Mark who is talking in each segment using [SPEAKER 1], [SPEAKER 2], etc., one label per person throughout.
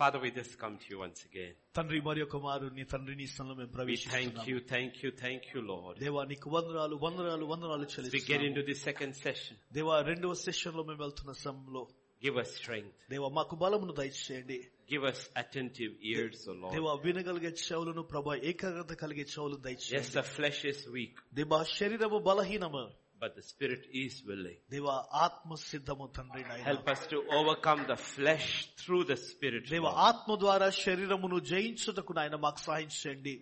[SPEAKER 1] Father, we just come to you once again.
[SPEAKER 2] తండ్రి మరియు కుమారు నీ తండ్రి నీ స్థలంలో మేము
[SPEAKER 1] We thank
[SPEAKER 2] ప్రవేశిస్తున్నాము
[SPEAKER 1] you, thank you, thank you, Lord.
[SPEAKER 2] దేవా నీకు వందనాలు వందనాలు వందనాలు
[SPEAKER 1] As we get
[SPEAKER 2] చెల్లిస్తున్నాము
[SPEAKER 1] into the second session,
[SPEAKER 2] దేవా రెండవ సెషన్ లో మేము వెళ్తున్న సమయంలో
[SPEAKER 1] give us strength.
[SPEAKER 2] దేవా మాకు బలమును దయచేయండి
[SPEAKER 1] Give us attentive ears, O Lord.
[SPEAKER 2] దేవా వినగలిగే చెవులను ప్రభా ఏకాగ్రత కలిగే చెవులను
[SPEAKER 1] Yes,
[SPEAKER 2] దయచేయండి
[SPEAKER 1] the flesh is weak,
[SPEAKER 2] దేవా శరీరము బలహీనము
[SPEAKER 1] but the spirit is willing.
[SPEAKER 2] దేవా ఆత్మ సిద్ధము తండ్రి నాయన
[SPEAKER 1] Help us to overcome the flesh through the spirit.
[SPEAKER 2] దేవ
[SPEAKER 1] Lord,
[SPEAKER 2] ఆత్మ ద్వారా శరీరమును జయించుటకు నాయన మాకు సహాయం చేయండి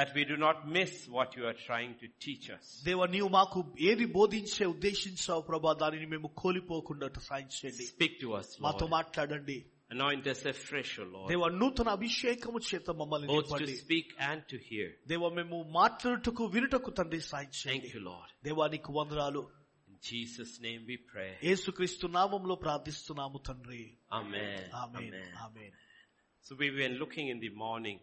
[SPEAKER 1] That we do not miss what you are trying to teach us.
[SPEAKER 2] దేవ నీవు మాకు ఏది బోధించే ఉద్దేశించావు ప్రభా దానిని మేము కోలిపోకుండా సహాయం చేయండి
[SPEAKER 1] Speak to us,
[SPEAKER 2] మాతో
[SPEAKER 1] Lord.
[SPEAKER 2] మాట్లాడండి
[SPEAKER 1] Anoint us afresh, O Lord.
[SPEAKER 2] దేవ నూతన అభిషేకము చేత మమ్మల్ని
[SPEAKER 1] Both to
[SPEAKER 2] నింపండి
[SPEAKER 1] speak and to hear.
[SPEAKER 2] దేవ మేము మాట్లాడుటకు వినుటకు తండ్రి సాయం చేయండి
[SPEAKER 1] Thank you, Lord.
[SPEAKER 2] దేవానికి వందనాలు
[SPEAKER 1] In Jesus' name we pray.
[SPEAKER 2] యేసుక్రీస్తు నామంలో ప్రార్థిస్తున్నాము తండ్రి
[SPEAKER 1] Amen.
[SPEAKER 2] Amen amen
[SPEAKER 1] So we were looking in the morning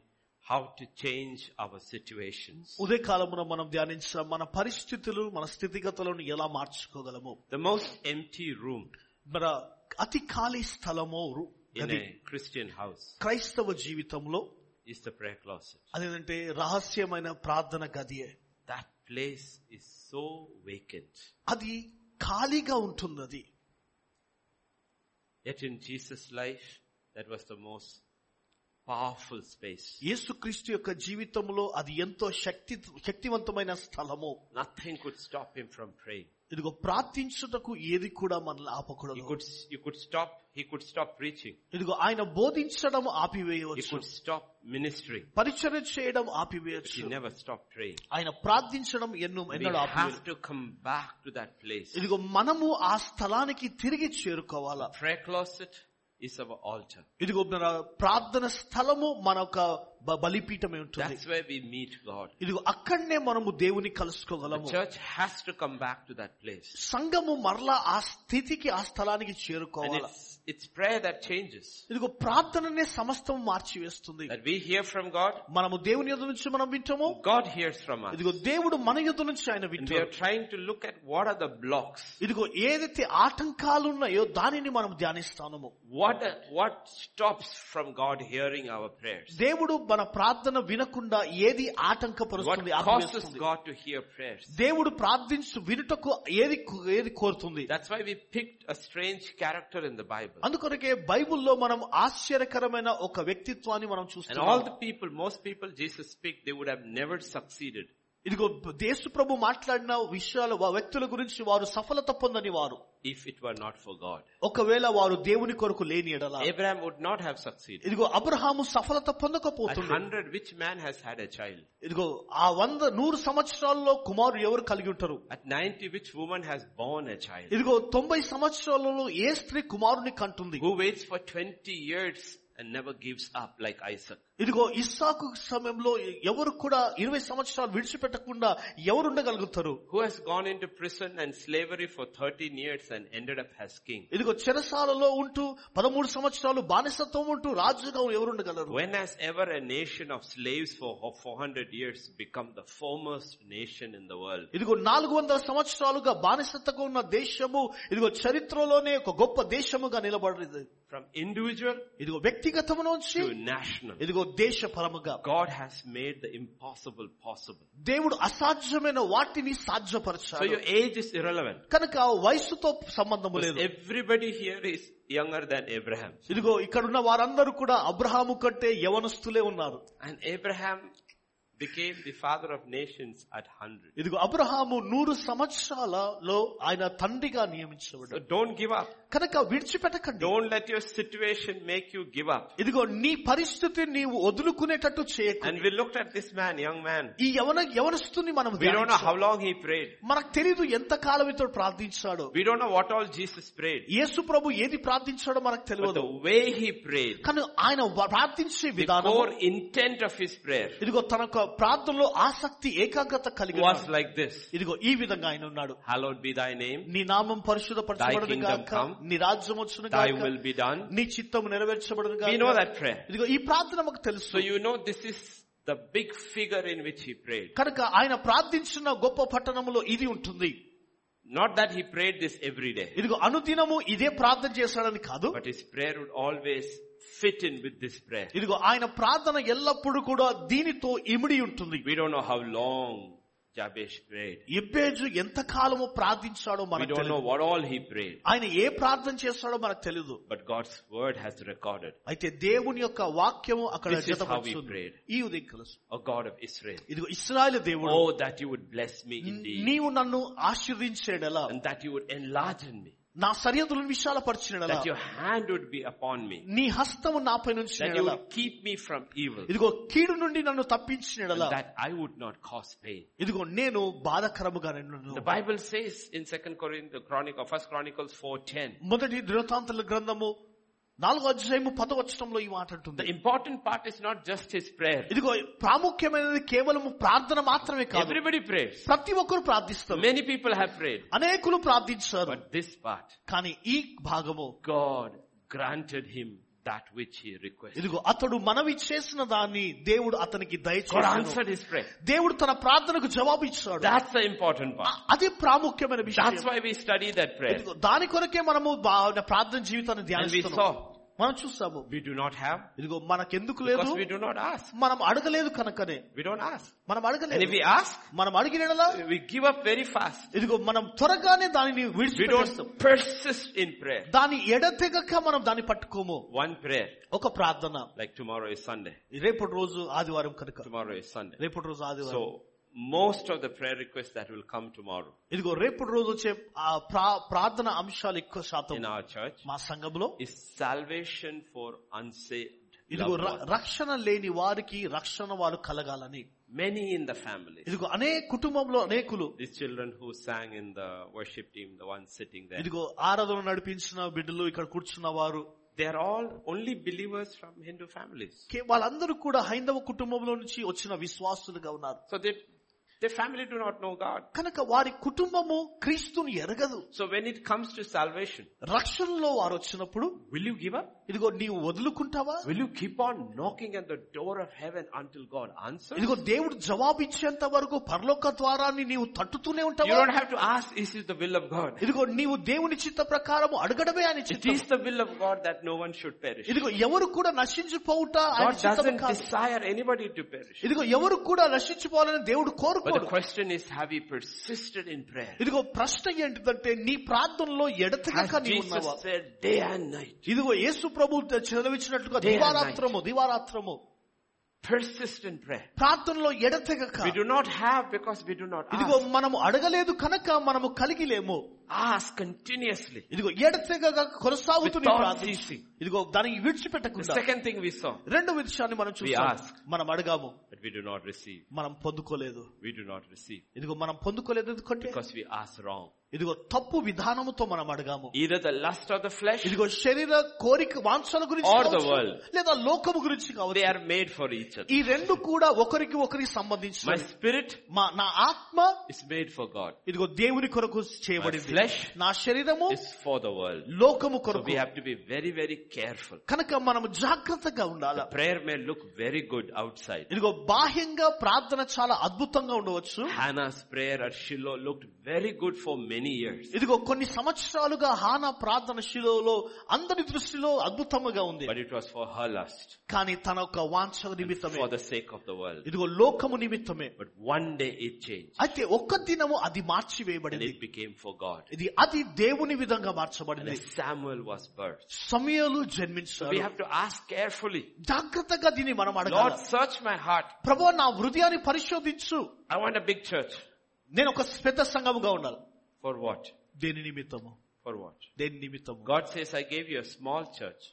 [SPEAKER 1] how to change our situations.
[SPEAKER 2] ఉదయకాలమున మనం ధ్యానించిన మన పరిస్థితులు మన స్థితిగతులను ఎలా మార్చుకోగలము
[SPEAKER 1] The most empty room
[SPEAKER 2] మన అతి ఖాళీ స్థలము రు-
[SPEAKER 1] in
[SPEAKER 2] గది
[SPEAKER 1] a Christian house
[SPEAKER 2] క్రైస్తవ జీవితంలో
[SPEAKER 1] is the prayer closet.
[SPEAKER 2] అదేంటంటే రహస్యమైన ప్రార్థన గదియే
[SPEAKER 1] That place is so vacant.
[SPEAKER 2] అది ఖాళీగా ఉంటుంది అది
[SPEAKER 1] Yet in Jesus' life, that was the most powerful space.
[SPEAKER 2] యేసుక్రీస్తు యొక్క జీవితంలో అది ఎంతో శక్తి శక్తివంతమైన స్థలము
[SPEAKER 1] Nothing could stop him from praying.
[SPEAKER 2] ఇదిగో ప్రార్థించుటకు ఏది కూడా మనల్ని
[SPEAKER 1] You
[SPEAKER 2] ఆపకూడదు
[SPEAKER 1] could, you could stop, he could stop preaching.
[SPEAKER 2] ఇదిగో ఆయన బోధించడం
[SPEAKER 1] He
[SPEAKER 2] ఆపివేయవచ్చు
[SPEAKER 1] could stop ministering.
[SPEAKER 2] పరిచయం చేయడం
[SPEAKER 1] But he
[SPEAKER 2] ఆపివేయవచ్చు
[SPEAKER 1] never stopped praying.
[SPEAKER 2] ఆయన ప్రార్థించడం ఎన్నో
[SPEAKER 1] We
[SPEAKER 2] ఎన్నడూ
[SPEAKER 1] have
[SPEAKER 2] ఆపివేయలేదు
[SPEAKER 1] to come back to that place.
[SPEAKER 2] ఇదిగో మనము ఆ స్థలానికి తిరిగి చేరుకోవాలా
[SPEAKER 1] Prayer closet is our altar.
[SPEAKER 2] ఇదిగో మన ప్రార్థన స్థలము మన ఒక బ- బలిపీఠమే ఉంటుంది
[SPEAKER 1] That's where we meet God.
[SPEAKER 2] ఇదిగో అక్కడనే మనము దేవుని
[SPEAKER 1] The
[SPEAKER 2] కలుసుకోగలము
[SPEAKER 1] church has to come back to that place.
[SPEAKER 2] సంఘము మరలా ఆ స్థితికి ఆ స్థలానికి
[SPEAKER 1] And
[SPEAKER 2] చేరుకోవాలా
[SPEAKER 1] it's, it's prayer that changes.
[SPEAKER 2] ఇదిగో ప్రార్థననే సమస్తం మార్చివేస్తుంది
[SPEAKER 1] That we hear from God,
[SPEAKER 2] మనము దేవుని యొద్ నుంచి మనం వింటాము
[SPEAKER 1] God hears from us.
[SPEAKER 2] ఇదిగో దేవుడు మన యొద్ నుంచి ఆయన
[SPEAKER 1] And we are
[SPEAKER 2] వింటాడు
[SPEAKER 1] trying to look at what are the blocks.
[SPEAKER 2] ఇదిగో ఏదైతే ఆటంకాలు ఉన్నాయో దానిని మనం ధ్యానిస్తాము
[SPEAKER 1] What, what stops from God hearing our prayers?
[SPEAKER 2] దేవుడు మన ప్రార్థన వినకుండా ఏది
[SPEAKER 1] What
[SPEAKER 2] ఆటంకపరుస్తుంది
[SPEAKER 1] causes
[SPEAKER 2] ఆపివేస్తుంది?
[SPEAKER 1] God to hear prayers?
[SPEAKER 2] దేవుడు ప్రార్థించు వినుటకు ఏది ఏది కోరుతుంది
[SPEAKER 1] That's why we picked a strange character in the Bible.
[SPEAKER 2] అందుకొరకే బైబిల్లో మనం ఆశ్చర్యకరమైన ఒక వ్యక్తిత్వాన్ని మనం
[SPEAKER 1] And all
[SPEAKER 2] చూస్తున్నాం
[SPEAKER 1] the people, most people Jesus speak, they would have never succeeded.
[SPEAKER 2] ఇదిగో దేశు ప్రభు మాట్లాడిన విషయాలు వా- వ్యక్తుల గురించి వారు సఫలత పొందని వారు
[SPEAKER 1] if it were not for God.
[SPEAKER 2] ఒకవేళ వారు దేవుని కొరకు లేని ఎడల
[SPEAKER 1] Abraham would not have succeeded.
[SPEAKER 2] ఇదిగో అబ్రహాము సఫలత
[SPEAKER 1] At
[SPEAKER 2] పొందకపోతుంది
[SPEAKER 1] hundred, which man has had a child?
[SPEAKER 2] ఇదిగో ఆ వంద నూరు సంవత్సరాల్లో కుమారుడు ఎవరు కలిగి ఉంటారు
[SPEAKER 1] At ninety, which woman has born a child?
[SPEAKER 2] ఇదిగో తొంభై సంవత్సరాలలో ఏ స్త్రీ కుమారుని కంటుంది
[SPEAKER 1] Who waits for twenty years and never gives up like Isaac?
[SPEAKER 2] ఇదిగో ఇస్సాకు సమయంలో ఎవరు కూడా ఇరవై సంవత్సరాలు విడిచిపెట్టకుండా ఎవరు ఉండగలుగుతారు
[SPEAKER 1] Who has gone into prison and slavery for thirteen years and ended up as king?
[SPEAKER 2] ఇదిగో చెరసాలలో ఉంటూ పదమూడు సంవత్సరాలు బానిసత్వం ఉంటూ రాజుగా ఎవరు ఉండగలరు
[SPEAKER 1] When has ever a nation of slaves for four hundred years become the foremost nation in the world?
[SPEAKER 2] ఇదిగో నాలుగు వందల సంవత్సరాలుగా బానిసతగా ఉన్న దేశము ఇదిగో చరిత్రలోనే ఒక గొప్ప దేశముగా నిలబడలేదు
[SPEAKER 1] From individual
[SPEAKER 2] ఇదిగో వ్యక్తిగతము నుంచి
[SPEAKER 1] to national.
[SPEAKER 2] ఇదిగో దేశ పరముగా
[SPEAKER 1] God has made the impossible possible.
[SPEAKER 2] దేవుడు అసాధ్యమైన వాటిని
[SPEAKER 1] So
[SPEAKER 2] సాధ్యపరచాడు
[SPEAKER 1] your age is irrelevant.
[SPEAKER 2] కనుక వయసుతో సంబంధము
[SPEAKER 1] Because
[SPEAKER 2] లేదు
[SPEAKER 1] everybody here is younger than Abraham.
[SPEAKER 2] ఇదిగో ఇక్కడున్న వారందరూ కూడా అబ్రహాము కంటే యవనస్తులే ఉన్నారు
[SPEAKER 1] And Abraham became the father of nations at 100.
[SPEAKER 2] ఇదిగో అబ్రహాము నూరు సంవత్సరాలలో ఆయన తండ్రిగా
[SPEAKER 1] So
[SPEAKER 2] నియమించబడ్డాడు
[SPEAKER 1] don't give up.
[SPEAKER 2] కనుక విడిచిపెట్టకండి
[SPEAKER 1] Don't let your situation make you give up.
[SPEAKER 2] ఇదిగో నీ పరిస్థితి నీవు వదులుకునేటట్టు చేయకు
[SPEAKER 1] And we looked at this man, young man.
[SPEAKER 2] ఈ యవన యవనస్తుని మనం
[SPEAKER 1] We don't know
[SPEAKER 2] ధ్యానించాం.
[SPEAKER 1] how long he prayed.
[SPEAKER 2] మనకు తెలియదు ఎంత కాలం ఇతడు ప్రార్థించాడు
[SPEAKER 1] We don't know what all Jesus prayed.
[SPEAKER 2] యేసు ప్రభు ఏది ప్రార్థించాడో మనకు
[SPEAKER 1] But
[SPEAKER 2] తెలియదు
[SPEAKER 1] the way he prayed,
[SPEAKER 2] కానీ ఆయన వ- ప్రార్థించే
[SPEAKER 1] the
[SPEAKER 2] విధానం
[SPEAKER 1] core intent of his prayer
[SPEAKER 2] ఇదిగో తన యొక్క ప్రార్థనలో ఆసక్తి ఏకాగ్రత కలిగి
[SPEAKER 1] was
[SPEAKER 2] ఉన్నాడు.
[SPEAKER 1] like this.
[SPEAKER 2] ఇదిగో ఈ విధంగా ఆయన ఉన్నాడు
[SPEAKER 1] Hallowed be thy name.
[SPEAKER 2] నీ నామం పరిశుద్ధపరచబడదు
[SPEAKER 1] Thy kingdom
[SPEAKER 2] గాక
[SPEAKER 1] come.
[SPEAKER 2] నీ రాజ్యం వచ్చును
[SPEAKER 1] Thy
[SPEAKER 2] గాక
[SPEAKER 1] will be done.
[SPEAKER 2] నీ చిత్తం నెరవేర్చబడను
[SPEAKER 1] We know
[SPEAKER 2] గాక
[SPEAKER 1] that prayer.
[SPEAKER 2] ఇదిగో ఈ ప్రార్థన మాకు తెలుసు
[SPEAKER 1] So you know this is the big figure in which he prayed.
[SPEAKER 2] కనుక ఆయన ప్రార్థించిన గొప్ప పట్టణంలో ఇది ఉంటుంది
[SPEAKER 1] Not that he prayed this every day,
[SPEAKER 2] ఇదిగో అనుదినము ఇదే ప్రార్థన చేశాడని కాదు
[SPEAKER 1] but his prayer would always fit in with this prayer.
[SPEAKER 2] ఇదిగో ఆయన ప్రార్థన ఎల్లప్పుడూ కూడా దీనితో ఇమిడి ఉంటుంది
[SPEAKER 1] We don't know how long Jabesh prayed.
[SPEAKER 2] ఎబ్బేజు ఎంత కాలము ప్రార్థించాడో
[SPEAKER 1] We
[SPEAKER 2] మనకు
[SPEAKER 1] don't know
[SPEAKER 2] తెలియదు
[SPEAKER 1] what all he prayed,
[SPEAKER 2] ఆయన ఏ ప్రార్థన చేస్తాడో మనకు తెలియదు
[SPEAKER 1] but God's word has recorded.
[SPEAKER 2] అయితే దేవుని యొక్క వాక్యము అక్కడ
[SPEAKER 1] This is how we
[SPEAKER 2] జతపరుస్తుంది
[SPEAKER 1] prayed.
[SPEAKER 2] ఈ ఉదయం కలుసు
[SPEAKER 1] O God of Israel,
[SPEAKER 2] ఇదిగో ఇస్రాయల్ దేవుడు
[SPEAKER 1] oh that you would bless me indeed
[SPEAKER 2] నీవు నన్ను ఆశీర్వించేడలా
[SPEAKER 1] and that you would enlargen me,
[SPEAKER 2] నా సరిహద్దులను విశాలపరిచినడలా
[SPEAKER 1] that your hand would be upon me,
[SPEAKER 2] నీ హస్తము నాపై నుంచి
[SPEAKER 1] that you would keep me from evil,
[SPEAKER 2] ఇదిగో కీడు నుండి నన్ను
[SPEAKER 1] and
[SPEAKER 2] తప్పించినడలా
[SPEAKER 1] that I would not cause pain.
[SPEAKER 2] ఇదిగో నేను బాధకరముగా నిన్ను
[SPEAKER 1] The Bible says in Second Corinthians, Chronicle, First Chronicles four ten,
[SPEAKER 2] మొదటి దృఢతాంతల గ్రంథము నాలుగో అధ్యాయము పదవచనంలో ఈ మాట
[SPEAKER 1] the
[SPEAKER 2] ఉంటుంది
[SPEAKER 1] important part is not just his prayer.
[SPEAKER 2] ఇదిగో ప్రాముఖ్యమైనది కేవలం ప్రార్థన మాత్రమే కాదు
[SPEAKER 1] Everybody prays.
[SPEAKER 2] ప్రతి ఒక్కరు ప్రార్థిస్తారు
[SPEAKER 1] Many people have prayed,
[SPEAKER 2] అనేకులు ప్రార్థించారు
[SPEAKER 1] but this part,
[SPEAKER 2] కానీ ఈ భాగము
[SPEAKER 1] God granted him that which he requested.
[SPEAKER 2] ఇదిగో అతడు మనవి చేసిన దాన్ని దేవుడు అతనికి
[SPEAKER 1] God
[SPEAKER 2] దయచేసి
[SPEAKER 1] answered his prayer.
[SPEAKER 2] దేవుడు తన ప్రార్థనకు జవాబు ఇచ్చాడు
[SPEAKER 1] That's the important part.
[SPEAKER 2] అ- అది ప్రాముఖ్యమైన
[SPEAKER 1] That's
[SPEAKER 2] విషయం
[SPEAKER 1] why we study that prayer.
[SPEAKER 2] ఇదిగో దాని కొరకే మనము బా- ప్రార్థన జీవితాన్ని
[SPEAKER 1] And we saw
[SPEAKER 2] ధ్యానిస్తున్నాం మనం చూస్తాము
[SPEAKER 1] we do not have
[SPEAKER 2] ఇదిగో మనకెందుకు లేదు
[SPEAKER 1] because we do not ask.
[SPEAKER 2] మనం అడగలేదు కనుకనే
[SPEAKER 1] We don't ask.
[SPEAKER 2] మనం
[SPEAKER 1] And if
[SPEAKER 2] అడగలేదు
[SPEAKER 1] we ask,
[SPEAKER 2] మనం అడిగినలా
[SPEAKER 1] we give up very fast.
[SPEAKER 2] ఇదిగో మనం త్వరగానే దానిని
[SPEAKER 1] We
[SPEAKER 2] విడిచిపెట్టేస్తాం
[SPEAKER 1] don't persist in prayer.
[SPEAKER 2] దాని ఎడతెగక మనం దాన్ని పట్టుకోము
[SPEAKER 1] One prayer,
[SPEAKER 2] ఒక ప్రార్థన
[SPEAKER 1] like tomorrow is Sunday.
[SPEAKER 2] రేపటి రోజు ఆదివారం కనుక
[SPEAKER 1] Tomorrow is Sunday.
[SPEAKER 2] రేపటి రోజు ఆదివారం
[SPEAKER 1] So most of the prayer requests that will come tomorrow
[SPEAKER 2] ఇదిగో రేపటి రోజు వచ్చే ఆ ప్రా- ప్రార్థన అంశాలు ఎక్కువ శాతం
[SPEAKER 1] in our church
[SPEAKER 2] మా సంఘంలో
[SPEAKER 1] is salvation for unsaved.
[SPEAKER 2] ఇదిగో
[SPEAKER 1] loved
[SPEAKER 2] ర-
[SPEAKER 1] ones.
[SPEAKER 2] రక్షణ లేని వారికి రక్షణ వారు కలగాలని
[SPEAKER 1] Many in the family.
[SPEAKER 2] ఇదిగో అనేక కుటుంబంలో అనేకులు
[SPEAKER 1] These children who sang in the worship team, the ones sitting there,
[SPEAKER 2] ఇదిగో ఆరాధన నడిపించిన బిడ్డలు ఇక్కడ కూర్చున్న వారు
[SPEAKER 1] they are all only believers from Hindu families.
[SPEAKER 2] కే- వాళ్ళందరూ కూడా హైందవ కుటుంబంలో నుంచి వచ్చిన విశ్వాసులుగా ఉన్నారు
[SPEAKER 1] So they, their family do not know God.
[SPEAKER 2] కనుక వారి కుటుంబము క్రీస్తుని ఎరగదు
[SPEAKER 1] So when it comes to salvation,
[SPEAKER 2] రక్షణలో వారు వచ్చినప్పుడు
[SPEAKER 1] will you give up?
[SPEAKER 2] ఇదిగో నీవు వదులుకుంటావా
[SPEAKER 1] Will you keep on knocking at the door of heaven until God answers?
[SPEAKER 2] ఇదిగో దేవుడు జవాబిచ్చేంత వరకు పరలోక ద్వారాన్ని నీవు తట్టుతూనే
[SPEAKER 1] You
[SPEAKER 2] ఉంటావా
[SPEAKER 1] don't have to ask, is it the will of God?
[SPEAKER 2] ఇదిగో నీవు దేవుని చిత్త ప్రకారం అడగడమే ఆయన
[SPEAKER 1] It
[SPEAKER 2] చిత్తం
[SPEAKER 1] is the will of God that no one should perish.
[SPEAKER 2] ఇదిగో ఎవరు కూడా నశించిపోవుట ఆయన
[SPEAKER 1] God
[SPEAKER 2] చిత్తం
[SPEAKER 1] doesn't
[SPEAKER 2] కాదు
[SPEAKER 1] desire anybody to perish.
[SPEAKER 2] ఇదిగో ఎవరు కూడా నశించిపోవాలని దేవుడు
[SPEAKER 1] But the
[SPEAKER 2] కోరుకోడు
[SPEAKER 1] question is, have you persisted in prayer?
[SPEAKER 2] ఇదిగో ప్రశ్న ఏంటిదంటే నీ ప్రార్థనలో
[SPEAKER 1] As
[SPEAKER 2] ఎడతగక నీవు
[SPEAKER 1] Jesus
[SPEAKER 2] ఉన్నావా
[SPEAKER 1] said, day and night,
[SPEAKER 2] ఇదిగో యేసు ప్రభు చదివించినట్లుగా
[SPEAKER 1] Day and
[SPEAKER 2] దివారాత్రము దివారాత్రము
[SPEAKER 1] persist in prayer.
[SPEAKER 2] ప్రార్థనలో
[SPEAKER 1] We
[SPEAKER 2] ఎడతెగక
[SPEAKER 1] do not have because we do not
[SPEAKER 2] ఇదిగో
[SPEAKER 1] ask.
[SPEAKER 2] మనము అడగలేదు కనుక మనము కలిగిలేము
[SPEAKER 1] Ask continuously.
[SPEAKER 2] ఇదిగో ఎడతెగక కొనసాగుతూ నీ
[SPEAKER 1] Without
[SPEAKER 2] ప్రార్థన
[SPEAKER 1] ceasing.
[SPEAKER 2] ఇదిగో దానికి
[SPEAKER 1] The
[SPEAKER 2] విడిచిపెట్టకుండా
[SPEAKER 1] second thing we saw,
[SPEAKER 2] రెండు విషయాన్ని మనం చూసాం
[SPEAKER 1] ask.
[SPEAKER 2] మనం అడగాము
[SPEAKER 1] but we do not receive.
[SPEAKER 2] మనం పొందుకోలేదు
[SPEAKER 1] We do not receive
[SPEAKER 2] ఇదిగో మనం పొందుకోలేదు ఎందుకంటే
[SPEAKER 1] because we ask wrong.
[SPEAKER 2] ఇదిగో తప్పు విధానముతో మనం అడగాము
[SPEAKER 1] Either the lust of the flesh,
[SPEAKER 2] ఇదిగో శరీర కోరిక వాంఛల గురించి
[SPEAKER 1] Or the
[SPEAKER 2] కావచ్చు,
[SPEAKER 1] world.
[SPEAKER 2] లేదా లోకము గురించి
[SPEAKER 1] they
[SPEAKER 2] కావచ్చు
[SPEAKER 1] are made for each other.
[SPEAKER 2] ఈ రెండు కూడా ఒకరికి ఒకరికి
[SPEAKER 1] My
[SPEAKER 2] సంబంధించిన
[SPEAKER 1] spirit
[SPEAKER 2] మా నా ఆత్మ
[SPEAKER 1] is made for God.
[SPEAKER 2] ఇదిగో దేవుని కొరకు
[SPEAKER 1] My
[SPEAKER 2] చేయబడింది
[SPEAKER 1] flesh
[SPEAKER 2] నా శరీరము
[SPEAKER 1] It's for the world.
[SPEAKER 2] లోకము
[SPEAKER 1] So we
[SPEAKER 2] కొరకు
[SPEAKER 1] have to be very, very careful.
[SPEAKER 2] కనుక మనం జాగ్రత్తగా ఉండాలి
[SPEAKER 1] The prayer may look very good outside.
[SPEAKER 2] ఇదిగో బాహ్యంగా ప్రార్థన చాలా అద్భుతంగా ఉండవచ్చు
[SPEAKER 1] Hannah's prayer at Shiloh looked very good for many years.
[SPEAKER 2] ఇదిగో కొన్ని సంవత్సరాలుగా హానా ప్రార్థన శిలోలో అందరి దృష్టిలో అద్భుతంగా ఉంది
[SPEAKER 1] But it was for her lust,
[SPEAKER 2] కానీ తన యొక్క వాంఛ నిమిత్తమే
[SPEAKER 1] for the sake of the world.
[SPEAKER 2] ఇదిగో లోకము నిమిత్తమే
[SPEAKER 1] But one day it changed
[SPEAKER 2] అయితే ఒక్క దినము అది
[SPEAKER 1] and
[SPEAKER 2] మార్చివేయబడింది
[SPEAKER 1] it became for God.
[SPEAKER 2] ఇది అది దేవుని విధంగా
[SPEAKER 1] And
[SPEAKER 2] మార్చబడింది
[SPEAKER 1] a Samuel was birthed.
[SPEAKER 2] సమయాలు
[SPEAKER 1] So we
[SPEAKER 2] జన్మించారు
[SPEAKER 1] have to ask carefully.
[SPEAKER 2] జాగ్రత్తగా దీన్ని మనం అడగాలి
[SPEAKER 1] Lord, search my heart.
[SPEAKER 2] ప్రభు నా హృదయాన్ని పరిశోధించు
[SPEAKER 1] I want a big church.
[SPEAKER 2] నేను ఒక పెద్ద సంఘముగా ఉండాలి
[SPEAKER 1] For what?
[SPEAKER 2] దేని నిమిత్తము
[SPEAKER 1] For what?
[SPEAKER 2] దేని నిమిత్తము
[SPEAKER 1] God says, I gave you a small church.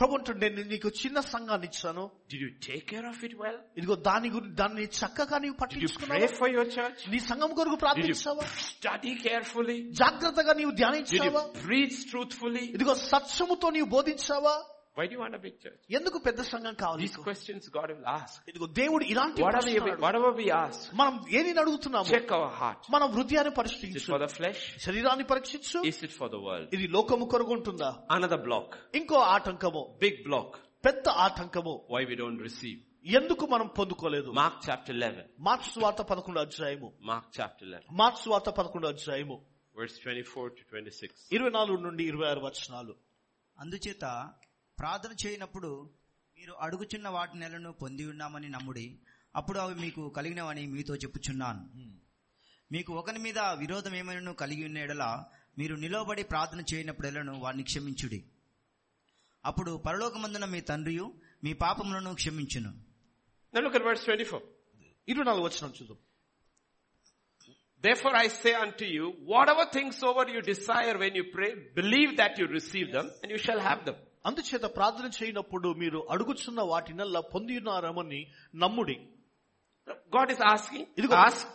[SPEAKER 2] ప్రభు అంటాడు, నేను నీకు చిన్న సంఘాన్ని ఇచ్చాను
[SPEAKER 1] Did you take care of it well?
[SPEAKER 2] ఇదిగో దాని గురించి దాన్ని చక్కగా
[SPEAKER 1] Did
[SPEAKER 2] నీవు
[SPEAKER 1] you pray
[SPEAKER 2] పట్టించుకున్నావు
[SPEAKER 1] for your church?
[SPEAKER 2] నీ సంఘం కొరకు
[SPEAKER 1] Did you
[SPEAKER 2] ప్రార్థించావా
[SPEAKER 1] study carefully?
[SPEAKER 2] జాగ్రత్తగా నీవు
[SPEAKER 1] Did you
[SPEAKER 2] ధ్యానించావా
[SPEAKER 1] preach truthfully?
[SPEAKER 2] ఇదిగో సత్యముతో నీవు బోధించావా
[SPEAKER 1] Why do you want a big church?
[SPEAKER 2] ఎందుకు పెద్ద సంఘం కావాలి
[SPEAKER 1] These
[SPEAKER 2] నీకు?
[SPEAKER 1] questions God will ask.
[SPEAKER 2] ఇదిగో దేవుడు ఇలాంటి
[SPEAKER 1] Whatever,
[SPEAKER 2] ప్రశ్నలు
[SPEAKER 1] we,
[SPEAKER 2] అడుగుతాడు.
[SPEAKER 1] whatever we ask,
[SPEAKER 2] మనం ఏని అడుగుతున్నాము
[SPEAKER 1] check our heart.
[SPEAKER 2] మనం హృదయాన్ని
[SPEAKER 1] Is it
[SPEAKER 2] పరీక్షించు
[SPEAKER 1] for the flesh?
[SPEAKER 2] శరీరాన్ని పరీక్షించు
[SPEAKER 1] Is it for the world?
[SPEAKER 2] ఇది లోకము కొరకు ఉంటుందా
[SPEAKER 1] Another block.
[SPEAKER 2] ఇంకో ఆటంకము
[SPEAKER 1] Big block.
[SPEAKER 2] పెద్ద ఆటంకము
[SPEAKER 1] Why we don't receive.
[SPEAKER 2] ఎందుకు మనం పొందుకోలేదు
[SPEAKER 1] Mark chapter 11.
[SPEAKER 2] మార్క్స్ వార్త పదకొండు అధ్యాయము
[SPEAKER 1] Mark chapter 11.
[SPEAKER 2] మార్క్స్ వార్త పదకొండు అధ్యాయము
[SPEAKER 1] verse 24 to 26.
[SPEAKER 2] ఇరవై నాలుగు నుండి ఇరవై ఆరు వచనాలు
[SPEAKER 3] అందుచేత ప్రార్థన చేయనప్పుడు మీరు అడుగుచున్న వాటి నెలను పొంది ఉన్నామని నమ్ముడి అప్పుడు అవి మీకు కలిగినవని మీతో చెప్పుచున్నాను మీకు ఒకరి మీద విరోధం ఏమైనను కలిగి ఉన్న ఎడల మీరు నిలవబడి ప్రార్థన చేయనప్పుడెలను వారిని క్షమించుడి అప్పుడు పరలోకమందున మీ తండ్రియు మీ పాపములను క్షమించును
[SPEAKER 1] Now look at verse 24.
[SPEAKER 2] ఇరవై నాలుగు వచనం చూద్దాం
[SPEAKER 1] Therefore I say unto you, whatever things over you desire when you pray, believe that you receive them and you shall have them.
[SPEAKER 2] అందుచేత ప్రార్థన చేయనప్పుడు మీరు అడుగుచున్న వాటినల్లా పొంది ఉన్నారమని నమ్ముడి
[SPEAKER 1] God is asking,
[SPEAKER 2] Idigo-
[SPEAKER 1] ask,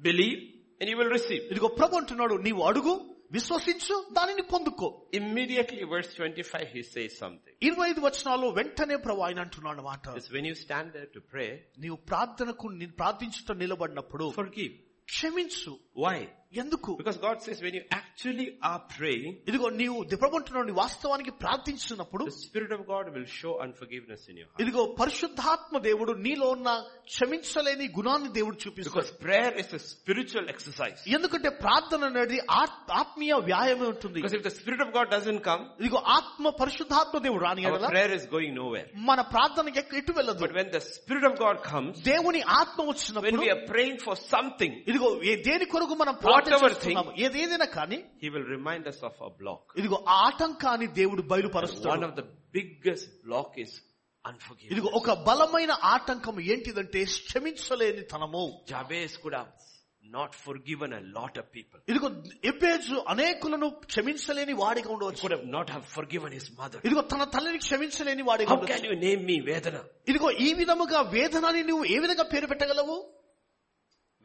[SPEAKER 1] believe, and you will receive.
[SPEAKER 2] ఇదిగో ప్రభు అంటున్నాడు నీవు అడుగు విశ్వసించు దానిని పొందుకో
[SPEAKER 1] Immediately verse 25 he says something.
[SPEAKER 2] ఇరవై ఐదు వచనాలు వెంటనే ప్రభు ఆయన అంటున్నాడు మాట
[SPEAKER 1] Is when you stand there to pray,
[SPEAKER 2] నీవు ప్రార్థనకు ని- ప్రార్థించుట నిలబడినప్పుడు
[SPEAKER 1] forgive.
[SPEAKER 2] క్షమించు
[SPEAKER 1] Why?
[SPEAKER 2] ఎందుకు
[SPEAKER 1] Because God says when you actually are praying,
[SPEAKER 2] ఇదిగో నీవు ప్రభు అంటున్నాడు "నీ వాస్తవానికి ప్రార్థించినప్పుడు
[SPEAKER 1] the Spirit of God will show unforgiveness in your heart.
[SPEAKER 2] ఇదిగో పరిశుద్ధాత్మ దేవుడు నీలో ఉన్న క్షమించలేని గుణాన్ని దేవుడు
[SPEAKER 1] Because
[SPEAKER 2] చూపిస్తాడు
[SPEAKER 1] prayer is a spiritual exercise.
[SPEAKER 2] ఎందుకంటే ప్రార్థన అనేది ఆత్- ఆత్మీయ వ్యాయామం ఉంటుంది
[SPEAKER 1] Because if the Spirit of God doesn't come,
[SPEAKER 2] ఇదిగో ఆత్మ పరిశుద్ధాత్మ దేవుడు రాని
[SPEAKER 1] our
[SPEAKER 2] ఎడల
[SPEAKER 1] prayer is going nowhere.
[SPEAKER 2] మన ప్రార్థన ఎక్- ఎటు వెళ్ళదు
[SPEAKER 1] But when the Spirit of God comes,
[SPEAKER 2] దేవుని ఆత్మ
[SPEAKER 1] when
[SPEAKER 2] వచ్చినప్పుడు
[SPEAKER 1] we are praying for something,
[SPEAKER 2] ఇదిగో ఏ- దేని కొరకు మనం
[SPEAKER 1] Whatever
[SPEAKER 2] ప్రార్థిస్తున్నాము ఏదేదైనా కానీ
[SPEAKER 1] He will remind us of our block.
[SPEAKER 2] ఇదిగో ఆ ఆటంకాన్ని దేవుడు
[SPEAKER 1] One
[SPEAKER 2] బయలుపరుస్తాడు
[SPEAKER 1] of the biggest block is unforgiveness.
[SPEAKER 2] ఇదిగో ఒక బలమైన ఆటంకం ఏంటిదంటే క్షమించలేని తనము
[SPEAKER 1] Jabez could have not forgiven a lot of people.
[SPEAKER 2] ఇదిగో ఎబ్బేజు అనేకులను క్షమించలేని వాడిగా
[SPEAKER 1] He
[SPEAKER 2] ఉండవచ్చు
[SPEAKER 1] could have not have forgiven his mother.
[SPEAKER 2] ఇదిగో తన తల్లిని క్షమించలేని వాడిగా
[SPEAKER 1] How
[SPEAKER 2] ఉండవచ్చు
[SPEAKER 1] can you name me Vedana?
[SPEAKER 2] ఇదిగో ఈ విధముగా వేదనని నువ్వు ఏ విధంగా పేరు పెట్టగలవు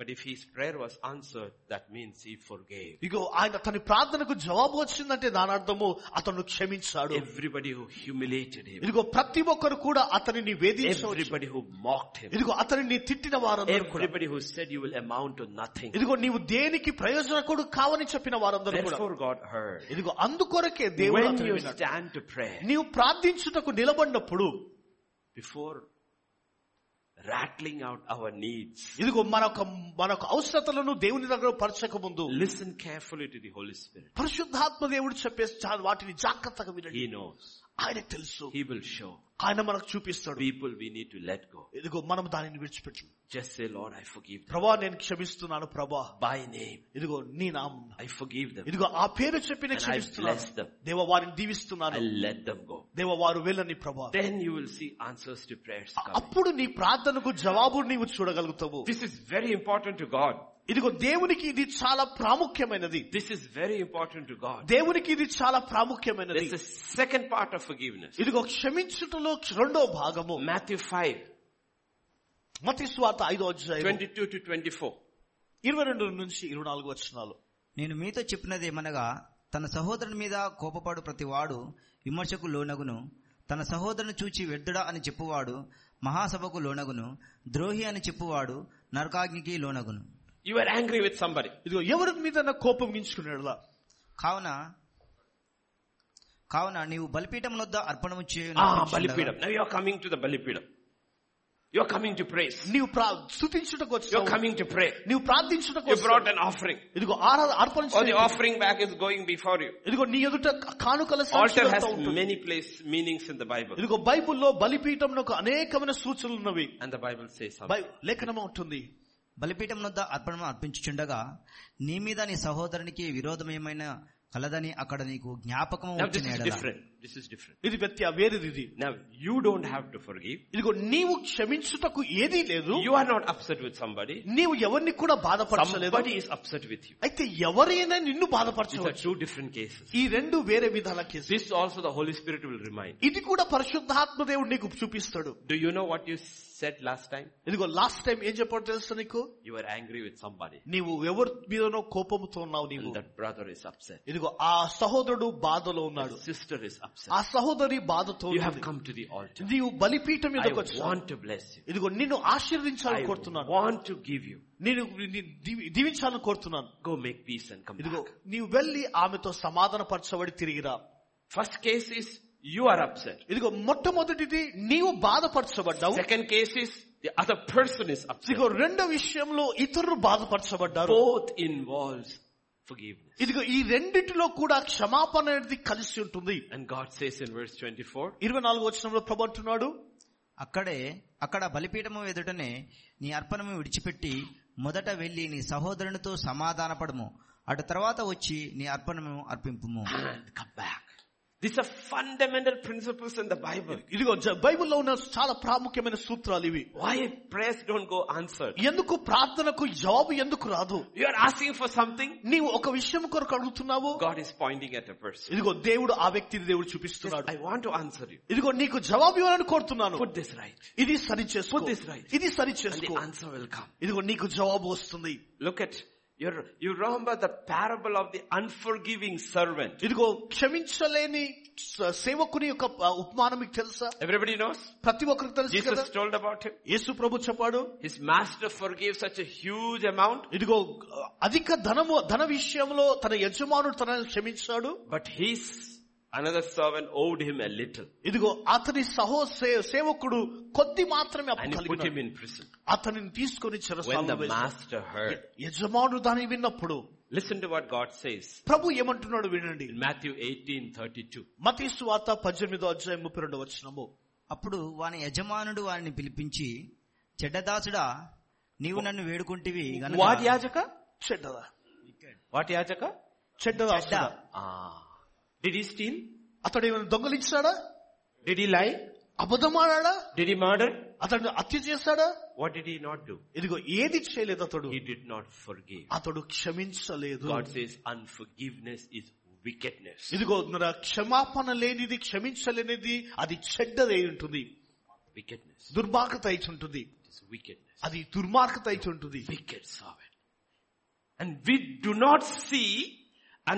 [SPEAKER 1] But if his prayer was answered, that means he forgave.
[SPEAKER 2] ఇదిగో ఆయన తన ప్రార్థనకు జవాబు వచ్చిందంటే దాని అర్థము అతను క్షమించాడు
[SPEAKER 1] Everybody who humiliated him.
[SPEAKER 2] ఇదిగో ప్రతి ఒక్కరు కూడా అతనిని వేధించవచ్చు
[SPEAKER 1] Everybody who mocked him.
[SPEAKER 2] ఇదిగో అతనిని తిట్టిన వారందరూ కూడా
[SPEAKER 1] Everybody who said you will amount to nothing.
[SPEAKER 2] ఇదిగో నీవు దేనికి ప్రయోజనకుడు కావని చెప్పిన వారందరూ కూడా
[SPEAKER 1] Therefore God heard.
[SPEAKER 2] ఇదిగో అందుకొరకే దేవుడు
[SPEAKER 1] When
[SPEAKER 2] అతనిని
[SPEAKER 1] you
[SPEAKER 2] విన్నాడు.
[SPEAKER 1] stand to pray,
[SPEAKER 2] నీవు ప్రార్థించుటకు నిలబడినప్పుడు
[SPEAKER 1] before rattling out our needs,
[SPEAKER 2] ఇదిగో మనకు మనకు అవసరతలను దేవుని దగ్గర పరచక ముందు
[SPEAKER 1] listen carefully to the Holy Spirit.
[SPEAKER 2] పరిశుద్ధాత్మ దేవుడు చెప్పే చా- వాటిని జాగ్రత్తగా వినండి
[SPEAKER 1] He knows.
[SPEAKER 2] ఆయన తెలుసు
[SPEAKER 1] He will show.
[SPEAKER 2] ఆయన మనకు చూపిస్తాడు
[SPEAKER 1] People we need to let go.
[SPEAKER 2] ఇదిగో మనం దానిని విడిచిపెట్టు
[SPEAKER 1] Just say, Lord, I forgive them.
[SPEAKER 2] ప్రభా నేను క్షమిస్తున్నాను ప్రభా
[SPEAKER 1] By name,
[SPEAKER 2] ఇదిగో నీ నామం
[SPEAKER 1] I forgive them.
[SPEAKER 2] ఇదిగో ఆ పేరు చెప్పి
[SPEAKER 1] And I
[SPEAKER 2] నేను
[SPEAKER 1] bless
[SPEAKER 2] క్షమిస్తున్నాను
[SPEAKER 1] them.
[SPEAKER 2] దేవ వారిని
[SPEAKER 1] I
[SPEAKER 2] దీవిస్తున్నాను
[SPEAKER 1] let them go.
[SPEAKER 2] దేవ వారు వెళ్ళని ప్రభా
[SPEAKER 1] Then you will see answers to prayers coming.
[SPEAKER 2] అప్పుడు నీ ప్రార్థనకు జవాబు నీవు చూడగలుగుతావు
[SPEAKER 1] This is very important to God.
[SPEAKER 2] ఇదిగో దేవునికి ఇది చాలా ప్రాముఖ్యమైనది
[SPEAKER 1] This is very important to God.
[SPEAKER 2] దేవునికి ఇది చాలా ప్రాముఖ్యమైనది
[SPEAKER 1] There's a second part of forgiveness.
[SPEAKER 2] ఇదిగో క్షమించుటలో రెండో భాగము
[SPEAKER 1] Matthew 5,
[SPEAKER 2] మతి స్వాత ఐదో అధ్యాయం
[SPEAKER 1] 22 to 24.
[SPEAKER 2] ఇరవై రెండు నుంచి ఇరవై నాలుగు వచనాలు
[SPEAKER 3] నేను మీతో చెప్పినది ఏమనగా తన సహోదరుని మీద కోపపడు ప్రతివాడు విమర్శకు లోనగును తన సహోదరుని చూచి వ్యర్థుడా అని చెప్పువాడు మహాసభకు లోనగును ద్రోహి అని చెప్పువాడు నరకాగ్నికి లోనగును
[SPEAKER 1] You are angry with somebody.
[SPEAKER 2] ఇదిగో ఎవరి మీద కోపం గించుకునేలా
[SPEAKER 3] కావున కావున నీవు బలిపీఠం వద్ద అర్పణము
[SPEAKER 1] Ah,
[SPEAKER 3] చేయు
[SPEAKER 1] Balipidam. Now you are coming to the Balipidam. You are coming to praise.
[SPEAKER 2] నీవు ప్రా- స్థుతించుటకు
[SPEAKER 1] You are
[SPEAKER 2] వచ్చావు
[SPEAKER 1] coming to pray.
[SPEAKER 2] నీవు ప్రార్థించుటకు
[SPEAKER 1] You
[SPEAKER 2] వచ్చావు.
[SPEAKER 1] brought an offering.
[SPEAKER 2] ఇదిగో ఆరా- అర్పణ
[SPEAKER 1] Or the
[SPEAKER 2] చేయు.
[SPEAKER 1] offering bag is going before you.
[SPEAKER 2] ఇదిగో నీ ఎదుట కానుకల
[SPEAKER 1] Altar
[SPEAKER 2] సంచులతో
[SPEAKER 1] has
[SPEAKER 2] ఉంటుంది.
[SPEAKER 1] many place meanings in the Bible.
[SPEAKER 2] ఇదిగో బైబిల్లో బలిపీఠంకు అనేకమైన సూచనలు ఉన్నవి
[SPEAKER 1] And the Bible says something.
[SPEAKER 2] బై- లేఖనము ఉంటుంది
[SPEAKER 3] బలిపీఠం వద్ద అర్పణను అర్పించుచుండగా నీ మీద నీ సహోదరునికి విరోధమేమైనా కలదని అక్కడ నీకు జ్ఞాపకం
[SPEAKER 1] Now this
[SPEAKER 3] వచ్చిన
[SPEAKER 1] is
[SPEAKER 3] ఎడల
[SPEAKER 1] different. This is different.
[SPEAKER 2] ఇది వ్యత్య వేరేది ఇది
[SPEAKER 1] Now you don't have to forgive.
[SPEAKER 2] ఇదిగో నీవు క్షమించుటకు ఏదీ లేదు
[SPEAKER 1] You are not upset with somebody.
[SPEAKER 2] నీవు ఎవరిని కూడా బాధపరచలేదు
[SPEAKER 1] Somebody is upset with you.
[SPEAKER 2] అయితే ఎవరైనా నిన్ను
[SPEAKER 1] These are
[SPEAKER 2] బాధపరచవచ్చు
[SPEAKER 1] two different cases.
[SPEAKER 2] ఈ రెండు వేరే విధాల case
[SPEAKER 1] This also the Holy Spirit will remind.
[SPEAKER 2] ఇది కూడా పరిశుద్ధాత్మ దేవుడు నీకు చూపిస్తాడు
[SPEAKER 1] Do you know what you said last time?
[SPEAKER 2] ఇదిగో లాస్ట్ టైం ఏం చెప్పాడు తెలుసు నీకు
[SPEAKER 1] You were angry with somebody.
[SPEAKER 2] నీవు ఎవరి మీదనో కోపంతో ఉన్నావు నీవు
[SPEAKER 1] And that brother is upset.
[SPEAKER 2] ఇదిగో ఆ సహోదరుడు బాధలో ఉన్నాడు
[SPEAKER 1] Sister is
[SPEAKER 2] ఆ
[SPEAKER 1] upset.
[SPEAKER 2] సహోదరి బాధతో
[SPEAKER 1] You have
[SPEAKER 2] ఉంది.
[SPEAKER 1] come to the altar.
[SPEAKER 2] నీవు బలిపీఠం
[SPEAKER 1] I
[SPEAKER 2] మీదకి వచ్చావు
[SPEAKER 1] want to bless you.
[SPEAKER 2] ఇదిగో నిన్ను
[SPEAKER 1] I
[SPEAKER 2] ఆశీర్వదించాలని కోరుతున్నాను
[SPEAKER 1] want to give you.
[SPEAKER 2] నేను నిన్ను దీవి- దీవించాలని కోరుతున్నాను
[SPEAKER 1] Go make peace and come
[SPEAKER 2] ఇదిగో
[SPEAKER 1] back.
[SPEAKER 2] నీవు వెళ్ళి ఆమెతో సమాధాన పరచబడి తిరిగిరా
[SPEAKER 1] First case is you are upset.
[SPEAKER 2] ఇదిగో మొట్టమొదటిది నీవు బాధపరచబడ్డావు
[SPEAKER 1] Second case is the other person is upset.
[SPEAKER 2] ఇదిగో రెండో విషయంలో ఇతరులు బాధపరచబడ్డారు
[SPEAKER 1] Both involves forgiveness.
[SPEAKER 2] ఇదిగో ఈ రెండిటిలో కూడా క్షమాపణ అనేది కలిసి ఉంటుంది
[SPEAKER 1] And God says in verse 24,
[SPEAKER 2] ఇరవై నాలుగు వచ్చినంలో ప్రభు అంటున్నాడు
[SPEAKER 3] అక్కడే అక్కడ బలిపీఠము ఎదుటనే నీ అర్పణము విడిచిపెట్టి మొదట వెళ్లి నీ సహోదరునితో సమాధానపడము అటు తర్వాత వచ్చి నీ అర్పణము అర్పింపుము
[SPEAKER 1] and come back. These are fundamental principles in the Bible.
[SPEAKER 2] ఇదిగో జ- బైబిల్లో ఉన్న చాలా ప్రాముఖ్యమైన సూత్రాలు ఇవి
[SPEAKER 1] Why prayers don't go answered.
[SPEAKER 2] ఎందుకు ప్రార్థనకు జవాబు ఎందుకు రాదు
[SPEAKER 1] You are asking for something,
[SPEAKER 2] నీవు ఒక విషయం కొరకు అడుగుతున్నావు
[SPEAKER 1] God is pointing at a person.
[SPEAKER 2] ఇదిగో దేవుడు ఆ వ్యక్తిని దేవుడు
[SPEAKER 1] Says,
[SPEAKER 2] చూపిస్తున్నాడు
[SPEAKER 1] I want to answer you.
[SPEAKER 2] ఇదిగో నీకు జవాబు ఇవ్వాలని కోరుతున్నాను
[SPEAKER 1] Put this right.
[SPEAKER 2] ఇది సరి చేసుకో
[SPEAKER 1] Put this right.
[SPEAKER 2] ఇది సరి
[SPEAKER 1] And
[SPEAKER 2] చేసుకో
[SPEAKER 1] the answer will come.
[SPEAKER 2] ఇదిగో నీకు జవాబు వస్తుంది
[SPEAKER 1] Look at, you you remember the parable of the unforgiving servant.
[SPEAKER 2] ఇదిగో క్షమించలేని స- సేవకుని యొక్క ఆ, ఉపమానం మీకు తెలుసా
[SPEAKER 1] Everybody knows?
[SPEAKER 2] ప్రతి ఒక్కరికి తెలుసు కదా
[SPEAKER 1] Jesus told about him.
[SPEAKER 2] యేసు ప్రభు చెప్పాడు
[SPEAKER 1] His master forgave such a huge amount,
[SPEAKER 2] ఇదిగో ఆ, అధిక ధనము ధన విషయంలో తన యజమానుడు తనని క్షమించాడు
[SPEAKER 1] but his, another servant owed him a little.
[SPEAKER 2] ఇదిగో అతని సహో సే- సేవకుడు కొద్ది మాత్రమే అప్పు
[SPEAKER 1] And he put
[SPEAKER 2] కలిగినాడు.
[SPEAKER 1] him in prison.
[SPEAKER 2] అతనిని తీసుకొని
[SPEAKER 1] When
[SPEAKER 2] చెరసాలలో
[SPEAKER 1] the
[SPEAKER 2] వేశాడు.
[SPEAKER 1] master heard,
[SPEAKER 2] యజమానుడు దాన్ని విన్నప్పుడు
[SPEAKER 1] listen to what God says
[SPEAKER 2] ప్రభు ఏమంటున్నాడు వినండి
[SPEAKER 1] in Matthew 18, 32.
[SPEAKER 2] మతీసు వార్త పద్దెనిమిదో అధ్యాయం ముప్పై రెండు వచ్చినము
[SPEAKER 3] అప్పుడు వాని యజమానుడు వారిని పిలిపించి చెడ్డదాసుడా నీవు నన్ను వేడుకుంటివి గనుక
[SPEAKER 1] Yajaka?
[SPEAKER 2] చెడ్డదా
[SPEAKER 1] What Yajaka?
[SPEAKER 2] చెడ్డదా
[SPEAKER 3] చెడ్డ.
[SPEAKER 1] Ah. Did he steal?
[SPEAKER 2] అతడు ఏమైనా దొంగలించాడా
[SPEAKER 1] Did he lie?
[SPEAKER 2] అబద్ధమాడా
[SPEAKER 1] Did he murder?
[SPEAKER 2] అతడు హత్య చేశాడా
[SPEAKER 1] What did he not do?
[SPEAKER 2] ఇదిగో ఏది చేయలేదు అతడు
[SPEAKER 1] He did not forgive.
[SPEAKER 2] అతడు క్షమించలేదు
[SPEAKER 1] God says unforgiveness is wickedness.
[SPEAKER 2] ఇదిగో మన క్షమాపణ లేనిది క్షమించలేనిది అది చెడ్డదై ఉంటుంది
[SPEAKER 1] Wickedness.
[SPEAKER 2] దుర్మార్గత అయిచి ఉంటుంది
[SPEAKER 1] It is wickedness.
[SPEAKER 2] అది దుర్మార్గత అయిచి ఉంటుంది
[SPEAKER 1] Wicked servant. And we do not see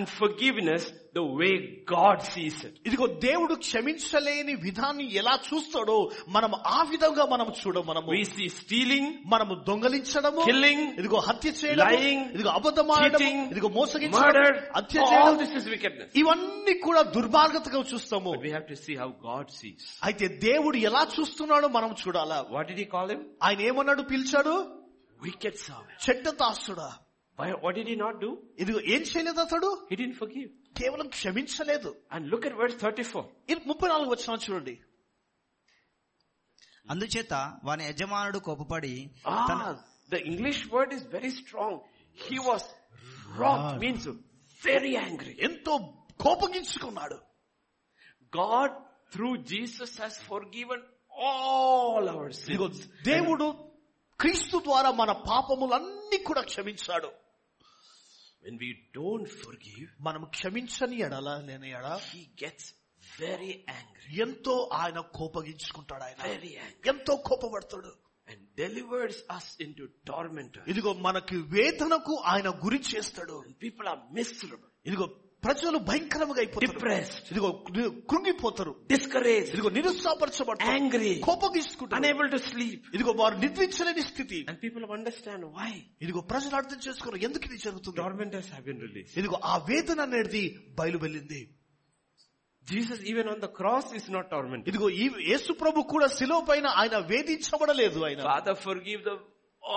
[SPEAKER 1] unforgiveness the way God sees it.
[SPEAKER 2] ఇదిగో దేవుడు క్షమించలేని విధాన్ని ఎలా చూస్తాడో మనం ఆ విధంగా మనం చూడ మనము
[SPEAKER 1] We see stealing,
[SPEAKER 2] మనము దొంగలించడము
[SPEAKER 1] Killing,
[SPEAKER 2] ఇదిగో హత్య చేయడం
[SPEAKER 1] lying,
[SPEAKER 2] ఇదిగో అబద్ధమాడడం
[SPEAKER 1] cheating,
[SPEAKER 2] ఇదిగో మోసగించడం
[SPEAKER 1] murder,
[SPEAKER 2] హత్య
[SPEAKER 1] all
[SPEAKER 2] చేయడం
[SPEAKER 1] this is wickedness.
[SPEAKER 2] ఇవన్నీ కూడా దుర్మార్గతగా చూస్తాము
[SPEAKER 1] But we have to see how God sees.
[SPEAKER 2] అయితే దేవుడు ఎలా చూస్తున్నాడో మనం చూడాలా
[SPEAKER 1] What did he call him?
[SPEAKER 2] ఆయన ఏమన్నాడు పిలిచాడు
[SPEAKER 1] Wicked servant.
[SPEAKER 2] చెడ్డ దాసుడా
[SPEAKER 1] Why, what did he not do?
[SPEAKER 2] ఇదిగో ఏం చేయలేదు అతడు
[SPEAKER 1] He didn't forgive.
[SPEAKER 2] కేవలం క్షమించలేదు
[SPEAKER 1] And look at verse 34.
[SPEAKER 2] ఇది ముప్పై నాలుగు వచ్చిన చూడండి
[SPEAKER 3] అందుచేత వాని యజమానుడు కోపపడి తన
[SPEAKER 1] Ah, the English word is very strong. He was wroth, means very angry.
[SPEAKER 2] ఎంతో కోపగించుకున్నాడు
[SPEAKER 1] God through Jesus has forgiven all our
[SPEAKER 2] ఇదిగో
[SPEAKER 1] sins.
[SPEAKER 2] దేవుడు క్రీస్తు ద్వారా మన పాపములన్నీ కూడా క్షమించాడు
[SPEAKER 1] When we don't forgive,
[SPEAKER 2] మనం క్షమించని ఎడలా లేని ఎడ
[SPEAKER 1] he gets very angry,
[SPEAKER 2] ఎంతో ఆయన కోపగించుకుంటాడు ఆయన
[SPEAKER 1] very angry
[SPEAKER 2] ఎంతో కోపపడతాడు
[SPEAKER 1] and delivers us into tormentor.
[SPEAKER 2] ఇదిగో మనకి వేదనకు ఆయన గురి చేస్తాడు
[SPEAKER 1] And people are miserable,
[SPEAKER 2] ఇదిగో ప్రజలు భయంకరంగా అయిపోతారు
[SPEAKER 1] depressed,
[SPEAKER 2] ఇదిగో కృంగిపోతారు
[SPEAKER 1] discouraged,
[SPEAKER 2] ఇదిగో నిరుత్సాహపరచబడతారు
[SPEAKER 1] angry,
[SPEAKER 2] కోపగించుకుంటారు
[SPEAKER 1] unable to sleep.
[SPEAKER 2] ఇదిగో వారు నిద్రించలేని స్థితి
[SPEAKER 1] And people understand why.
[SPEAKER 2] ఇదిగో ప్రజలు అర్థం చేసుకోరు ఎందుకు ఇది జరుగుతుంది
[SPEAKER 1] Tormentors have been released.
[SPEAKER 2] ఇదిగో ఆ వేదన అనేది బయలు వెళ్ళింది
[SPEAKER 1] Jesus even on the cross is not tormented.
[SPEAKER 2] ఇదిగో ఈ యేసు ప్రభు కూడా శిలువ పైన ఆయన వేధించబడలేదు ఆయన
[SPEAKER 1] Father, forgive them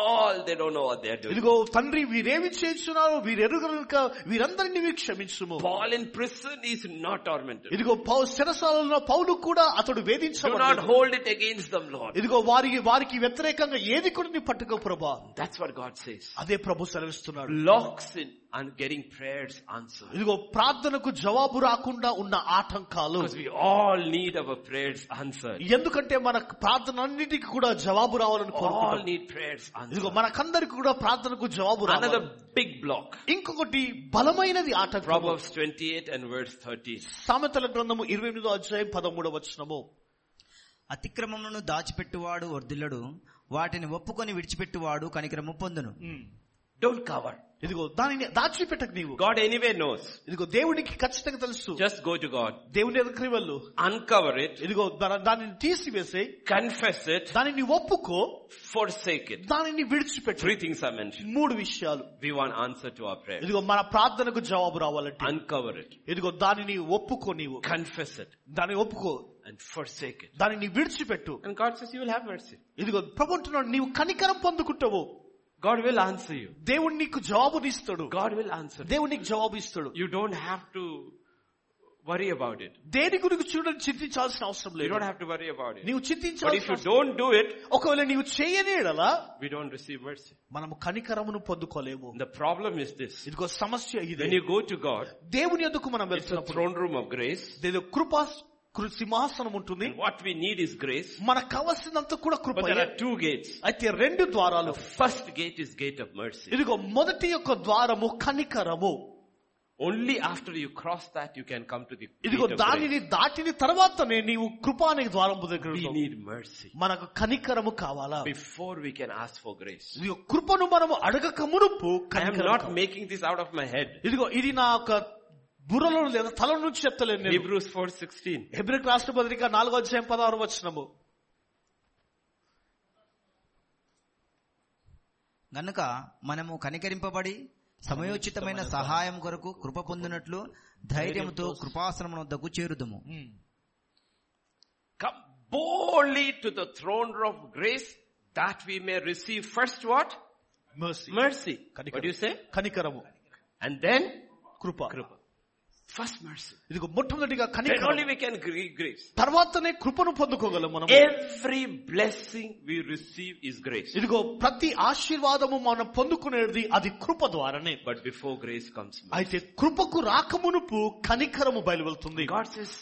[SPEAKER 1] all. They don't know what they are doing.
[SPEAKER 2] ఇదిగో తండ్రి వీరేమి చేస్తున్నారో వీరెరుగనుక వీరందరినీ మీరు క్షమించుము
[SPEAKER 1] Paul in prison is not tormented.
[SPEAKER 2] ఇదిగో పౌ శిరసాలలో పౌలు కూడా అతడు
[SPEAKER 1] Do not
[SPEAKER 2] వేధించబడలేదు
[SPEAKER 1] hold it against them, Lord.
[SPEAKER 2] ఇదిగో వారికి వారికి వ్యతిరేకంగా ఏది కూడా నీ పట్టుకో ప్రభా
[SPEAKER 1] That's what God says.
[SPEAKER 2] అదే ప్రభు సెలవిస్తున్నాడు
[SPEAKER 1] Blocks in and getting prayers answered.
[SPEAKER 2] ఇదిగో ప్రార్థనకు జవాబు రాకుండా ఉన్న ఆటంకాలు
[SPEAKER 1] Because we all need our prayers answered.
[SPEAKER 2] ఎందుకంటే మన ప్రార్థన అన్నిటికీ కూడా జవాబు రావాలని
[SPEAKER 1] All
[SPEAKER 2] కోరుకుంటాం
[SPEAKER 1] need prayers answered.
[SPEAKER 2] ఇదిగో మనకందరికి కూడా ప్రార్థనకు జవాబు రావాలి
[SPEAKER 1] Another big block.
[SPEAKER 2] ఇంకొకటి బలమైనది ఆటంకము
[SPEAKER 1] Proverbs 28 and verse 13.
[SPEAKER 2] సామెతల గ్రంథము ఇరవై ఎనిమిదో అధ్యాయం పదమూడవ వచనము
[SPEAKER 3] అతిక్రమములను దాచిపెట్టువాడు వర్ధిల్లడు వాటిని ఒప్పుకొని విడిచిపెట్టువాడు కనికరము పొందును
[SPEAKER 1] Hmm. Don't cover.
[SPEAKER 2] ఇదిగో దానిని దాచిపెట్టకు నీవు
[SPEAKER 1] God anyway knows.
[SPEAKER 2] ఇదిగో దేవునికి ఖచ్చితంగా తెలుసు
[SPEAKER 1] Just go to God.
[SPEAKER 2] దేవుని దగ్గరికి వెళ్ళు
[SPEAKER 1] Uncover it.
[SPEAKER 2] ఇదిగో దాని- దానిని తీసివేసి
[SPEAKER 1] Confess it.
[SPEAKER 2] దానిని ఒప్పుకో
[SPEAKER 1] Forsake it.
[SPEAKER 2] దానిని విడిచిపెట్టు
[SPEAKER 1] Three things I mentioned.
[SPEAKER 2] మూడు విషయాలు
[SPEAKER 1] We want answer to our prayer.
[SPEAKER 2] ఇదిగో మన ప్రార్థనకు జవాబు రావాలంటే
[SPEAKER 1] Uncover it.
[SPEAKER 2] ఇదిగో దానిని ఒప్పుకో నీవు
[SPEAKER 1] Confess it.
[SPEAKER 2] దానిని ఒప్పుకో
[SPEAKER 1] And forsake it.
[SPEAKER 2] దానిని విడిచిపెట్టు
[SPEAKER 1] And God says you will have mercy.
[SPEAKER 2] ఇదిగో ప్రభు అంటున్నాడు నీవు కనికరం పొందుకుంటావు
[SPEAKER 1] God will answer you.
[SPEAKER 2] దేవుడు నీకు జవాబునిస్తాడు
[SPEAKER 1] God will answer.
[SPEAKER 2] దేవుడు నీకు జవాబు ఇస్తాడు
[SPEAKER 1] You don't have to worry about it.
[SPEAKER 2] దేని గురించి చూడని చింతించాల్సిన అవసరం
[SPEAKER 1] You
[SPEAKER 2] లేదు
[SPEAKER 1] don't have to worry about it.
[SPEAKER 2] నీవు
[SPEAKER 1] But if
[SPEAKER 2] చింతించాల్సిన
[SPEAKER 1] you
[SPEAKER 2] అవసరం-
[SPEAKER 1] don't do it,
[SPEAKER 2] ఒకవేళ నీవు చేయని ఎడలా
[SPEAKER 1] we don't receive mercy.
[SPEAKER 2] మనము కనికరమును పొందుకోలేము
[SPEAKER 1] The problem is this.
[SPEAKER 2] ఇదిగో సమస్య ఇది
[SPEAKER 1] When you go to God,
[SPEAKER 2] దేవుని ఎందుకు మనం
[SPEAKER 1] it's a
[SPEAKER 2] వెళ్తున్నప్పుడు
[SPEAKER 1] throne room of grace.
[SPEAKER 2] దేని కృపా కృ- సింహాసనం ఉంటుంది
[SPEAKER 1] And what we need is grace.
[SPEAKER 2] మనకు కావలసినంత కూడా కృప
[SPEAKER 1] But there are two gates.
[SPEAKER 2] అయితే రెండు ద్వారాలు
[SPEAKER 1] The first gate is gate of mercy.
[SPEAKER 2] ఇదిగో మొదటి యొక్క ద్వారము కనికరము
[SPEAKER 1] Only after you cross that you can come to the gate
[SPEAKER 2] ఇదిగో
[SPEAKER 1] of grace.
[SPEAKER 2] దానిని దాటిన తర్వాతనే నీవు కృప అనే ద్వారం దగ్గర
[SPEAKER 1] We
[SPEAKER 2] ఉంటావు.
[SPEAKER 1] need mercy
[SPEAKER 2] మనకు కనికరము కావాలా
[SPEAKER 1] before we can ask for grace.
[SPEAKER 2] ఇదిగో కృపను మనము అడగక మునుపు
[SPEAKER 1] I am
[SPEAKER 2] కనికరము
[SPEAKER 1] not
[SPEAKER 2] కావాలి.
[SPEAKER 1] making this out of my head.
[SPEAKER 2] ఇదిగో ఇది నా యొక్క బుర్రలో లేదా తల నుంచి చెప్తలేను నేను
[SPEAKER 1] Hebrews 4:16.
[SPEAKER 2] హెబ్రిక్ రాష్ట్ర పత్రిక నాలుగో అధ్యాయం పదహారు వచ్చినము
[SPEAKER 3] గనుక మనము కనికరింపబడి సమయోచితమైన సహాయం కొరకు కృప పొందినట్లు ధైర్యంతో కృపాసనం వద్దకు చేరుదుము
[SPEAKER 1] Come boldly to the throne of grace that we may receive first what? Mercy. What do you say?
[SPEAKER 2] కనికరము
[SPEAKER 1] And then
[SPEAKER 2] Krupa
[SPEAKER 1] Kripa. First mercy.
[SPEAKER 2] ఇదిగో మొట్టమొదటిగా
[SPEAKER 1] Then only
[SPEAKER 2] కనికరము
[SPEAKER 1] we can gre- grace.
[SPEAKER 2] తర్వాతనే కృపను పొందుకోగలం మనం
[SPEAKER 1] Every blessing we receive is grace.
[SPEAKER 2] ఇదిగో ప్రతి ఆశీర్వాదము మనం పొందుకునేది అది కృప ద్వారానే
[SPEAKER 1] But before grace comes mercy.
[SPEAKER 2] అయితే కృపకు రాకమునుపు కనికరము బయలువెళ్తుంది
[SPEAKER 1] God says,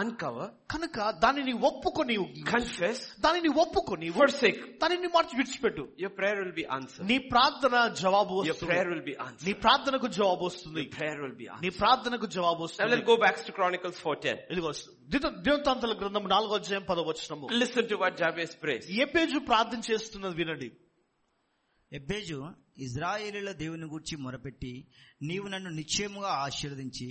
[SPEAKER 1] uncover,
[SPEAKER 2] కనుక దానిని ఒప్పుకొని
[SPEAKER 1] confess,
[SPEAKER 2] దానిని ఒప్పుకొని
[SPEAKER 1] forsake.
[SPEAKER 2] దానిని మార్చి విడిచిపెట్టు
[SPEAKER 1] Your prayer will be answered.
[SPEAKER 2] నీ ప్రార్థన జవాబు
[SPEAKER 1] Your
[SPEAKER 2] వస్తుంది
[SPEAKER 1] prayer will be
[SPEAKER 2] నీ
[SPEAKER 1] answered.
[SPEAKER 2] ప్రార్థనకు జవాబు వస్తుంది
[SPEAKER 1] Your prayer will be answered.
[SPEAKER 2] నీ ప్రార్థనకు జవాబు
[SPEAKER 1] Now
[SPEAKER 2] వస్తుంది
[SPEAKER 1] let's go back to Chronicles 4.10.
[SPEAKER 2] ఇదిగో దిత- దినవృత్తాంతాల గ్రంథం నాలుగో అధ్యాయం పదవచనము
[SPEAKER 1] Listen to what Jabez prays.
[SPEAKER 2] ఏ పేజు ప్రార్థన చేస్తున్నది వినండి
[SPEAKER 3] ఎబ్బేజు ఇజ్రాయేలీల దేవుని గూర్చి మొరపెట్టి నీవు నన్ను నిశ్చయముగా ఆశీర్వదించి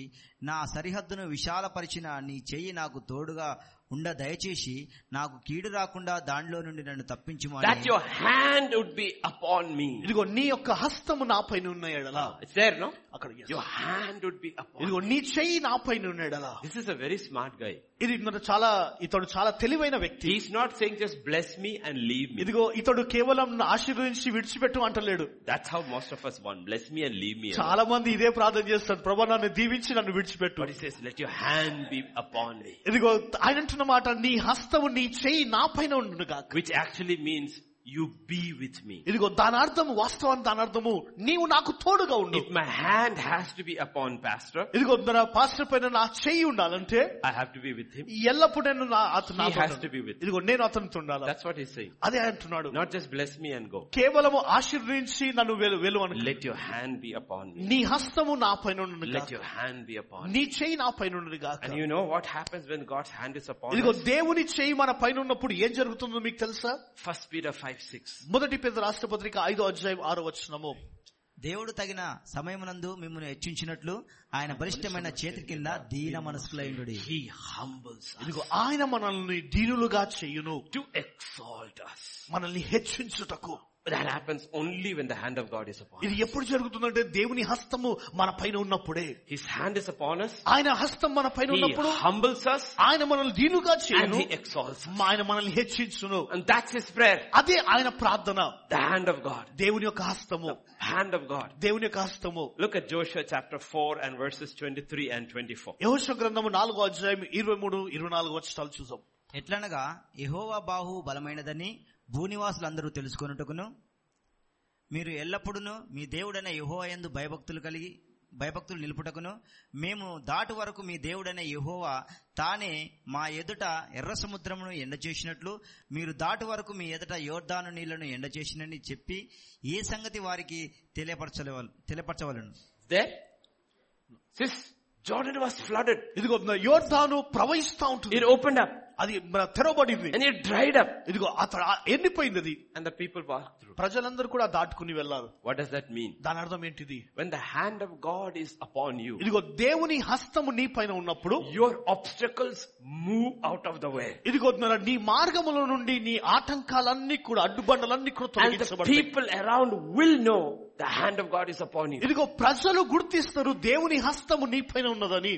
[SPEAKER 3] నా సరిహద్దును విశాలపరిచిన నీ చెయ్యి నాకు తోడుగా ఉండ దయచేసి నాకు కీడు రాకుండా దానిలో నుండి నన్ను
[SPEAKER 1] That
[SPEAKER 3] తప్పించుమని
[SPEAKER 1] your hand would be upon me.
[SPEAKER 2] ఇదిగో నీ యొక్క హస్తము నా పైన ఉన్న ఎడలా
[SPEAKER 1] It's there, no?
[SPEAKER 2] అక్కడ yes.
[SPEAKER 1] Ah. Your hand would be upon me.
[SPEAKER 2] ఇదిగో నీ చెయ్యి నా పైన ఉన్న ఎడలా
[SPEAKER 1] This is a very smart guy.
[SPEAKER 2] ఇది మన చాలా ఇతడు చాలా తెలివైన వ్యక్తి
[SPEAKER 1] He's not saying just bless me and leave me.
[SPEAKER 2] ఇదిగో ఇతడు కేవలం నా ఆశీర్వదించి విడిచిపెట్టు అంటలేడు
[SPEAKER 1] That's how most of us want. Bless me and leave me. alone.
[SPEAKER 2] చాలా మంది ఇదే ప్రార్థన చేస్తారు ప్రభా నన్ను దీవించి నన్ను విడిచిపెట్టు
[SPEAKER 1] But he says, let your hand be upon me.
[SPEAKER 2] ఇదిగో ఆయన అంటున్న మాట నీ హస్తము నీ చెయ్యి నా పైన ఉండును కాక
[SPEAKER 1] Which actually means you be with me.
[SPEAKER 2] ఇదిగో దాని అర్థము వాస్తవాన్ని దాని అర్థము నీవు నాకు తోడుగా ఉండు
[SPEAKER 1] If my hand has to be upon pastor,
[SPEAKER 2] ఇదిగో నా పాస్టర్ పైన నా చెయ్యి ఉండాలంటే
[SPEAKER 1] I have to be with him.
[SPEAKER 2] ఎల్లప్పుడూ నేను నా- అతను
[SPEAKER 1] He
[SPEAKER 2] నాతో
[SPEAKER 1] has
[SPEAKER 2] ఉండాలి.
[SPEAKER 1] to be with you.
[SPEAKER 2] ఇదిగో నేను అతనితో ఉండాలి
[SPEAKER 1] That's what he's saying.
[SPEAKER 2] అదే అంటున్నాడు
[SPEAKER 1] Not just bless me and go.
[SPEAKER 2] కేవలము ఆశీర్వదించి నన్ను వెలు వెలు అను
[SPEAKER 1] Let your hand be upon me.
[SPEAKER 2] నీ హస్తము నా పైన ఉండును
[SPEAKER 1] Let
[SPEAKER 2] గాక.
[SPEAKER 1] your hand be upon me.
[SPEAKER 2] నీ చెయ్యి నా పైన ఉండును గాక
[SPEAKER 1] And you know what happens when God's hand is upon
[SPEAKER 2] ఇదిగో
[SPEAKER 1] us?
[SPEAKER 2] దేవుని చెయ్యి మన పైన ఉన్నప్పుడు ఏం జరుగుతుందో మీకు తెలుసా
[SPEAKER 1] First Peter 5 6.
[SPEAKER 2] మొదటి పెద్ద రాష్ట్రపత్రిక ఐదో అధ్యాయం ఆరో వచ్చినము
[SPEAKER 3] దేవుడు తగిన సమయమునందు మిమ్మల్ని హెచ్చించినట్లు ఆయన బలిష్టమైన చేతి కింద దీన మనస్కులైనడు
[SPEAKER 1] He humbles us
[SPEAKER 2] ఇదిగో ఆయన మనల్ని దీనులుగా చేయును
[SPEAKER 1] to exalt us.
[SPEAKER 2] మనల్ని హెచ్చించుటకు
[SPEAKER 1] That happens only when the hand of God is upon us.
[SPEAKER 2] ఇది ఎప్పుడు జరుగుతుందంటే దేవుని హస్తము మన పైన ఉన్నప్పుడే
[SPEAKER 1] His hand is upon us.
[SPEAKER 2] ఆయన హస్తం మన పైన
[SPEAKER 1] He
[SPEAKER 2] ఉన్నప్పుడు
[SPEAKER 1] humbles us
[SPEAKER 2] ఆయన మనల్ని దీనుగా
[SPEAKER 1] and
[SPEAKER 2] చేయును
[SPEAKER 1] he exalts us.
[SPEAKER 2] ఆయన మనల్ని హెచ్చించును
[SPEAKER 1] And that's his prayer.
[SPEAKER 2] అదే ఆయన ప్రార్థన
[SPEAKER 1] The hand of God.
[SPEAKER 2] దేవుని యొక్క హస్తము
[SPEAKER 1] Hand of God.
[SPEAKER 2] దేవుని యొక్క హస్తము
[SPEAKER 1] Look at Joshua chapter 4 and verses 23 and 24.
[SPEAKER 2] యహోష గ్రంథము నాలుగో అధ్యాయం ఇరవై మూడు ఇరవై నాలుగు వచ్చాలు చూసాం
[SPEAKER 3] ఎట్లనగా యెహోవా బాహు బలమైనదని భూనివాసులందరూ తెలుసుకొనుటకును మీరు ఎల్లప్పుడూ మీ దేవుడైన యెహోవా యందు భయభక్తులు కలిగి భయభక్తులు నిలుపుటకును మేము దాటు వరకు మీ దేవుడైన యెహోవా తానే మా ఎదుట ఎర్ర సముద్రమును ఎండ చేసినట్లు మీరు దాటు వరకు మీ ఎదుట యోర్ధాను నీళ్లను ఎండ చేసినని చెప్పి ఏ సంగతి వారికి తెలియపరచవల తెలియపరచవలను
[SPEAKER 1] There? Sis, Jordan was flooded.
[SPEAKER 2] ఇదిగో నా యోర్ధాను ప్రవహిస్తా ఉంటుంది
[SPEAKER 1] It opened up
[SPEAKER 2] అది మన తెరవబడింది
[SPEAKER 1] and it dried up
[SPEAKER 2] ఇదిగో అతడు ఆ- ఎండిపోయింది అది
[SPEAKER 1] and the people walked through.
[SPEAKER 2] ప్రజలందరూ కూడా దాటుకుని వెళ్ళారు
[SPEAKER 1] What does that mean?
[SPEAKER 2] దాని అర్థం ఏంటిది
[SPEAKER 1] When the hand of God is upon you,
[SPEAKER 2] ఇదిగో దేవుని హస్తము నీ పైన ఉన్నప్పుడు
[SPEAKER 1] your obstacles move out of the way.
[SPEAKER 2] ఇదిగో మన నీ మార్గముల నుండి నీ ఆటంకాలన్నీ కూడా అడ్డుబండలన్నీ కూడా
[SPEAKER 1] And the
[SPEAKER 2] తొలగించబడతాయి
[SPEAKER 1] people around will know the hand of God is upon you.
[SPEAKER 2] ఇదిగో ప్రజలు గుర్తిస్తారు దేవుని హస్తము నీ పైన ఉన్నదని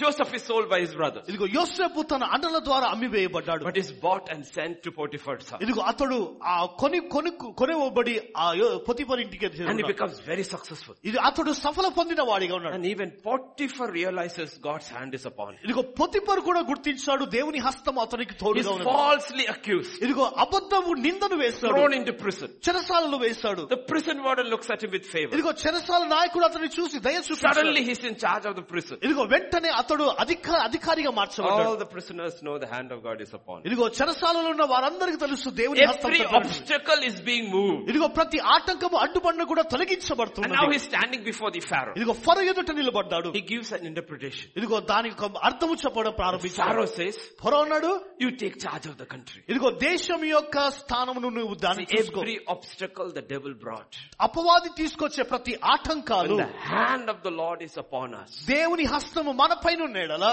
[SPEAKER 1] Joseph is sold by his brothers,
[SPEAKER 2] ఇదిగో యోసేపు తన అన్నల ద్వారా అమ్మివేయబడ్డాడు
[SPEAKER 1] but is bought and sent to Potiphar's house.
[SPEAKER 2] ఇదిగో అతడు ఆ కొని కొని కొనివ్వబడి ఆ యో- పొతిఫర్ ఇంటికి
[SPEAKER 1] And he
[SPEAKER 2] చేరుకున్నాడు.
[SPEAKER 1] becomes very successful.
[SPEAKER 2] ఇది అతడు సఫల పొందిన వాడిగా ఉన్నాడు
[SPEAKER 1] And even Potiphar realizes God's hand is upon him.
[SPEAKER 2] ఇదిగో పొతిపరు కూడా గుర్తించాడు దేవుని హస్తం అతనికి
[SPEAKER 1] He's
[SPEAKER 2] తోడుగా ఉన్నది
[SPEAKER 1] falsely accused,
[SPEAKER 2] ఇదిగో అబద్ధము నిందను వేస్తాడు
[SPEAKER 1] thrown into prison.
[SPEAKER 2] చెరసాలను వేస్తాడు
[SPEAKER 1] The prison warden looks at him with favor.
[SPEAKER 2] ఇదిగో చెరసాల నాయకుడు అతన్ని చూసి దయ చూపించాడు
[SPEAKER 1] Suddenly he's in charge of the prison.
[SPEAKER 2] ఇదిగో వెంటనే అతడు అధిక అధికారిగా మార్చబడ్డాడు
[SPEAKER 1] All the prisoners know the hand of God is upon him.
[SPEAKER 2] ఇదిగో చెరసాలలో ఉన్న వారందరికీ తెలుసు దేవుని హస్తం
[SPEAKER 1] Every
[SPEAKER 2] తప్పనిది.
[SPEAKER 1] obstacle is being moved.
[SPEAKER 2] ఇదిగో ప్రతి ఆటంకము అడ్డుబండ కూడా
[SPEAKER 1] And now
[SPEAKER 2] తొలగించబడుతుంది
[SPEAKER 1] he's standing before the Pharaoh.
[SPEAKER 2] ఇదిగో ఫరో ఎదుట నిలబడ్డాడు
[SPEAKER 1] He gives an interpretation.
[SPEAKER 2] ఇదిగో దానికి ఒక అర్థము చెప్పడం ప్రారంభించాడు
[SPEAKER 1] Pharaoh says,
[SPEAKER 2] ఫరో అన్నాడు
[SPEAKER 1] you take charge of the country.
[SPEAKER 2] ఇదిగో దేశం యొక్క స్థానమును నువ్వు దాన్ని
[SPEAKER 1] See,
[SPEAKER 2] చూసుకో
[SPEAKER 1] every obstacle the devil brought.
[SPEAKER 2] అపవాది తీసుకొచ్చే ప్రతి ఆటంకాలు
[SPEAKER 1] When the hand of the Lord is upon us.
[SPEAKER 2] దేవుని హస్తము మనపైన నేడల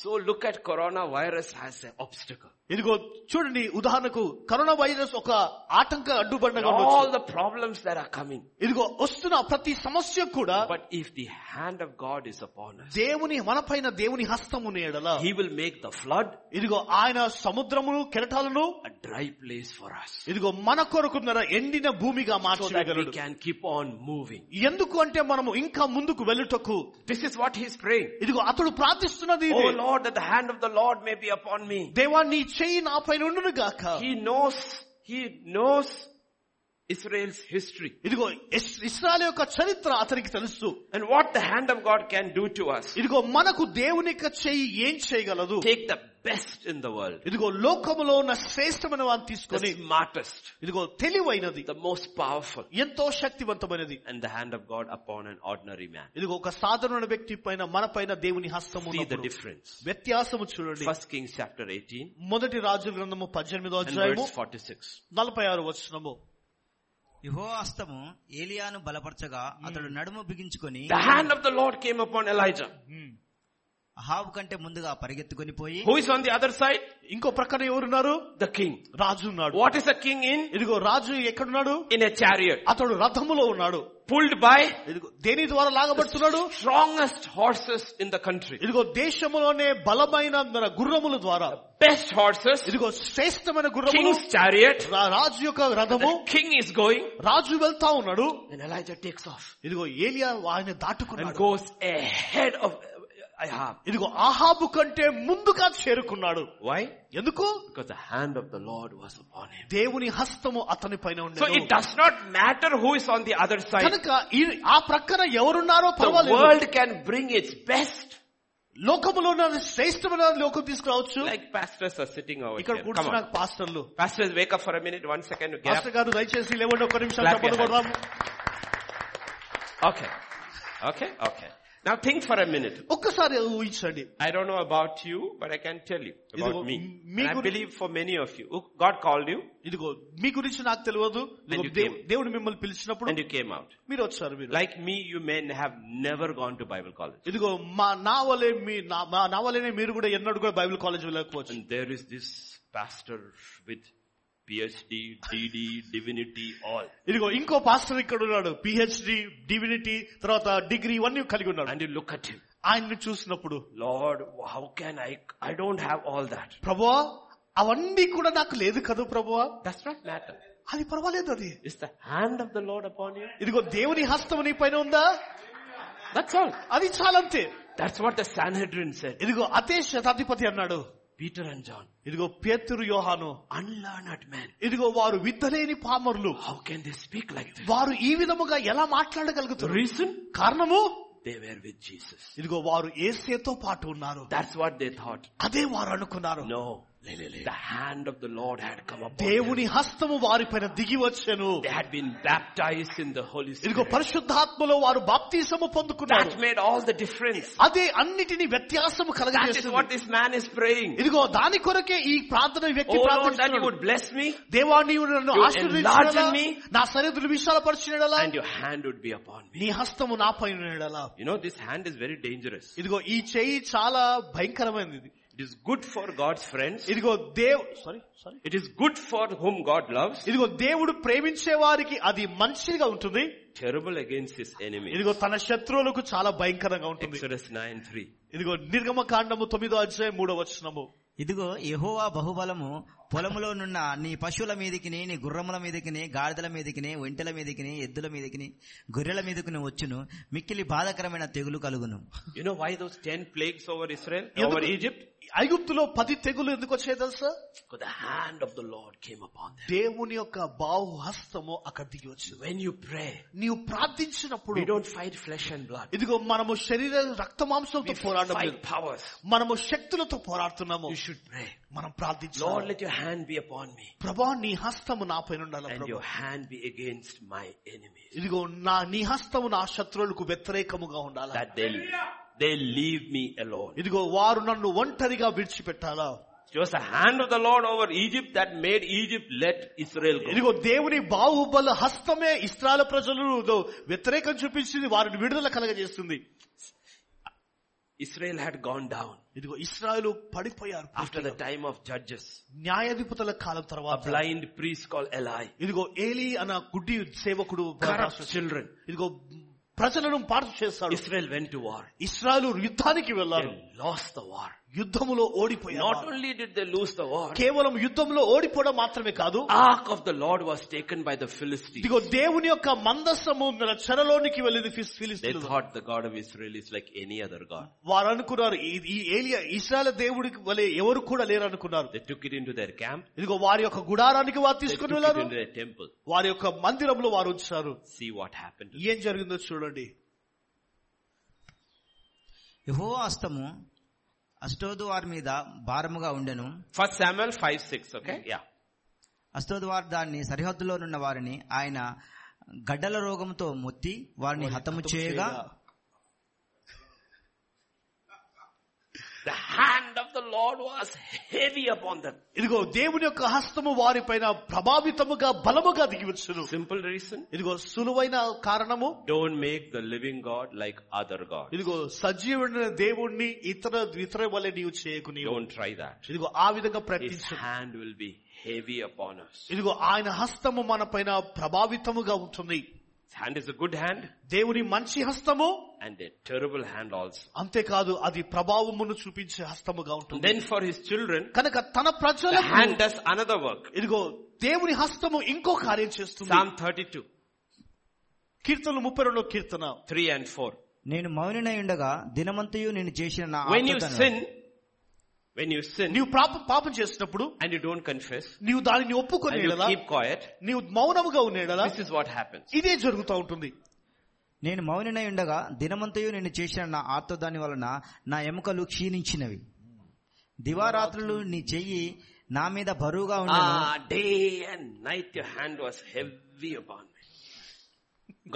[SPEAKER 1] So look at coronavirus as an obstacle.
[SPEAKER 2] ఇదిగో చూడండి ఉదాహరణకు కరోనా వైరస్ ఒక ఆటంక
[SPEAKER 1] And
[SPEAKER 2] అడ్డుబండగా
[SPEAKER 1] all
[SPEAKER 2] ఉండొచ్చు.
[SPEAKER 1] the problems that are coming.
[SPEAKER 2] ఇదిగో వస్తున్న ప్రతి సమస్య కూడా
[SPEAKER 1] But if the hand of God is upon us,
[SPEAKER 2] దేవుని మనపైన దేవుని హస్తము నేడల
[SPEAKER 1] He will make the flood
[SPEAKER 2] ఇదిగో ఆయన సముద్రమును కెరటాలను
[SPEAKER 1] a dry place for us.
[SPEAKER 2] ఇదిగో మన కొరకున్నర ఎండిన భూమిగా
[SPEAKER 1] So that we
[SPEAKER 2] మార్చగలడు
[SPEAKER 1] can keep on moving.
[SPEAKER 2] ఎందుకు అంటే మనము ఇంకా ముందుకు వెళ్ళుటకు
[SPEAKER 1] This is what He's praying.
[SPEAKER 2] ఇదిగో అతడు ప్రార్థిస్తున్నది
[SPEAKER 1] Oh
[SPEAKER 2] ఇదే.
[SPEAKER 1] Lord, that the hand of the Lord may be upon me.
[SPEAKER 2] దేవా నీ చేయి నా పైన ఉండును గాక
[SPEAKER 1] He knows, He knows Israel's history
[SPEAKER 2] ఇదిగో ఇస్- ఇస్రాయల్ యొక్క చరిత్ర అతనికి తెలుసు
[SPEAKER 1] and what the hand of God can do to us.
[SPEAKER 2] ఇదిగో మనకు దేవుని యొక్క చేయి ఏం చేయగలదు
[SPEAKER 1] Take the best in the world,
[SPEAKER 2] ఇదిగో లోకములో ఉన్న శ్రేష్టమైన వాడిని తీసుకొని
[SPEAKER 1] the smartest,
[SPEAKER 2] ఇదిగో తెలివైనది
[SPEAKER 1] the most powerful,
[SPEAKER 2] ఎంతో శక్తివంతమైనది
[SPEAKER 1] and the hand of God upon an ordinary man.
[SPEAKER 2] ఇదిగో ఒక సాధారణ వ్యక్తి పైన మన పైన దేవుని హస్తం
[SPEAKER 1] See the
[SPEAKER 2] ఉన్నప్పుడు
[SPEAKER 1] difference.
[SPEAKER 2] వ్యత్యాసము చూడండి
[SPEAKER 1] First Kings chapter 18
[SPEAKER 2] మొదటి రాజు గ్రంథము పద్దెనిమిదో
[SPEAKER 1] and
[SPEAKER 2] అధ్యాయము
[SPEAKER 1] verse 46.
[SPEAKER 2] నలభై ఆరు వచనము
[SPEAKER 3] యహో హస్తము ఏలియాను బలపరచగా అతడు నడుము బిగించుకొని
[SPEAKER 1] The hand of the Lord came upon Elijah.
[SPEAKER 3] అహాబు కంటే ముందుగా పరిగెత్తుకొని పోయి
[SPEAKER 1] Who is on the other side?
[SPEAKER 2] ఇంకో ప్రక్కన ఎవరున్నారు
[SPEAKER 1] The king.
[SPEAKER 2] రాజు ఉన్నాడు
[SPEAKER 1] What is a king in?
[SPEAKER 2] ఇదిగో రాజు ఎక్కడున్నాడు
[SPEAKER 1] In a chariot.
[SPEAKER 2] అతడు రథములో ఉన్నాడు
[SPEAKER 1] Pulled by
[SPEAKER 2] ఇదిగో దేని ద్వారా లాగబడుతున్నాడు
[SPEAKER 1] strongest horses in the country.
[SPEAKER 2] ఇదిగో దేశములోనే బలమైన మన గుర్రముల ద్వారా
[SPEAKER 1] Best horses.
[SPEAKER 2] ఇదిగో శ్రేష్టమైన గుర్రములు
[SPEAKER 1] King's chariot.
[SPEAKER 2] రా- రాజు యొక్క రథము
[SPEAKER 1] The king is going.
[SPEAKER 2] రాజు వెళ్తా ఉన్నాడు
[SPEAKER 1] And Elijah takes off.
[SPEAKER 2] ఇదిగో ఏలియా ఆయన
[SPEAKER 1] And
[SPEAKER 2] దాటుకున్నాడు
[SPEAKER 1] goes ahead of Ahab.
[SPEAKER 2] ఇదిగో ఆహాబు కంటే ముందుగా చేరుకున్నాడు
[SPEAKER 1] Why?
[SPEAKER 2] ఎందుకు
[SPEAKER 1] Because the hand of the Lord was upon him.
[SPEAKER 2] దేవుని హస్తము అతని పైన
[SPEAKER 1] So it
[SPEAKER 2] ఉండేది
[SPEAKER 1] does not matter who is on the other side.
[SPEAKER 2] కనుక ఈ- ఆ ప్రక్కన ఎవరున్నారో
[SPEAKER 1] The
[SPEAKER 2] పర్వాలేదు
[SPEAKER 1] world can bring its best.
[SPEAKER 2] లోకములో ఉన్న శ్రేష్టమైన లోకం తీసుకురావచ్చు
[SPEAKER 1] Like pastors are sitting over
[SPEAKER 2] ఇక్కడ
[SPEAKER 1] here. Come
[SPEAKER 2] కూర్చున్న
[SPEAKER 1] on.
[SPEAKER 2] పాస్టర్లు
[SPEAKER 1] Pastors, wake up for a minute. One second. Get up.
[SPEAKER 2] Pastor గారు దయచేసి లేవండి ఒక నిమిషం
[SPEAKER 1] Clap your
[SPEAKER 2] తప్పదు కొడదాం
[SPEAKER 1] Okay. Okay. Okay. Now think for a minute.
[SPEAKER 2] ఒక్కసారి ఊహించండి
[SPEAKER 1] I don't know about you, but I can tell you about
[SPEAKER 2] Idigo,
[SPEAKER 1] me.
[SPEAKER 2] me
[SPEAKER 1] And I
[SPEAKER 2] guri-
[SPEAKER 1] believe for many of you. who- God called you
[SPEAKER 2] ఇదిగో మీ గురించి నాకు తెలియదు ఇదిగో
[SPEAKER 1] you
[SPEAKER 2] Dev-
[SPEAKER 1] came.
[SPEAKER 2] దేవుడు మిమ్మల్ని పిలిచినప్పుడు
[SPEAKER 1] and you came out.
[SPEAKER 2] మీరు వచ్చారు మీరు
[SPEAKER 1] Like me, you may have never gone to Bible college.
[SPEAKER 2] ఇదిగో మా నా వలే మీ నా- మా నా వలనే మీరు కూడా ఎన్నడూ కూడా బైబిల్ కాలేజ్ వెళ్ళకపోవచ్చు
[SPEAKER 1] And there is this pastor with PhD, DD, divinity, all.
[SPEAKER 2] ఇదిగో ఇంకో పాస్టర్ ఇక్కడ ఉన్నాడు పిహెచ్డి డివినిటీ తర్వాత డిగ్రీ ఇవన్నీ కలిగి ఉన్నాడు
[SPEAKER 1] And you look at him.
[SPEAKER 2] ఆయన్ని చూసినప్పుడు
[SPEAKER 1] Lord, how can I? I don't have all that.
[SPEAKER 2] ప్రభువా అవన్నీ కూడా నాకు లేదు కదా ప్రభువా
[SPEAKER 1] That's not matter.
[SPEAKER 2] అది పర్వాలేదు అది
[SPEAKER 1] Is the hand of the Lord upon you?
[SPEAKER 2] ఇదిగో దేవుని హస్తం నీ పైన ఉందా
[SPEAKER 1] That's all.
[SPEAKER 2] అది చాలంతే
[SPEAKER 1] That's what the Sanhedrin said.
[SPEAKER 2] ఇదిగో అతే శతాధిపతి అన్నాడు
[SPEAKER 1] Peter and John,
[SPEAKER 2] ఇదిగో పేతురు యోహాను
[SPEAKER 1] unlearned men.
[SPEAKER 2] ఇదిగో వారు విద్దలేని పామరులు
[SPEAKER 1] How can they speak like this?
[SPEAKER 2] వారు ఈ విధముగా ఎలా
[SPEAKER 1] The
[SPEAKER 2] మాట్లాడగలుగుతారు
[SPEAKER 1] reason?
[SPEAKER 2] కారణము
[SPEAKER 1] They were with Jesus.
[SPEAKER 2] ఇదిగో వారు ఏసేతో పాటు ఉన్నారు
[SPEAKER 1] That's what they thought.
[SPEAKER 2] అదే వారు అనుకున్నారు
[SPEAKER 1] No. The hand of the Lord had come upon them.
[SPEAKER 2] దేవుని హస్తము వారిపైన దిగి వచ్చెను
[SPEAKER 1] They had been baptized in the Holy
[SPEAKER 2] ఇదిగో
[SPEAKER 1] Spirit.
[SPEAKER 2] పరిశుద్ధాత్మలో వారు బాప్తీసము పొందుకున్నారు
[SPEAKER 1] That made all the difference.
[SPEAKER 2] అదే అన్నిటిని వ్యత్యాసము
[SPEAKER 1] That is what
[SPEAKER 2] కలగజేస్తుంది
[SPEAKER 1] this man is praying.
[SPEAKER 2] ఇదిగో దాని కొరకే ఈ ప్రార్థన ఈ వ్యక్తి
[SPEAKER 1] Oh Lord, that you
[SPEAKER 2] ప్రార్థిస్తున్నాడు
[SPEAKER 1] would bless me
[SPEAKER 2] దేవా నీవు నన్ను
[SPEAKER 1] You
[SPEAKER 2] ఆశీర్వదించినలా,
[SPEAKER 1] enlarge me.
[SPEAKER 2] నా సరిహద్దులు విశాలపరిచినలా
[SPEAKER 1] and your hand would be upon me.
[SPEAKER 2] నీ హస్తము నా పైన ఉండేలా.
[SPEAKER 1] You know, this hand is very dangerous.
[SPEAKER 2] ఇదిగో ఈ చేయి చాలా భయంకరమైనది ఇది.
[SPEAKER 1] It is good for God's friends.
[SPEAKER 2] ఇదిగో దేవ్ sorry sorry
[SPEAKER 1] It is good for whom God loves.
[SPEAKER 2] ఇదిగో దేవుడు ప్రేమించే వారికి అది మంచిగా ఉంటుంది
[SPEAKER 1] Terrible against his enemy.
[SPEAKER 2] ఇదిగో తన శత్రువులకు చాలా భయంకరంగా ఉంటుంది
[SPEAKER 1] Exodus 9 3.
[SPEAKER 2] ఇదిగో నిర్గమ కాండము తొమ్మిదో అధ్యాయం మూడో వచనము
[SPEAKER 3] ఇదిగో యెహోవా బహుబలము పొలములో నున్న నీ పశువుల మీదకిని నీ గుర్రముల మీదకిని గాడిదల మీదకిని ఒంటెల మీదకిని ఎద్దుల మీదకిని గొర్రెల మీదకిని వచ్చును మిక్కిలి బాధకరమైన తెగులు కలుగును
[SPEAKER 1] You know why those ten plagues over Israel,
[SPEAKER 2] ఎందుకు?
[SPEAKER 1] over Egypt?
[SPEAKER 2] ఐగుప్తులో పది తెగులు ఎందుకు వచ్చాయి తెలుసా
[SPEAKER 1] Because the hand of the Lord came upon them.
[SPEAKER 2] దేవుని యొక్క బాహుహస్తము అక్కడ దిగి వచ్చింది
[SPEAKER 1] When you pray,
[SPEAKER 2] నీవు
[SPEAKER 1] we
[SPEAKER 2] ప్రార్థించినప్పుడు
[SPEAKER 1] don't fight flesh and blood.
[SPEAKER 2] ఇదిగో మనము శరీర రక్తమాంసంతో
[SPEAKER 1] We
[SPEAKER 2] పోరాడడం
[SPEAKER 1] fight
[SPEAKER 2] లేదు.
[SPEAKER 1] powers.
[SPEAKER 2] మనము శక్తులతో పోరాడుతున్నాము
[SPEAKER 1] You should pray.
[SPEAKER 2] మనం
[SPEAKER 1] Lord,
[SPEAKER 2] ప్రార్థించాలి
[SPEAKER 1] let your hand be upon me
[SPEAKER 2] ప్రభా నీ హస్తము నా పైన ఉండాలి
[SPEAKER 1] and
[SPEAKER 2] ప్రభా
[SPEAKER 1] your hand be against my enemies.
[SPEAKER 2] ఇదిగో నా నీ హస్తము నా శత్రువులకు వ్యతిరేకముగా ఉండాలా
[SPEAKER 1] That they, they leave me alone.
[SPEAKER 2] ఇదిగో వారు నన్ను ఒంటరిగా విడిచిపెట్టాలా
[SPEAKER 1] It was the hand of the Lord over Egypt that made Egypt let Israel go.
[SPEAKER 2] ఇదిగో దేవుని బాహుబల హస్తమే ఇస్రాయల్ ప్రజలను ఇదో వ్యతిరేకం చూపించింది వారిని విడుదల కలగజేస్తుంది
[SPEAKER 1] Israel had gone down
[SPEAKER 2] ఇదిగో ఇస్రాయలు పడిపోయారు
[SPEAKER 1] after the time of judges.
[SPEAKER 2] న్యాయాధిపతుల కాలం
[SPEAKER 1] A
[SPEAKER 2] తర్వాత
[SPEAKER 1] blind priest called Eli.
[SPEAKER 2] ఇదిగో ఏలి అన్న గుడ్డి సేవకుడు
[SPEAKER 1] Corrupt children.
[SPEAKER 2] ఇదిగో ప్రజలను పాటు చేస్తాడు
[SPEAKER 1] Israel went to war.
[SPEAKER 2] Israel యుద్ధానికి వెళ్ళారు
[SPEAKER 1] They lost the war.
[SPEAKER 2] యుద్ధములో
[SPEAKER 1] Not
[SPEAKER 2] ఓడిపోయారు
[SPEAKER 1] only did they lose the war,
[SPEAKER 2] కేవలం యుద్ధంలో ఓడిపోవడం మాత్రమే కాదు
[SPEAKER 1] ark of the Lord was taken by the Philistines.
[SPEAKER 2] ఇదిగో దేవుని యొక్క మందస్సము మన చెరలోనికి వెళ్ళింది
[SPEAKER 1] They
[SPEAKER 2] ఫిలిస్తీన్లు
[SPEAKER 1] thought the God of Israel is like any other God.
[SPEAKER 2] వారు అనుకున్నారు ఈ- ఈ ఏలియా ఇస్రాయల్ దేవుడికి వలె ఎవరు కూడా లేరు అనుకున్నారు
[SPEAKER 1] They took it into their camp.
[SPEAKER 2] ఇదిగో వారి యొక్క గుడారానికి వారు
[SPEAKER 1] They took
[SPEAKER 2] తీసుకుని
[SPEAKER 1] it
[SPEAKER 2] వెళ్ళారు
[SPEAKER 1] into their temple.
[SPEAKER 2] వారి యొక్క మందిరంలో వారు ఉంచారు
[SPEAKER 1] See what happened. to them.
[SPEAKER 2] ఏం జరిగిందో చూడండి
[SPEAKER 3] యెహోవా హస్తము అష్టోదు వారి మీద భారముగా ఉండెను
[SPEAKER 1] First Samuel 5, 6, okay? Yeah.
[SPEAKER 3] అష్టోదు వారు దాన్ని సరిహద్దులోనున్న వారిని ఆయన గడ్డల రోగంతో మొత్తి వారిని హతము చేయగా
[SPEAKER 1] The hand of the Lord was heavy upon them.
[SPEAKER 2] ఇదిగో దేవుని యొక్క హస్తము వారి పైన ప్రభావితముగా బలముగా దిగి వచ్చును
[SPEAKER 1] Simple reason.
[SPEAKER 2] ఇదిగో సులువైన కారణము
[SPEAKER 1] Don't make the living God like other God.
[SPEAKER 2] ఇదిగో సజీవుడైన దేవుణ్ణి ఇతర ఇతర వలె నీవు చేయకు నీవు
[SPEAKER 1] Don't try that.
[SPEAKER 2] ఇదిగో ఆ విధంగా
[SPEAKER 1] His
[SPEAKER 2] ప్రయత్నించు
[SPEAKER 1] hand will be heavy upon us.
[SPEAKER 2] ఇదిగో ఆయన హస్తము మన పైన ప్రభావితముగా ఉంటుంది
[SPEAKER 1] His hand is a good hand
[SPEAKER 2] దేవుని మంచి హస్తము
[SPEAKER 1] and a terrible hand also.
[SPEAKER 2] అంతేకాదు అది ప్రభావమును చూపించే హస్తముగా
[SPEAKER 1] And
[SPEAKER 2] ఉంటుంది
[SPEAKER 1] then for his children,
[SPEAKER 2] కనుక తన
[SPEAKER 1] the
[SPEAKER 2] ప్రజలకు
[SPEAKER 1] hand does another work.
[SPEAKER 2] ఇదిగో దేవుని హస్తము ఇంకో కార్యం చేస్తుంది
[SPEAKER 1] Psalm 32,
[SPEAKER 2] కీర్తనలు ముప్పై రెండో కీర్తన
[SPEAKER 1] 3 and 4.
[SPEAKER 3] నేను మౌనినై ఉండగా దినమంతయు నేను చేసిన నా
[SPEAKER 1] When you
[SPEAKER 3] ఆతురతను-
[SPEAKER 1] sin, when you sin
[SPEAKER 2] నీవు పాప పాపం చేసినప్పుడు
[SPEAKER 1] and you don't confess
[SPEAKER 2] నీవు దానిని ఒప్పుకొని
[SPEAKER 1] and you
[SPEAKER 2] ఎడలా,
[SPEAKER 1] keep quiet,
[SPEAKER 2] నీవు మౌనముగా ఉండేలా
[SPEAKER 1] this is what happens.
[SPEAKER 2] ఇదే జరుగుతూ ఉంటుంది
[SPEAKER 3] నేను మౌనినై ఉండగా దినమంతయు నేను చేసిన నా ఆర్తదాని వలన నా ఎముకలు క్షీణించినవి దివారాత్రులు నీ చెయ్యి నా మీద బరువుగా ఉండను
[SPEAKER 1] Ah, day and night your hand was heavy upon me.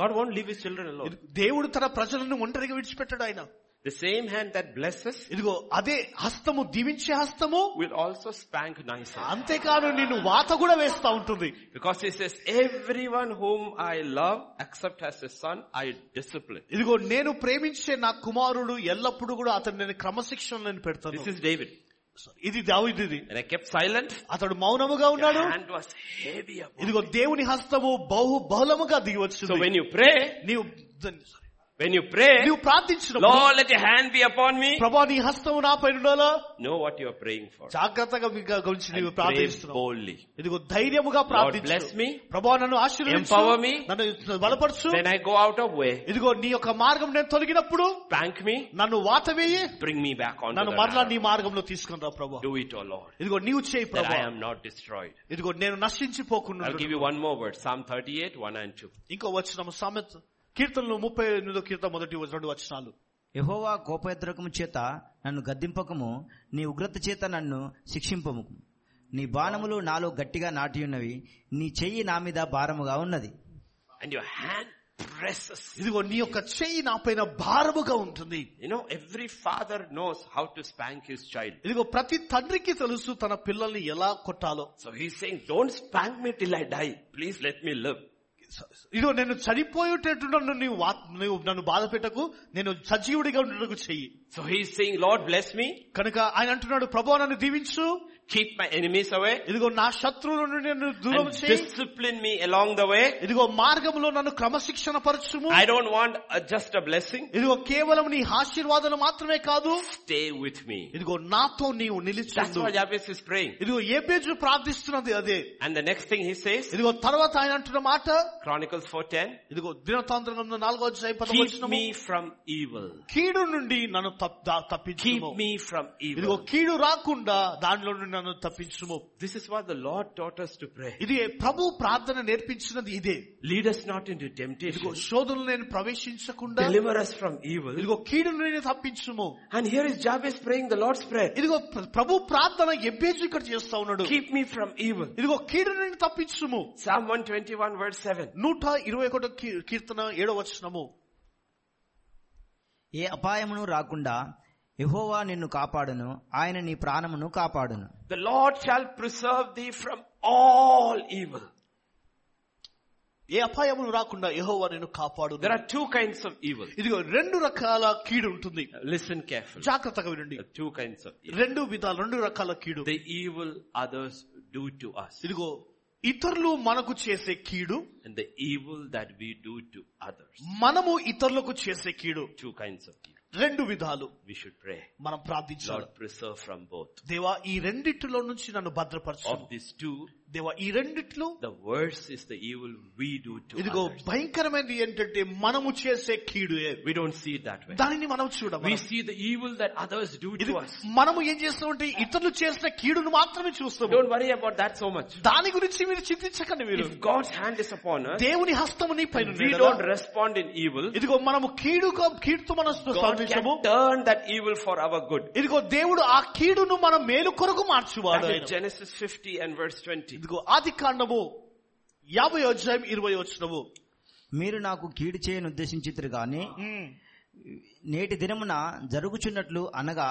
[SPEAKER 1] God won't leave his children alone.
[SPEAKER 2] దేవుడు తన ప్రజలను ఒంటరిగా విడిచిపెట్టాడు ఆయన
[SPEAKER 1] The same hand that blesses
[SPEAKER 2] ఇదిగో అదే హస్తము దీవించే హస్తము
[SPEAKER 1] will also spank nicely.
[SPEAKER 2] అంతేకాదు నిన్ను వాత కూడా వేస్తా ఉంటుంది
[SPEAKER 1] Because he says, everyone whom I love, except as a son, I discipline.
[SPEAKER 2] ఇదిగో నేను ప్రేమించే నా కుమారుడు ఎల్లప్పుడూ కూడా అతను నేను క్రమశిక్షణ నేను పెడతాను
[SPEAKER 1] This is David.
[SPEAKER 2] ఇది దావిది
[SPEAKER 1] And I kept silent.
[SPEAKER 2] అతడు మౌనముగా
[SPEAKER 1] Your
[SPEAKER 2] ఉన్నాడు
[SPEAKER 1] hand was heavy upon me.
[SPEAKER 2] ఇదిగో దేవుని హస్తము బహు బహుళముగా దిగి
[SPEAKER 1] So
[SPEAKER 2] వచ్చింది
[SPEAKER 1] when you pray,
[SPEAKER 2] నీవు దాన్ని-
[SPEAKER 1] when you pray,
[SPEAKER 2] నీవు ప్రార్థించినప్పుడు
[SPEAKER 1] Lord, let your hand be upon me.
[SPEAKER 2] ప్రభా నీ హస్తము నా పైన ఉండాలా?
[SPEAKER 1] Know what you are praying for.
[SPEAKER 2] జాగ్రత్తగా మీకు గురించి నీవు
[SPEAKER 1] And pray
[SPEAKER 2] ప్రార్థిస్తున్నావు
[SPEAKER 1] boldly.
[SPEAKER 2] ఇదిగో ధైర్యముగా
[SPEAKER 1] bless me.
[SPEAKER 2] ప్రార్థించు ప్రభా నన్ను ఆశీర్వదించు
[SPEAKER 1] Empower me.
[SPEAKER 2] నన్ను బలపరచు
[SPEAKER 1] When I go out of way,
[SPEAKER 2] ఇదిగో నీ యొక్క మార్గం నేను తొలగినప్పుడు
[SPEAKER 1] spank me,
[SPEAKER 2] నన్ను వాత వేయి
[SPEAKER 1] bring me back onto
[SPEAKER 2] నన్ను
[SPEAKER 1] the
[SPEAKER 2] మరలా
[SPEAKER 1] narrow.
[SPEAKER 2] నీ మార్గంలో తీసుకుని రా ప్రభా
[SPEAKER 1] Do it, O Lord,
[SPEAKER 2] ఇదిగో నీవు చేయి
[SPEAKER 1] that
[SPEAKER 2] ప్రభా
[SPEAKER 1] I am not destroyed.
[SPEAKER 2] ఇదిగో నేను నశించిపోకుండా
[SPEAKER 1] I'll give
[SPEAKER 2] ఉండను.
[SPEAKER 1] you one more word. Psalm 38, 1 and 2.
[SPEAKER 2] ఇంకో వచనము సామెత కీర్తనలు ముప్పై ఎనిమిదో కీర్తన మొదటి రెండు వచనాలు
[SPEAKER 3] యహోవా కోపద్రకము చేత నన్ను గద్దింపకము నీ ఉగ్రత చేత నన్ను శిక్షింపము నీ బాణములు నాలో గట్టిగా నాటియున్నవి నీ చెయ్యి నా మీద భారముగా ఉన్నది
[SPEAKER 1] And your hand presses.
[SPEAKER 2] ఇదిగో నీ యొక్క చెయ్యి నా పైన భారముగా ఉంటుంది
[SPEAKER 1] You know, every father knows how to spank his child.
[SPEAKER 2] ఇదిగో ప్రతి తండ్రికి తెలుసు తన పిల్లల్ని ఎలా కొట్టాలో
[SPEAKER 1] So he's saying, don't spank me till I die. Please let me live.
[SPEAKER 2] ఇదిగో నేను చనిపోయేటట్టు నన్ను నీవు వా- నీవు నన్ను బాధ పెట్టకు నేను సజీవుడిగా ఉండటకు చెయ్యి
[SPEAKER 1] So he's saying, Lord, bless me.
[SPEAKER 2] కనుక ఆయన అంటున్నాడు ప్రభు నన్ను దీవించు
[SPEAKER 1] keep my enemies away
[SPEAKER 2] ఇదిగో నా శత్రువుల నుండి నన్ను దూరం
[SPEAKER 1] and
[SPEAKER 2] చేయి
[SPEAKER 1] discipline me along the way.
[SPEAKER 2] ఇదిగో మార్గములో నన్ను క్రమశిక్షణ పరచుము
[SPEAKER 1] I don't want a, just a blessing.
[SPEAKER 2] ఇదిగో కేవలం నీ ఆశీర్వాదాలు మాత్రమే కాదు
[SPEAKER 1] Stay with me.
[SPEAKER 2] ఇదిగో నాతో నీవు
[SPEAKER 1] That's
[SPEAKER 2] నిలిచిందు
[SPEAKER 1] what Jabez is praying.
[SPEAKER 2] ఇదిగో ఏబేజు ప్రార్థిస్తున్నది అదే
[SPEAKER 1] And the next thing he says,
[SPEAKER 2] ఇదిగో తర్వాత ఆయన అంటున్న మాట
[SPEAKER 1] Chronicles 4.10,
[SPEAKER 2] ఇదిగో దినతాంత్ర గ్రంథం నాలుగో అధ్యాయం పదమో
[SPEAKER 1] keep
[SPEAKER 2] వచనము
[SPEAKER 1] me from evil.
[SPEAKER 2] కీడు నుండి నన్ను తప్- దా- తప్పించుము
[SPEAKER 1] Keep me from
[SPEAKER 2] ఇదిగో
[SPEAKER 1] evil.
[SPEAKER 2] కీడు రాకుండా దానిలో నుండి నన్ను తప్పించుము
[SPEAKER 1] This is what the Lord taught us to pray.
[SPEAKER 2] ఇది ప్రభు ప్రార్థన నేర్పించినది ఇదే
[SPEAKER 1] Lead us not into
[SPEAKER 2] ఇదిగో
[SPEAKER 1] temptation.
[SPEAKER 2] శోధనలు నేను ప్రవేశించకుండా
[SPEAKER 1] Deliver us from evil.
[SPEAKER 2] ఇదిగో కీడు నుండి తప్పించుము
[SPEAKER 1] And here is Jabez praying the Lord's Prayer.
[SPEAKER 2] ఇదిగో ప్ర- ప్రభు ప్రార్థన ఎబ్బేజు ఇక్కడ చేస్తా ఉన్నాడు
[SPEAKER 1] Keep me from evil.
[SPEAKER 2] ఇదిగో కీడు నుండి తప్పించుము
[SPEAKER 1] Psalm 121 verse 7.
[SPEAKER 2] నూట ఇరవై ఒకటో కీ- కీర్తన ఏడో వచనము
[SPEAKER 3] ఏ అపాయమును రాకుండా యెహోవా నిన్ను కాపాడును ఆయన నీ ప్రాణమును కాపాడును
[SPEAKER 1] The Lord shall preserve thee from all evil.
[SPEAKER 2] ఏ అపాయమును రాకుండా యెహోవా నేను కాపాడు
[SPEAKER 1] There are two kinds of evil.
[SPEAKER 2] ఇదిగో రెండు రకాల కీడు ఉంటుంది
[SPEAKER 1] Listen carefully.
[SPEAKER 2] జాగ్రత్తగా వినండి
[SPEAKER 1] There are two kinds of evil.
[SPEAKER 2] రెండు విధాలు రెండు రకాల కీడు
[SPEAKER 1] The evil others do to us
[SPEAKER 2] ఇదిగో ఇతరులు మనకు చేసే కీడు
[SPEAKER 1] and the evil that we do to others.
[SPEAKER 2] మనము ఇతరులకు చేసే కీడు
[SPEAKER 1] Two kinds of evil.
[SPEAKER 2] రెండు విధాలు
[SPEAKER 1] We should pray.
[SPEAKER 2] మనం ప్రార్థించాలి
[SPEAKER 1] Lord preserve from both.
[SPEAKER 2] దేవా ఈ రెండిట్లో నుంచి నన్ను భద్రపరచు
[SPEAKER 1] Of these two,
[SPEAKER 2] దేవా ఈ రెండిట్లో
[SPEAKER 1] the worst is the evil we do to
[SPEAKER 2] ఇదిగో
[SPEAKER 1] others.
[SPEAKER 2] భయంకరమైనది ఏంటంటే మనము చేసే కీడు
[SPEAKER 1] We don't see it that way.
[SPEAKER 2] దానిని మనం
[SPEAKER 1] We
[SPEAKER 2] చూడము
[SPEAKER 1] see the evil that others do
[SPEAKER 2] ఇది
[SPEAKER 1] to us.
[SPEAKER 2] మనము ఏం చేస్తామంటే ఇతరులు చేసిన కీడును మాత్రమే చూస్తాము
[SPEAKER 1] Don't worry about that so much.
[SPEAKER 2] దాని గురించి మీరు చింతించకండి మీరు
[SPEAKER 1] If God's hand is upon us,
[SPEAKER 2] దేవుని హస్తము నీ పైన
[SPEAKER 1] and
[SPEAKER 2] ఉంది
[SPEAKER 1] we
[SPEAKER 2] కదా.
[SPEAKER 1] don't respond in evil,
[SPEAKER 2] ఇదిగో మనము కీడు కీడుతో మనం
[SPEAKER 1] God can
[SPEAKER 2] స్పందించము
[SPEAKER 1] turn that evil for our good.
[SPEAKER 2] ఇదిగో దేవుడు ఆ కీడును మన మేలు కొరకు మార్చువాడు
[SPEAKER 1] That
[SPEAKER 2] ఆయన.
[SPEAKER 1] is Genesis 50 and verse 20.
[SPEAKER 2] ఇదిగో ఆది కాండము యాభై అధ్యాయం ఇరవై వచ్చినము
[SPEAKER 3] మీరు నాకు కీడు చేయను ఉద్దేశించితురు గాని
[SPEAKER 1] Hmm.
[SPEAKER 3] నేటి దినమున జరుగుచున్నట్లు అనగా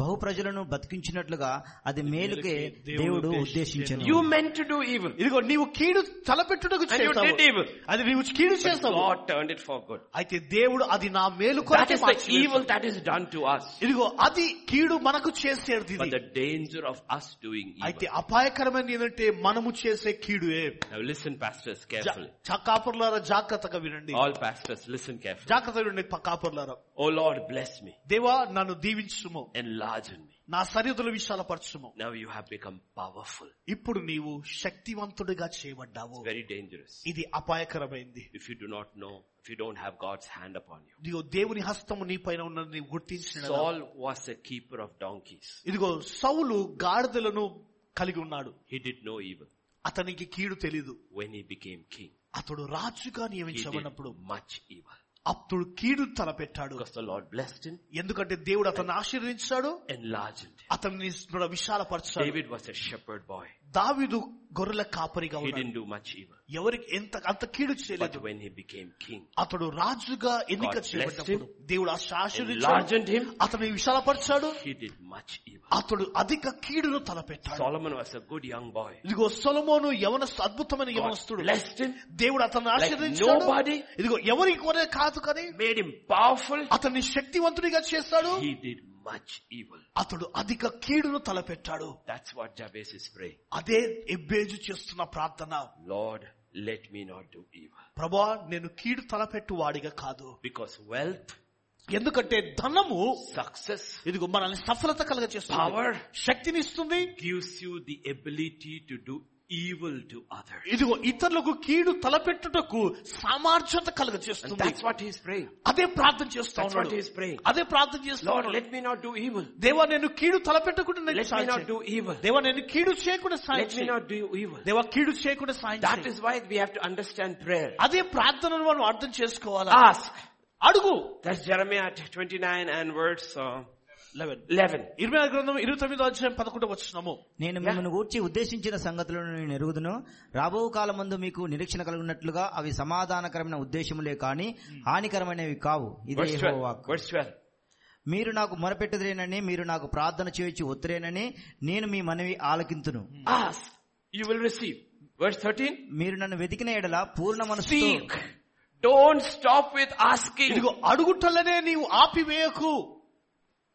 [SPEAKER 3] బహు ప్రజలను బతికించినట్లుగా అది మేలుకే దేవుడు ఉద్దేశించను
[SPEAKER 1] You meant to do evil,
[SPEAKER 2] ఇదిగో నీవు కీడు తలపెట్టుటకు
[SPEAKER 1] and you
[SPEAKER 2] చేస్తావు
[SPEAKER 1] did evil.
[SPEAKER 2] అది నీవు కీడు
[SPEAKER 1] But
[SPEAKER 2] చేస్తావు
[SPEAKER 1] God turned it for good.
[SPEAKER 2] అయితే దేవుడు అది నా మేలు
[SPEAKER 1] That
[SPEAKER 2] కొరకు
[SPEAKER 1] is the evil that is done to us.
[SPEAKER 2] ఇదిగో అది కీడు మనకు చేసేది
[SPEAKER 1] But
[SPEAKER 2] ఇది.
[SPEAKER 1] the danger of us doing
[SPEAKER 2] అయితే
[SPEAKER 1] evil.
[SPEAKER 2] అపాయకరమైనది ఏంటంటే మనము చేసే కీడుయే
[SPEAKER 1] Now listen, pastors, carefully.
[SPEAKER 2] జా- కాపర్లారా జాగ్రత్తగా వినండి
[SPEAKER 1] All pastors, listen carefully.
[SPEAKER 2] జాగ్రత్తగా వినండి ప- కాపర్లారా
[SPEAKER 1] Oh Lord, bless me.
[SPEAKER 2] దేవా నన్ను దీవించుము
[SPEAKER 1] Enlarge in me.
[SPEAKER 2] నా సరిహద్దులు విశాలపరచుము
[SPEAKER 1] Now you have become powerful.
[SPEAKER 2] ఇప్పుడు నీవు శక్తివంతుడిగా చేయబడ్డావు
[SPEAKER 1] It's very dangerous.
[SPEAKER 2] ఇది అపాయకరమైంది
[SPEAKER 1] If you do not know, if you don't have God's hand upon you.
[SPEAKER 2] ఇదిగో దేవుని హస్తము నీ పైన ఉన్నది నీవు గుర్తించిన
[SPEAKER 1] Saul was a keeper of donkeys.
[SPEAKER 2] ఇదిగో సౌలు గాడిదలను కలిగి ఉన్నాడు
[SPEAKER 1] He did no evil.
[SPEAKER 2] అతనికి కీడు తెలీదు
[SPEAKER 1] When he became king,
[SPEAKER 2] అతడు రాజుగా
[SPEAKER 1] he did
[SPEAKER 2] నియమించబడినప్పుడు
[SPEAKER 1] much evil.
[SPEAKER 2] అప్పుడు కీడు తలపెట్టాడు
[SPEAKER 1] Because the Lord blessed him,
[SPEAKER 2] ఎందుకంటే దేవుడు అతన్ని ఆశీర్వదించాడు
[SPEAKER 1] enlarged him.
[SPEAKER 2] అతన్ని విశాలపరచాడు
[SPEAKER 1] David was a shepherd boy.
[SPEAKER 2] దావీదు గొర్రెల కాపరిగా
[SPEAKER 1] He
[SPEAKER 2] ఉన్నాడు
[SPEAKER 1] didn't do much evil.
[SPEAKER 2] ఎవరికి ఎంత అంత కీడు
[SPEAKER 1] But
[SPEAKER 2] చేయలేదు
[SPEAKER 1] when he became king,
[SPEAKER 2] అతడు రాజుగా ఎన్నిక
[SPEAKER 1] God blessed
[SPEAKER 2] చేయబడ్డప్పుడు దేవుడు ఆశీర్వించాడు
[SPEAKER 1] enlarged him,
[SPEAKER 2] అతన్ని విశాలపరిచాడు
[SPEAKER 1] he did much evil.
[SPEAKER 2] అతడు అధిక కీడును తలపెట్టాడు
[SPEAKER 1] Solomon was a good young boy.
[SPEAKER 2] ఇదిగో సొలమోను యవన అద్భుతమైన
[SPEAKER 1] God
[SPEAKER 2] యవనస్తుడు
[SPEAKER 1] blessed him,
[SPEAKER 2] దేవుడు అతను ఆశీర్వదించాడు
[SPEAKER 1] nobody.
[SPEAKER 2] ఇదిగో ఎవరి కొరే కాదు కానీ
[SPEAKER 1] made him powerful.
[SPEAKER 2] అతన్ని శక్తివంతుడిగా చేస్తాడు
[SPEAKER 1] He did much evil.
[SPEAKER 2] అతడు అధిక కీడును తలపెట్టాడు
[SPEAKER 1] That's what Jabez is praying.
[SPEAKER 2] అదే ఎబ్బేజు చేస్తున్న ప్రార్థన
[SPEAKER 1] Lord, let me not do evil.
[SPEAKER 2] ప్రభా నేను కీడు తలపెట్టు వాడిగా కాదు
[SPEAKER 1] Because wealth,
[SPEAKER 2] ఎందుకంటే ధనము
[SPEAKER 1] success,
[SPEAKER 2] ఇదిగో మనల్ని సఫలత కలగ చేస్తుంది
[SPEAKER 1] power
[SPEAKER 2] శక్తినిస్తుంది
[SPEAKER 1] gives you the ability to do evil to others.
[SPEAKER 2] ఇదిగో ఇతరులకు కీడు తలపెట్టుటకు సామర్థ్యత కలగ
[SPEAKER 1] And
[SPEAKER 2] చేస్తుంది
[SPEAKER 1] that's what he's praying.
[SPEAKER 2] అదే ప్రార్థన చేస్తా
[SPEAKER 1] That's what
[SPEAKER 2] ఉన్నాడు
[SPEAKER 1] he's praying.
[SPEAKER 2] అదే ప్రార్థన చేస్తా
[SPEAKER 1] Lord,
[SPEAKER 2] ఉన్నాడు
[SPEAKER 1] let me not do evil.
[SPEAKER 2] దేవా నేను కీడు తలపెట్టకుండా నేను
[SPEAKER 1] Let me
[SPEAKER 2] సాయం
[SPEAKER 1] not
[SPEAKER 2] చేయి.
[SPEAKER 1] do evil.
[SPEAKER 2] దేవా నేను కీడు చేయకుండా సాయం
[SPEAKER 1] Let me
[SPEAKER 2] చేయి.
[SPEAKER 1] not do evil.
[SPEAKER 2] దేవా కీడు చేయకుండా సాయం
[SPEAKER 1] That
[SPEAKER 2] చేయి.
[SPEAKER 1] is why we have to understand prayer.
[SPEAKER 2] అదే ప్రార్థనను మనం అర్థం చేసుకోవాలా
[SPEAKER 1] Ask.
[SPEAKER 2] అడుగు
[SPEAKER 1] That's Jeremiah 29 and verse uh,
[SPEAKER 2] eleven
[SPEAKER 1] 11.
[SPEAKER 2] ఇరవై ఆరు గ్రంథం ఇరవై తొమ్మిదో అధ్యాయం పదకొండు వచ్చినము
[SPEAKER 3] నేను మిమ్మల్ని గూర్చి ఉద్దేశించిన సంగతులను నేను ఎరుగుదును రాబో కాలమందు మీకు నిరీక్షణ కలిగినట్లుగా అవి సమాధానకరమైన ఉద్దేశములే కాని హానికరమైనవి కావు ఇదే
[SPEAKER 1] Verse
[SPEAKER 3] యెహోవా
[SPEAKER 1] 12.
[SPEAKER 3] వాక్కు.
[SPEAKER 1] Verse 12.
[SPEAKER 3] మీరు నాకు మొరపెట్టుదరేనని మీరు నాకు ప్రార్థన చేయొచ్చు ఉత్తరేనని నేను మీ మనవి ఆలకింతును
[SPEAKER 1] Hmm. Ask. You will receive. Verse 13.
[SPEAKER 3] మీరు నన్ను వెతికిన ఎడల పూర్ణ మనసు
[SPEAKER 1] Seek. Don't stop with asking.
[SPEAKER 2] ఇదిగో అడుగుటలనే నీవు ఆపివేయకు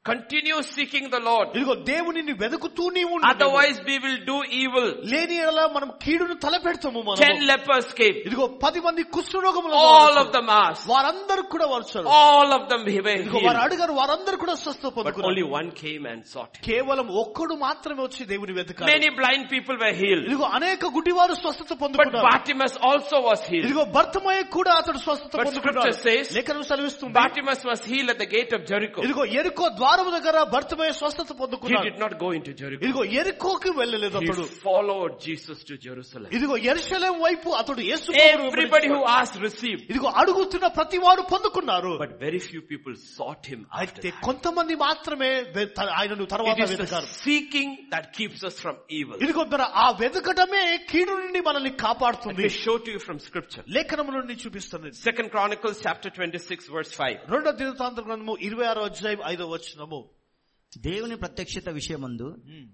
[SPEAKER 1] Continue seeking the Lord.
[SPEAKER 2] ఇదిగో దేవునిని వెతుకుతూనే ఉండు
[SPEAKER 1] Otherwise we will do evil.
[SPEAKER 2] లేని ఎలా మనం కీడును తలపెడతాము
[SPEAKER 1] Ten
[SPEAKER 2] మనం
[SPEAKER 1] lepers came.
[SPEAKER 2] ఇదిగో పది మంది కుష్ఠరోగములు
[SPEAKER 1] All of them asked.
[SPEAKER 2] వారందరూ కూడా వచ్చారు
[SPEAKER 1] All of them he were
[SPEAKER 2] ఇదిగో వారు
[SPEAKER 1] healed.
[SPEAKER 2] అడిగారు వారందరూ కూడా స్వస్థ
[SPEAKER 1] But
[SPEAKER 2] పొందుకున్నారు
[SPEAKER 1] only one came and sought him.
[SPEAKER 2] కేవలం ఒక్కడు మాత్రమే వచ్చి దేవుని వెతకాలి
[SPEAKER 1] Many blind people were healed.
[SPEAKER 2] ఇదిగో అనేక గుడ్డివారు స్వస్థత
[SPEAKER 1] But
[SPEAKER 2] పొందుకున్నారు
[SPEAKER 1] Bartimaeus also was healed.
[SPEAKER 2] ఇదిగో భర్తమయ్య కూడా అతడు స్వస్థత
[SPEAKER 1] But scripture says,
[SPEAKER 2] పొందుకున్నాడు లేఖనం సెలవిస్తుంది
[SPEAKER 1] Bartimaeus was healed at the gate of Jericho.
[SPEAKER 2] ఇదిగో ఎరుకో ద్వారము దగ్గర భర్తమయ్య స్వస్థత
[SPEAKER 1] He
[SPEAKER 2] పొందుకున్నాడు
[SPEAKER 1] did not go into Jericho.
[SPEAKER 2] ఇదిగో ఎరుకోకి వెళ్ళలేదు
[SPEAKER 1] He
[SPEAKER 2] అతడు
[SPEAKER 1] followed Jesus to Jerusalem.
[SPEAKER 2] ఇదిగో ఎరుశలేం వైపు అతడు యేసు పౌరుడు
[SPEAKER 1] Everybody who asked received.
[SPEAKER 2] ఇదిగో అడుగుతున్న ప్రతి వారు పొందుకున్నారు
[SPEAKER 1] But very few people sought him after
[SPEAKER 2] అయితే
[SPEAKER 1] that.
[SPEAKER 2] కొంతమంది మాత్రమే వె- త- ఆయనను తర్వాత
[SPEAKER 1] It is the
[SPEAKER 2] వెతకారు
[SPEAKER 1] seeking that keeps us from evil.
[SPEAKER 2] ఇదిగో మరి ఆ వెతకటమే కీడు నుండి మనల్ని
[SPEAKER 1] Let
[SPEAKER 2] కాపాడుతుంది
[SPEAKER 1] me show to you from scripture.
[SPEAKER 2] లేఖనము నుండి చూపిస్తుంది
[SPEAKER 1] Second Chronicles chapter 26 verse 5.
[SPEAKER 2] రెండో దినతాంత గ్రంథము ఇరవై ఆరో అధ్యాయం ఐదో వచనము
[SPEAKER 3] దేవుని ప్రత్యక్షత విషయమందు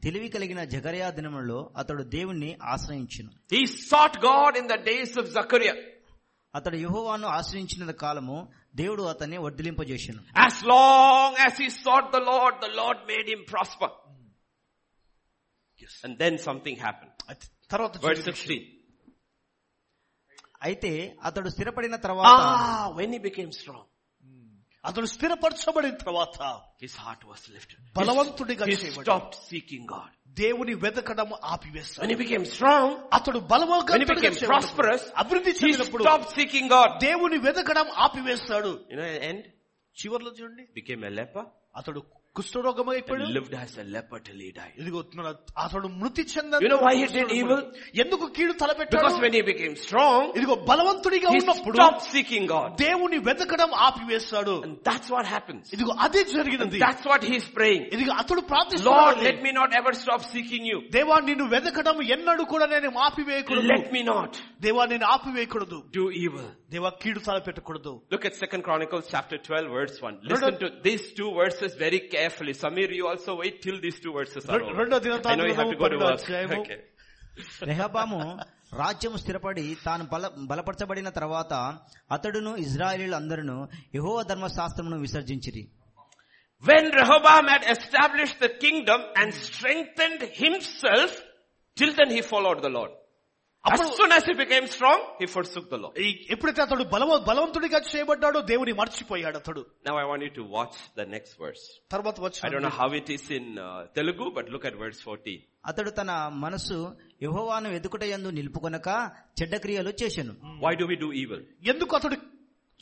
[SPEAKER 3] తెలివి కలిగిన జగరయా దినములో అతడు దేవుణ్ణి ఆశ్రయించును
[SPEAKER 1] He sought God in the days of Zechariah.
[SPEAKER 3] అతడు యెహోవాను ఆశ్రయించిన కాలము దేవుడు అతన్ని వర్ధిలింపజేసెను
[SPEAKER 1] As long as he sought the Lord, the Lord made him prosper. And then something happened.
[SPEAKER 2] అయితే తర్వాత
[SPEAKER 1] Verse
[SPEAKER 2] చూడండి.
[SPEAKER 1] 16.
[SPEAKER 3] అయితే అతడు స్థిరపడిన తర్వాత
[SPEAKER 1] Ah, when he became strong,
[SPEAKER 2] అతడు స్థిరపరచబడిన తర్వాత
[SPEAKER 1] his heart was lifted.
[SPEAKER 2] బలవంతుడిగా
[SPEAKER 1] He
[SPEAKER 2] చేయబడ్డాడు.
[SPEAKER 1] stopped seeking God.
[SPEAKER 2] దేవుని వెతకడం
[SPEAKER 1] When
[SPEAKER 2] ఆపివేస్తాడు
[SPEAKER 1] he became strong,
[SPEAKER 2] అతడు
[SPEAKER 1] when he
[SPEAKER 2] బలవంతుడిగా
[SPEAKER 1] became
[SPEAKER 2] చేయబడ్డాడు.
[SPEAKER 1] prosperous,
[SPEAKER 2] అభివృద్ధి
[SPEAKER 1] he
[SPEAKER 2] చెందినప్పుడు
[SPEAKER 1] stopped seeking God.
[SPEAKER 2] దేవుని వెతకడం ఆపివేస్తాడు
[SPEAKER 1] You know, at the end,
[SPEAKER 2] చివరిలో చూడండి
[SPEAKER 1] became a leper
[SPEAKER 2] అతడు కుష్ఠరోగం అయిపోయాడు
[SPEAKER 1] and lived as a leper till he died.
[SPEAKER 2] ఇదిగో మన అతడు మృతి
[SPEAKER 1] You know why he did evil?
[SPEAKER 2] చెందాడు ఎందుకు కీడు తలపెట్టాడు
[SPEAKER 1] Because when he became strong,
[SPEAKER 2] ఇదిగో బలవంతుడిగా
[SPEAKER 1] he
[SPEAKER 2] ఉన్నప్పుడు
[SPEAKER 1] stopped seeking God.
[SPEAKER 2] దేవుని వెతకడం ఆపివేస్తాడు
[SPEAKER 1] And that's what happens.
[SPEAKER 2] ఇదిగో అదే జరిగినది
[SPEAKER 1] That's what he's praying.
[SPEAKER 2] ఇదిగో అతడు
[SPEAKER 1] Lord,
[SPEAKER 2] ప్రార్థిస్తున్నాడు
[SPEAKER 1] let me not ever stop seeking you.
[SPEAKER 2] దేవా నిన్ను వెతకడం ఎన్నడూ కూడా నేను ఆపివేయకూడదు
[SPEAKER 1] Let me not
[SPEAKER 2] దేవా నేను ఆపివేయకూడదు
[SPEAKER 1] do evil.
[SPEAKER 2] దేవా కీడు తలపెట్టకూడదు
[SPEAKER 1] Look at Second Chronicles chapter 12 verse 1. Listen to these two verses very carefully. Samir, you also wait till these two verses are over.
[SPEAKER 2] రెండో దిన
[SPEAKER 1] I know you have to go to work.
[SPEAKER 2] అధ్యాయము
[SPEAKER 1] Okay.
[SPEAKER 3] రెహబాము రాజ్యం స్థిరపడి తాను బల బలపరచబడిన తర్వాత అతడును ఇజ్రాయేలీలు అందరును యహోవ ధర్మశాస్త్రమును విసర్జించిరి
[SPEAKER 1] When Rehoboam had established the kingdom and strengthened himself, till then he followed the Lord. As
[SPEAKER 2] అప్పుడు-
[SPEAKER 1] soon as he became strong, he forsook the Lord.
[SPEAKER 2] ఈ- ఎప్పుడైతే అతడు బలవ బలవంతుడిగా చేయబడ్డాడో దేవుని మర్చిపోయాడు అతడు
[SPEAKER 1] Now I want you to watch the next verse.
[SPEAKER 2] తర్వాత
[SPEAKER 1] I don't know
[SPEAKER 2] వచ్చిన
[SPEAKER 1] how it is in uh, Telugu, but look at verse 14.
[SPEAKER 3] అతడు తన మనసు యహోవాను ఎదుకుటయందు నిలుపుకొనక చెడ్డ క్రియలు చేశాను
[SPEAKER 1] Why do we do evil?
[SPEAKER 2] ఎందుకు అతడు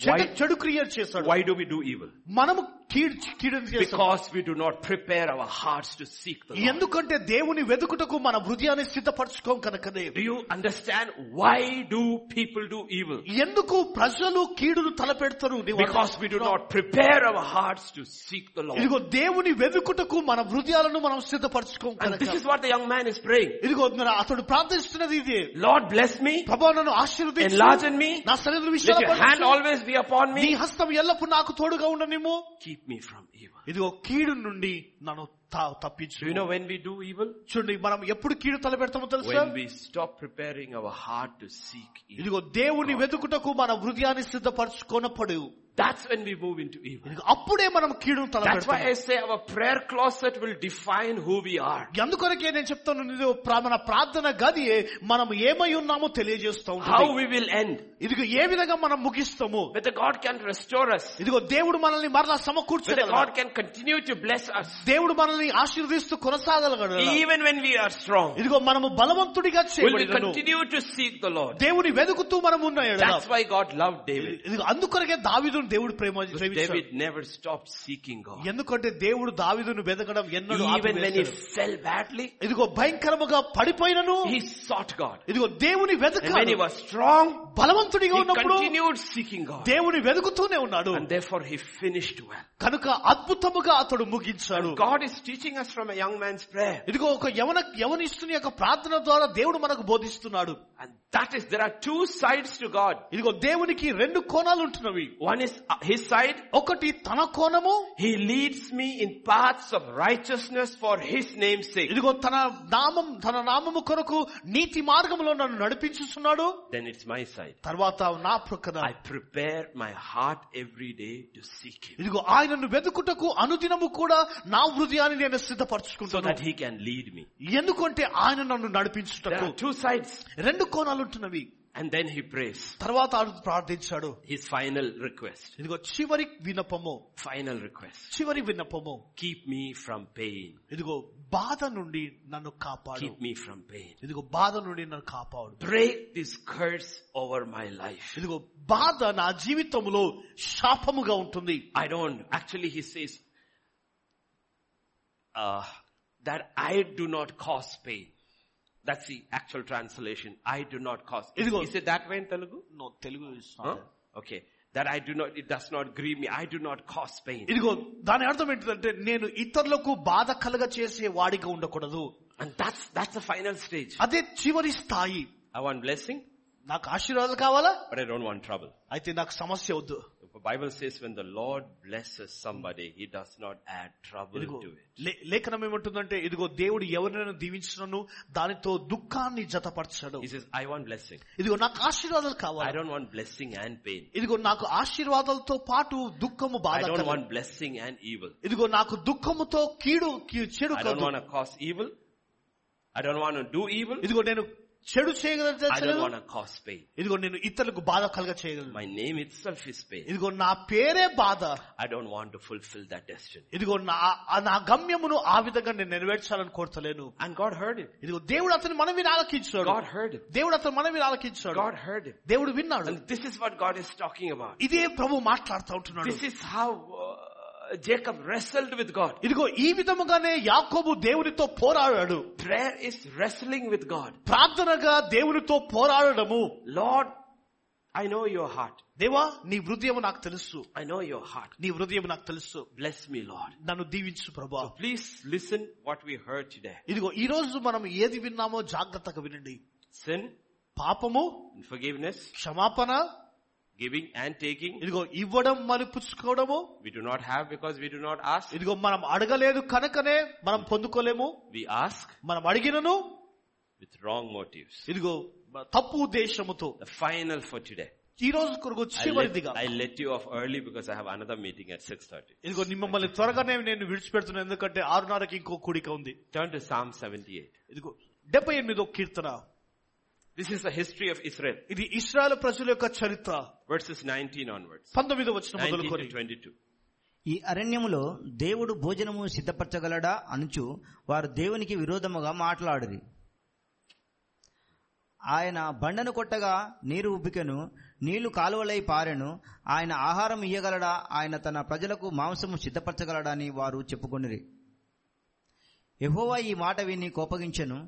[SPEAKER 2] చెడు
[SPEAKER 1] Why-
[SPEAKER 2] చెడు క్రియేట్ చేశాడు
[SPEAKER 1] Why do we do evil?
[SPEAKER 2] మనము కీడు కీడు చేస్తాం
[SPEAKER 1] Because we do not prepare our hearts to seek the Lord.
[SPEAKER 2] ఎందుకంటే దేవుని వెతుకుటకు మన హృదయాన్ని సిద్ధపరచుకోం కనుకనే
[SPEAKER 1] Do you understand why do people do evil?
[SPEAKER 2] ఎందుకు ప్రజలు కీడును తలపెడతారు నీవు అర్థం
[SPEAKER 1] Because we do not prepare our hearts to seek the Lord.
[SPEAKER 2] ఇదిగో దేవుని వెతుకుటకు మన హృదయాలను మనం సిద్ధపరచుకోం
[SPEAKER 1] And this is
[SPEAKER 2] కనుక
[SPEAKER 1] what the young man is praying.
[SPEAKER 2] ఇదిగో మరి అతడు ప్రార్థిస్తున్నది ఇదే
[SPEAKER 1] Lord bless me,
[SPEAKER 2] ప్రభా నన్ను ఆశీర్వదించు
[SPEAKER 1] enlarge in me,
[SPEAKER 2] నా సన్నిధి
[SPEAKER 1] let your hand
[SPEAKER 2] విషయాలు
[SPEAKER 1] always be upon
[SPEAKER 2] నీ
[SPEAKER 1] me,
[SPEAKER 2] హస్తం ఎల్లప్పుడు నాకు తోడుగా ఉండనేమో
[SPEAKER 1] keep me from evil.
[SPEAKER 2] ఇదిగో కీడు నుండి నన్ను తా-
[SPEAKER 1] Do you know
[SPEAKER 2] తప్పించు
[SPEAKER 1] when we do evil?
[SPEAKER 2] చూడండి మనం ఎప్పుడు కీడు తలపెడతామో తెలుసా
[SPEAKER 1] When we stop preparing our heart to seek evil.
[SPEAKER 2] ఇదిగో దేవుని వెతుకుటకు మన హృదయాన్ని సిద్ధపరచుకోనప్పుడు
[SPEAKER 1] That's when we move into evil.
[SPEAKER 2] ఇదిగో అప్పుడే మనం కీడును
[SPEAKER 1] That's
[SPEAKER 2] తలపెడతాం
[SPEAKER 1] why I say our prayer closet will define who we are.
[SPEAKER 2] అందుకొరకే నేను చెప్తాను ఇదిగో ప్రా- మన ప్రార్థన గది మనం ఏమై ఉన్నామో తెలియజేస్తాం
[SPEAKER 1] How we will end.
[SPEAKER 2] ఇదిగో ఏ విధంగా మనం ముగిస్తాము
[SPEAKER 1] Whether God can restore us.
[SPEAKER 2] ఇదిగో దేవుడు మనల్ని మరలా
[SPEAKER 1] Whether
[SPEAKER 2] సమకూర్చగలడు
[SPEAKER 1] God can continue to bless us.
[SPEAKER 2] దేవుడు మనల్ని ఆశీర్దిస్తూ కొనసాగలగడు
[SPEAKER 1] Even when we are strong.
[SPEAKER 2] ఇదిగో మనము బలవంతుడిగా
[SPEAKER 1] Will we
[SPEAKER 2] చేయబడినను
[SPEAKER 1] continue to seek the Lord?
[SPEAKER 2] దేవుని వెతుకుతూ మనం ఉన్న యెడల.
[SPEAKER 1] That's why God loved David.
[SPEAKER 2] ఇదిగో అందుకొరకే దావిదును దేవుడు ప్రేమ
[SPEAKER 1] Because
[SPEAKER 2] ప్రేమించాడు
[SPEAKER 1] David never stopped seeking God.
[SPEAKER 2] ఎందుకంటే దేవుడు దావిదును వెతకడం ఎన్నడూ
[SPEAKER 1] Even when he
[SPEAKER 2] ఆపివేశాడు.
[SPEAKER 1] fell badly,
[SPEAKER 2] ఇదిగో భయంకరముగా పడిపోయినను
[SPEAKER 1] he sought God.
[SPEAKER 2] ఇదిగో దేవుని
[SPEAKER 1] And when
[SPEAKER 2] వెతకాలి
[SPEAKER 1] he was strong,
[SPEAKER 2] బలవంతుడిగా
[SPEAKER 1] he
[SPEAKER 2] ఉన్నప్పుడు
[SPEAKER 1] continued seeking God.
[SPEAKER 2] దేవుని వెతుకుతూనే ఉన్నాడు
[SPEAKER 1] And therefore he finished well.
[SPEAKER 2] కనుక అద్భుతముగా అతడు ముగించాడు
[SPEAKER 1] God is teaching us from a young man's prayer.
[SPEAKER 2] ఇదిగో ఒక యవన యవనిస్తుని యొక్క ప్రార్థన ద్వారా దేవుడు మనకు బోధిస్తున్నాడు
[SPEAKER 1] And that is, there are two sides to God.
[SPEAKER 2] ఇదిగో దేవునికి రెండు కోణాలు ఉంటున్నవి
[SPEAKER 1] One is his, his side.
[SPEAKER 2] ఒకటి తన కోణము
[SPEAKER 1] He leads me in paths of righteousness for his name's sake.
[SPEAKER 2] ఇదిగో తన నామం తన నామము కొరకు నీతి మార్గంలో నన్ను నడిపించుచున్నాడు
[SPEAKER 1] Then it's my side.
[SPEAKER 2] తర్వాత నా ప్రక్కన
[SPEAKER 1] I prepare my heart every day to seek him
[SPEAKER 2] ఇదిగో ఆయనను వెతుకుటకు అనుదినము కూడా నా హృదయాన్ని నేను
[SPEAKER 1] so that
[SPEAKER 2] సిద్ధపరచుకుంటున్నాను
[SPEAKER 1] he can lead me.
[SPEAKER 2] ఎందుకంటే ఆయన నన్ను
[SPEAKER 1] There
[SPEAKER 2] నడిపించుటకు
[SPEAKER 1] are two sides.
[SPEAKER 2] రెండు కోణాలు ఉంటున్నవి
[SPEAKER 1] And then he prays.
[SPEAKER 2] తర్వాత ఆయన ప్రార్థించాడు
[SPEAKER 1] His final request.
[SPEAKER 2] ఇదిగో చివరి వినపము
[SPEAKER 1] Final request.
[SPEAKER 2] చివరి విన్నపము
[SPEAKER 1] Keep me from pain.
[SPEAKER 2] ఇదిగో బాధ నుండి నన్ను కాపాడు
[SPEAKER 1] Keep me from pain.
[SPEAKER 2] ఇదిగో బాధ నుండి నన్ను కాపాడు
[SPEAKER 1] Break this curse over my life.
[SPEAKER 2] ఇదిగో బాధ నా జీవితంలో శాపముగా ఉంటుంది
[SPEAKER 1] I don't, actually he says, uh, that I do not cause pain. That's the actual translation. I do not cause. Is,
[SPEAKER 2] Idigo.
[SPEAKER 1] is it that way in Telugu?
[SPEAKER 2] Telugu
[SPEAKER 1] Huh? Okay. That I do not, it does not grieve me. I do not cause pain.
[SPEAKER 2] ఇదిగో దాని అర్థం ఏంటంటే నేను ఇతరులకు బాధ కలగ చేసే వాడిగా ఉండకూడదు
[SPEAKER 1] And that's, that's the final stage.
[SPEAKER 2] అదే చివరి స్థాయి
[SPEAKER 1] I want blessing,
[SPEAKER 2] నాకు ఆశీర్వాదాలు కావాలా
[SPEAKER 1] but I don't want trouble.
[SPEAKER 2] అయితే నాకు సమస్య వద్దు
[SPEAKER 1] The Bible says when the Lord blesses somebody, He does not add trouble
[SPEAKER 2] ఇదిగో
[SPEAKER 1] to it.
[SPEAKER 2] లే- లేఖనం ఏమంటుందంటే ఇదిగో దేవుడు ఎవరినైనా దీవించినను దానితో దుఃఖాన్ని జతపరచడు
[SPEAKER 1] He says, I want blessing.
[SPEAKER 2] ఇదిగో నాకు ఆశీర్వాదాలు
[SPEAKER 1] I
[SPEAKER 2] కావాలి
[SPEAKER 1] don't want blessing and pain.
[SPEAKER 2] ఇదిగో నాకు ఆశీర్వాదాలతో పాటు దుఃఖము
[SPEAKER 1] I
[SPEAKER 2] బాధ
[SPEAKER 1] don't
[SPEAKER 2] కలదు.
[SPEAKER 1] want blessing and evil.
[SPEAKER 2] ఇదిగో నాకు దుఃఖముతో కీడు కీ- చెడు
[SPEAKER 1] I don't
[SPEAKER 2] కలదు.
[SPEAKER 1] want to cause evil. I don't want to do evil.
[SPEAKER 2] ఇదిగో నేను చెడు
[SPEAKER 1] I don't
[SPEAKER 2] చేయగలను
[SPEAKER 1] want to cause pain.
[SPEAKER 2] ఇదిగో నేను ఇతరులకు బాధ కలగ చేయగలను
[SPEAKER 1] My name itself is pain.
[SPEAKER 2] ఇదిగో నా పేరే బాధ
[SPEAKER 1] I don't want to fulfill that destiny.
[SPEAKER 2] ఇదిగో నా ఆ- నా గమ్యమును ఆ విధంగా నేను నెరవేర్చాలని కోరతలేను
[SPEAKER 1] And God heard it.
[SPEAKER 2] ఇదిగో దేవుడు అతని మనవిని ఆలకించాడు
[SPEAKER 1] God heard it.
[SPEAKER 2] దేవుడు అతని మనవిని ఆలకించాడు
[SPEAKER 1] God heard it.
[SPEAKER 2] దేవుడు విన్నాడు
[SPEAKER 1] And this is what God is talking about.
[SPEAKER 2] ఇదే ప్రభు మాట్లాడుతూ ఉంటున్నాడు
[SPEAKER 1] This is how uh, Jacob wrestled with God.
[SPEAKER 2] ఇదిగో ఈ విధముగానే యాకోబు దేవునితో పోరాడాడు
[SPEAKER 1] Prayer is wrestling with God.
[SPEAKER 2] ప్రార్థనగా దేవునితో పోరాడము
[SPEAKER 1] Lord, I know your heart.
[SPEAKER 2] దేవా నీ హృదయం నాకు తెలుసు
[SPEAKER 1] I know your heart.
[SPEAKER 2] నీ హృదయం నాకు తెలుసు
[SPEAKER 1] Bless me, Lord.
[SPEAKER 2] నన్ను దీవించు ప్రభా
[SPEAKER 1] Please listen what we heard today.
[SPEAKER 2] ఇదిగో ఈ రోజు మనం ఏది విన్నామో జాగ్రత్తగా వినండి
[SPEAKER 1] Sin
[SPEAKER 2] పాపము
[SPEAKER 1] and forgiveness,
[SPEAKER 2] క్షమాపణ
[SPEAKER 1] giving and taking.
[SPEAKER 2] ఇదిగో ఇవ్వడం మరి పుచ్చుకోవడము
[SPEAKER 1] We do not have because we do not ask.
[SPEAKER 2] ఇదిగో మనం అడగలేదు కనుకనే మనం పొందుకోలేము
[SPEAKER 1] We ask
[SPEAKER 2] మనం అడిగినను
[SPEAKER 1] with wrong motives.
[SPEAKER 2] ఇదిగో తప్పు ఉద్దేశముతో
[SPEAKER 1] The final for today.
[SPEAKER 2] ఈ రోజు కొరకు
[SPEAKER 1] I let,
[SPEAKER 2] చివరిదిగా
[SPEAKER 1] I let you off early because I have another meeting at 6.30.
[SPEAKER 2] ఇదిగో ని- మిమ్మల్ని త్వరగానే నేను విడిచిపెడుతున్నాను ఎందుకంటే ఆరున్నరకి ఇంకో కూడిక ఉంది
[SPEAKER 1] Turn to Psalm 78.
[SPEAKER 2] ఇదిగో డెబ్బై ఎనిమిదో కీర్తన
[SPEAKER 1] This is the history of Israel.
[SPEAKER 2] ఇది ఇస్రాయల్ ప్రజల యొక్క చరిత్ర
[SPEAKER 1] Verses 19 onwards.
[SPEAKER 2] పంతొమ్మిదో వచ్చిన
[SPEAKER 1] 19
[SPEAKER 2] మొదలుకొని
[SPEAKER 1] to 22.
[SPEAKER 3] ఈ అరణ్యములో దేవుడు భోజనము సిద్ధపరచగలడా అనుచు వారు దేవునికి విరోధముగా మాట్లాడిరి ఆయన బండను కొట్టగా నీరు ఉబ్బికెను నీళ్లు కాలువలై పారెను ఆయన ఆహారం ఇయ్యగలడా ఆయన తన ప్రజలకు మాంసము సిద్ధపరచగలడా అని వారు చెప్పుకొనిరి యహోవా ఈ మాట విని కోపగించెను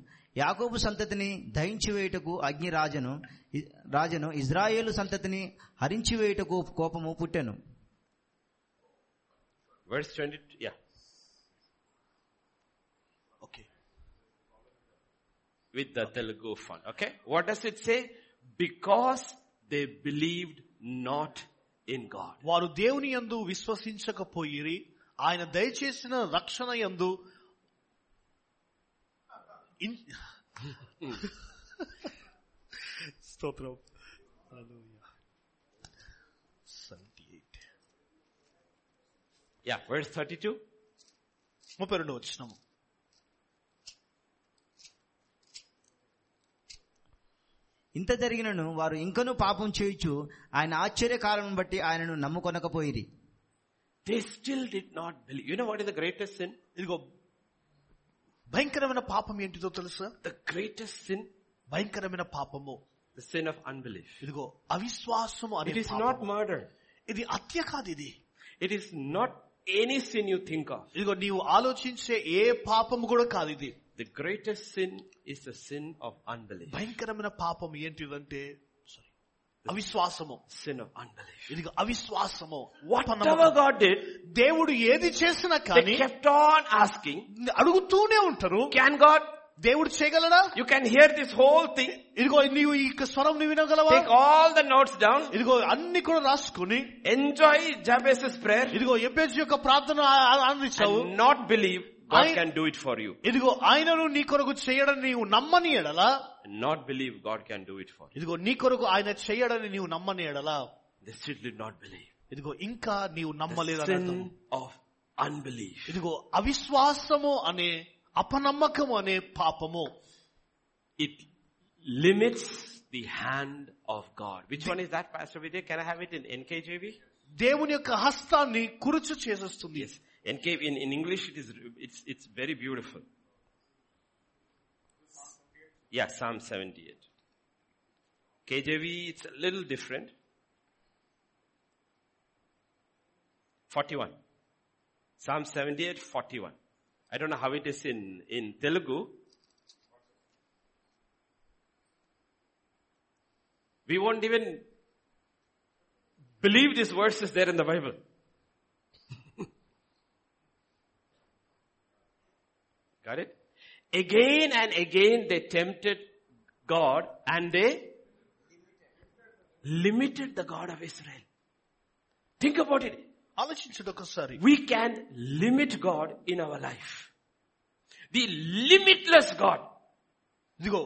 [SPEAKER 3] యాకోబు సంతతిని దహించివేయుటకు అగ్ని రాజను ఇ- రాజను ఇజ్రాయేలు సంతతిని హరించివేయుటకు కోపము పుట్టెను
[SPEAKER 1] Verse 22. Yeah.
[SPEAKER 2] Okay
[SPEAKER 1] With the Telugu font. Okay. What does it say? Because they believed not in God.
[SPEAKER 2] వారు దేవుని యందు విశ్వసించకపోయిరి ఆయన దయచేసిన రక్షణ యందు ఇన్- స్తోత్రం Hallelujah. 78.
[SPEAKER 1] Yeah. Verse 32.
[SPEAKER 2] ముప్పై రెండు వచ్చినము
[SPEAKER 3] ఇంత జరిగినను వారు ఇంకనూ పాపం చేయుచు ఆయన ఆశ్చర్యకాలను బట్టి ఆయనను నమ్ముకొనకపోయిరి
[SPEAKER 1] They still did not believe. You know what is the greatest sin?
[SPEAKER 2] ఇదిగో భయంకరమైన పాపం ఏంటిదో తెలుసా
[SPEAKER 1] The greatest sin?
[SPEAKER 2] భయంకరమైన పాపము
[SPEAKER 1] The sin of unbelief.
[SPEAKER 2] ఇదిగో అవిశ్వాసము
[SPEAKER 1] It
[SPEAKER 2] అనేది
[SPEAKER 1] is not murder.
[SPEAKER 2] ఇది హత్య కాదు ఇది
[SPEAKER 1] It is not any sin you think of.
[SPEAKER 2] ఇదిగో నీవు ఆలోచించే ఏ పాపము కూడా కాదు ఇది
[SPEAKER 1] The greatest sin is the sin of unbelief.
[SPEAKER 2] భయంకరమైన పాపం ఏంటిదంటే sorry, అవిశ్వాసము
[SPEAKER 1] Sin of unbelief.
[SPEAKER 2] ఇదిగో అవిశ్వాసము
[SPEAKER 1] Whatever God did,
[SPEAKER 2] దేవుడు ఏది చేసినా
[SPEAKER 1] they
[SPEAKER 2] కానీ
[SPEAKER 1] kept on asking,
[SPEAKER 2] అడుగుతూనే ఉంటారు
[SPEAKER 1] can God?
[SPEAKER 2] దేవుడు చేయగలడా
[SPEAKER 1] You can hear this whole thing.
[SPEAKER 2] ఇదిగో నీవు ఈ స్వరం నువ్వు వినగలవా
[SPEAKER 1] Take all the notes down.
[SPEAKER 2] ఇదిగో అన్ని కూడా రాసుకుని
[SPEAKER 1] Enjoy Jabez's prayer.
[SPEAKER 2] ఇదిగో ఎబ్బేజ్ యొక్క ప్రార్థన ఆ- ఆ- ఆనందించావు
[SPEAKER 1] And not believe God
[SPEAKER 2] I-
[SPEAKER 1] can do it for you.
[SPEAKER 2] ఇదిగో ఆయనను నీ కొరకు చేయడం నీవు నమ్మని ఎడలా
[SPEAKER 1] And not believe God can do it for you.
[SPEAKER 2] ఇదిగో నీ కొరకు ఆయన చేయడని నీవు నమ్మని ఎడలా
[SPEAKER 1] They still did not believe.
[SPEAKER 2] ఇదిగో ఇంకా నీవు
[SPEAKER 1] The
[SPEAKER 2] నమ్మలేదని అర్థం.
[SPEAKER 1] sin of unbelief.
[SPEAKER 2] ఇదిగో అవిశ్వాసము అనే అపనమ్మకము అనే పాపము
[SPEAKER 1] It limits the hand of God. Which one is that, Pastor Vijay? Can I have it in NKJV?
[SPEAKER 2] దేవుని యొక్క హస్తాన్ని కురుచు చేసేస్తుంది
[SPEAKER 1] Yes. NK, in, in English it is, it's, it's very beautiful. Yeah, Psalm 78. KJV, it's a little different. 41. Psalm 78, 41. I don't know how it is in, in Telugu. We won't even believe this verse is there in the Bible. Got it? Again and again they tempted God and they limited the God of Israel. Think about it.
[SPEAKER 2] ఆలోచించండి ఒకసారి
[SPEAKER 1] We can limit God in our life. The limitless God,
[SPEAKER 2] ఇదిగో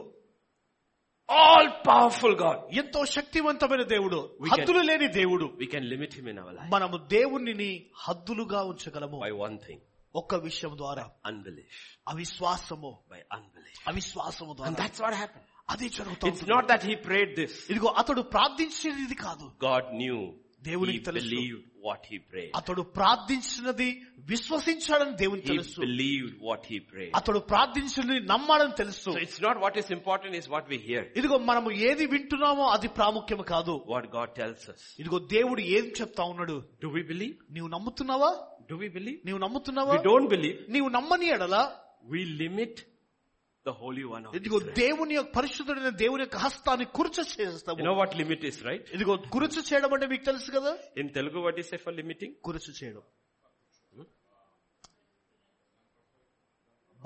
[SPEAKER 1] all powerful God,
[SPEAKER 2] ఎంతో శక్తివంతమైన దేవుడు
[SPEAKER 1] We can-
[SPEAKER 2] హద్దులు లేని దేవుడు
[SPEAKER 1] we can limit him in our life
[SPEAKER 2] మనము దేవుణ్ణి హద్దులుగా ఉంచగలము
[SPEAKER 1] by one thing,
[SPEAKER 2] ఒక్క విషయం ద్వారా
[SPEAKER 1] unbelief,
[SPEAKER 2] అవిశ్వాసము
[SPEAKER 1] by unbelief.
[SPEAKER 2] అవిశ్వాసము
[SPEAKER 1] And
[SPEAKER 2] ద్వారా
[SPEAKER 1] that's what happened.
[SPEAKER 2] అదే జరుగుతుంది
[SPEAKER 1] It's not that he prayed this.
[SPEAKER 2] ఇదిగో అతడు ప్రార్థించినది ఇది కాదు
[SPEAKER 1] God knew he
[SPEAKER 2] దేవునికి తెలుసు.
[SPEAKER 1] believed what he prayed.
[SPEAKER 2] అతడు ప్రార్థించినది విశ్వసించాడని దేవునికి
[SPEAKER 1] He
[SPEAKER 2] తెలుసు
[SPEAKER 1] believed what he prayed.
[SPEAKER 2] అతడు ప్రార్థించినది నమ్మాడని తెలుసు
[SPEAKER 1] So it's not what is important is what we hear.
[SPEAKER 2] ఇదిగో మనము ఏది వింటున్నామో అది ప్రాముఖ్యం కాదు
[SPEAKER 1] What God tells us.
[SPEAKER 2] ఇదిగో దేవుడు ఏది చెప్తా ఉన్నాడు
[SPEAKER 1] Do we believe?
[SPEAKER 2] నీవు నమ్ముతున్నావా
[SPEAKER 1] Do we believe?
[SPEAKER 2] నీవు నమ్ముతున్నావా
[SPEAKER 1] We don't believe.
[SPEAKER 2] నీవు నమ్మని ఎడలా
[SPEAKER 1] We limit the Holy One of
[SPEAKER 2] ఇదిగో
[SPEAKER 1] Israel.
[SPEAKER 2] దేవుని యొక్క పరిశుద్ధుడైన దేవుని యొక్క హస్తాన్ని కురుచ
[SPEAKER 1] You
[SPEAKER 2] చేస్తాము
[SPEAKER 1] know what limit is, right?
[SPEAKER 2] ఇదిగో కురుచు చేయడం అంటే మీకు తెలుసు కదా
[SPEAKER 1] In Telugu, what is it for limiting?
[SPEAKER 2] కురుచు చేయడం Hmm?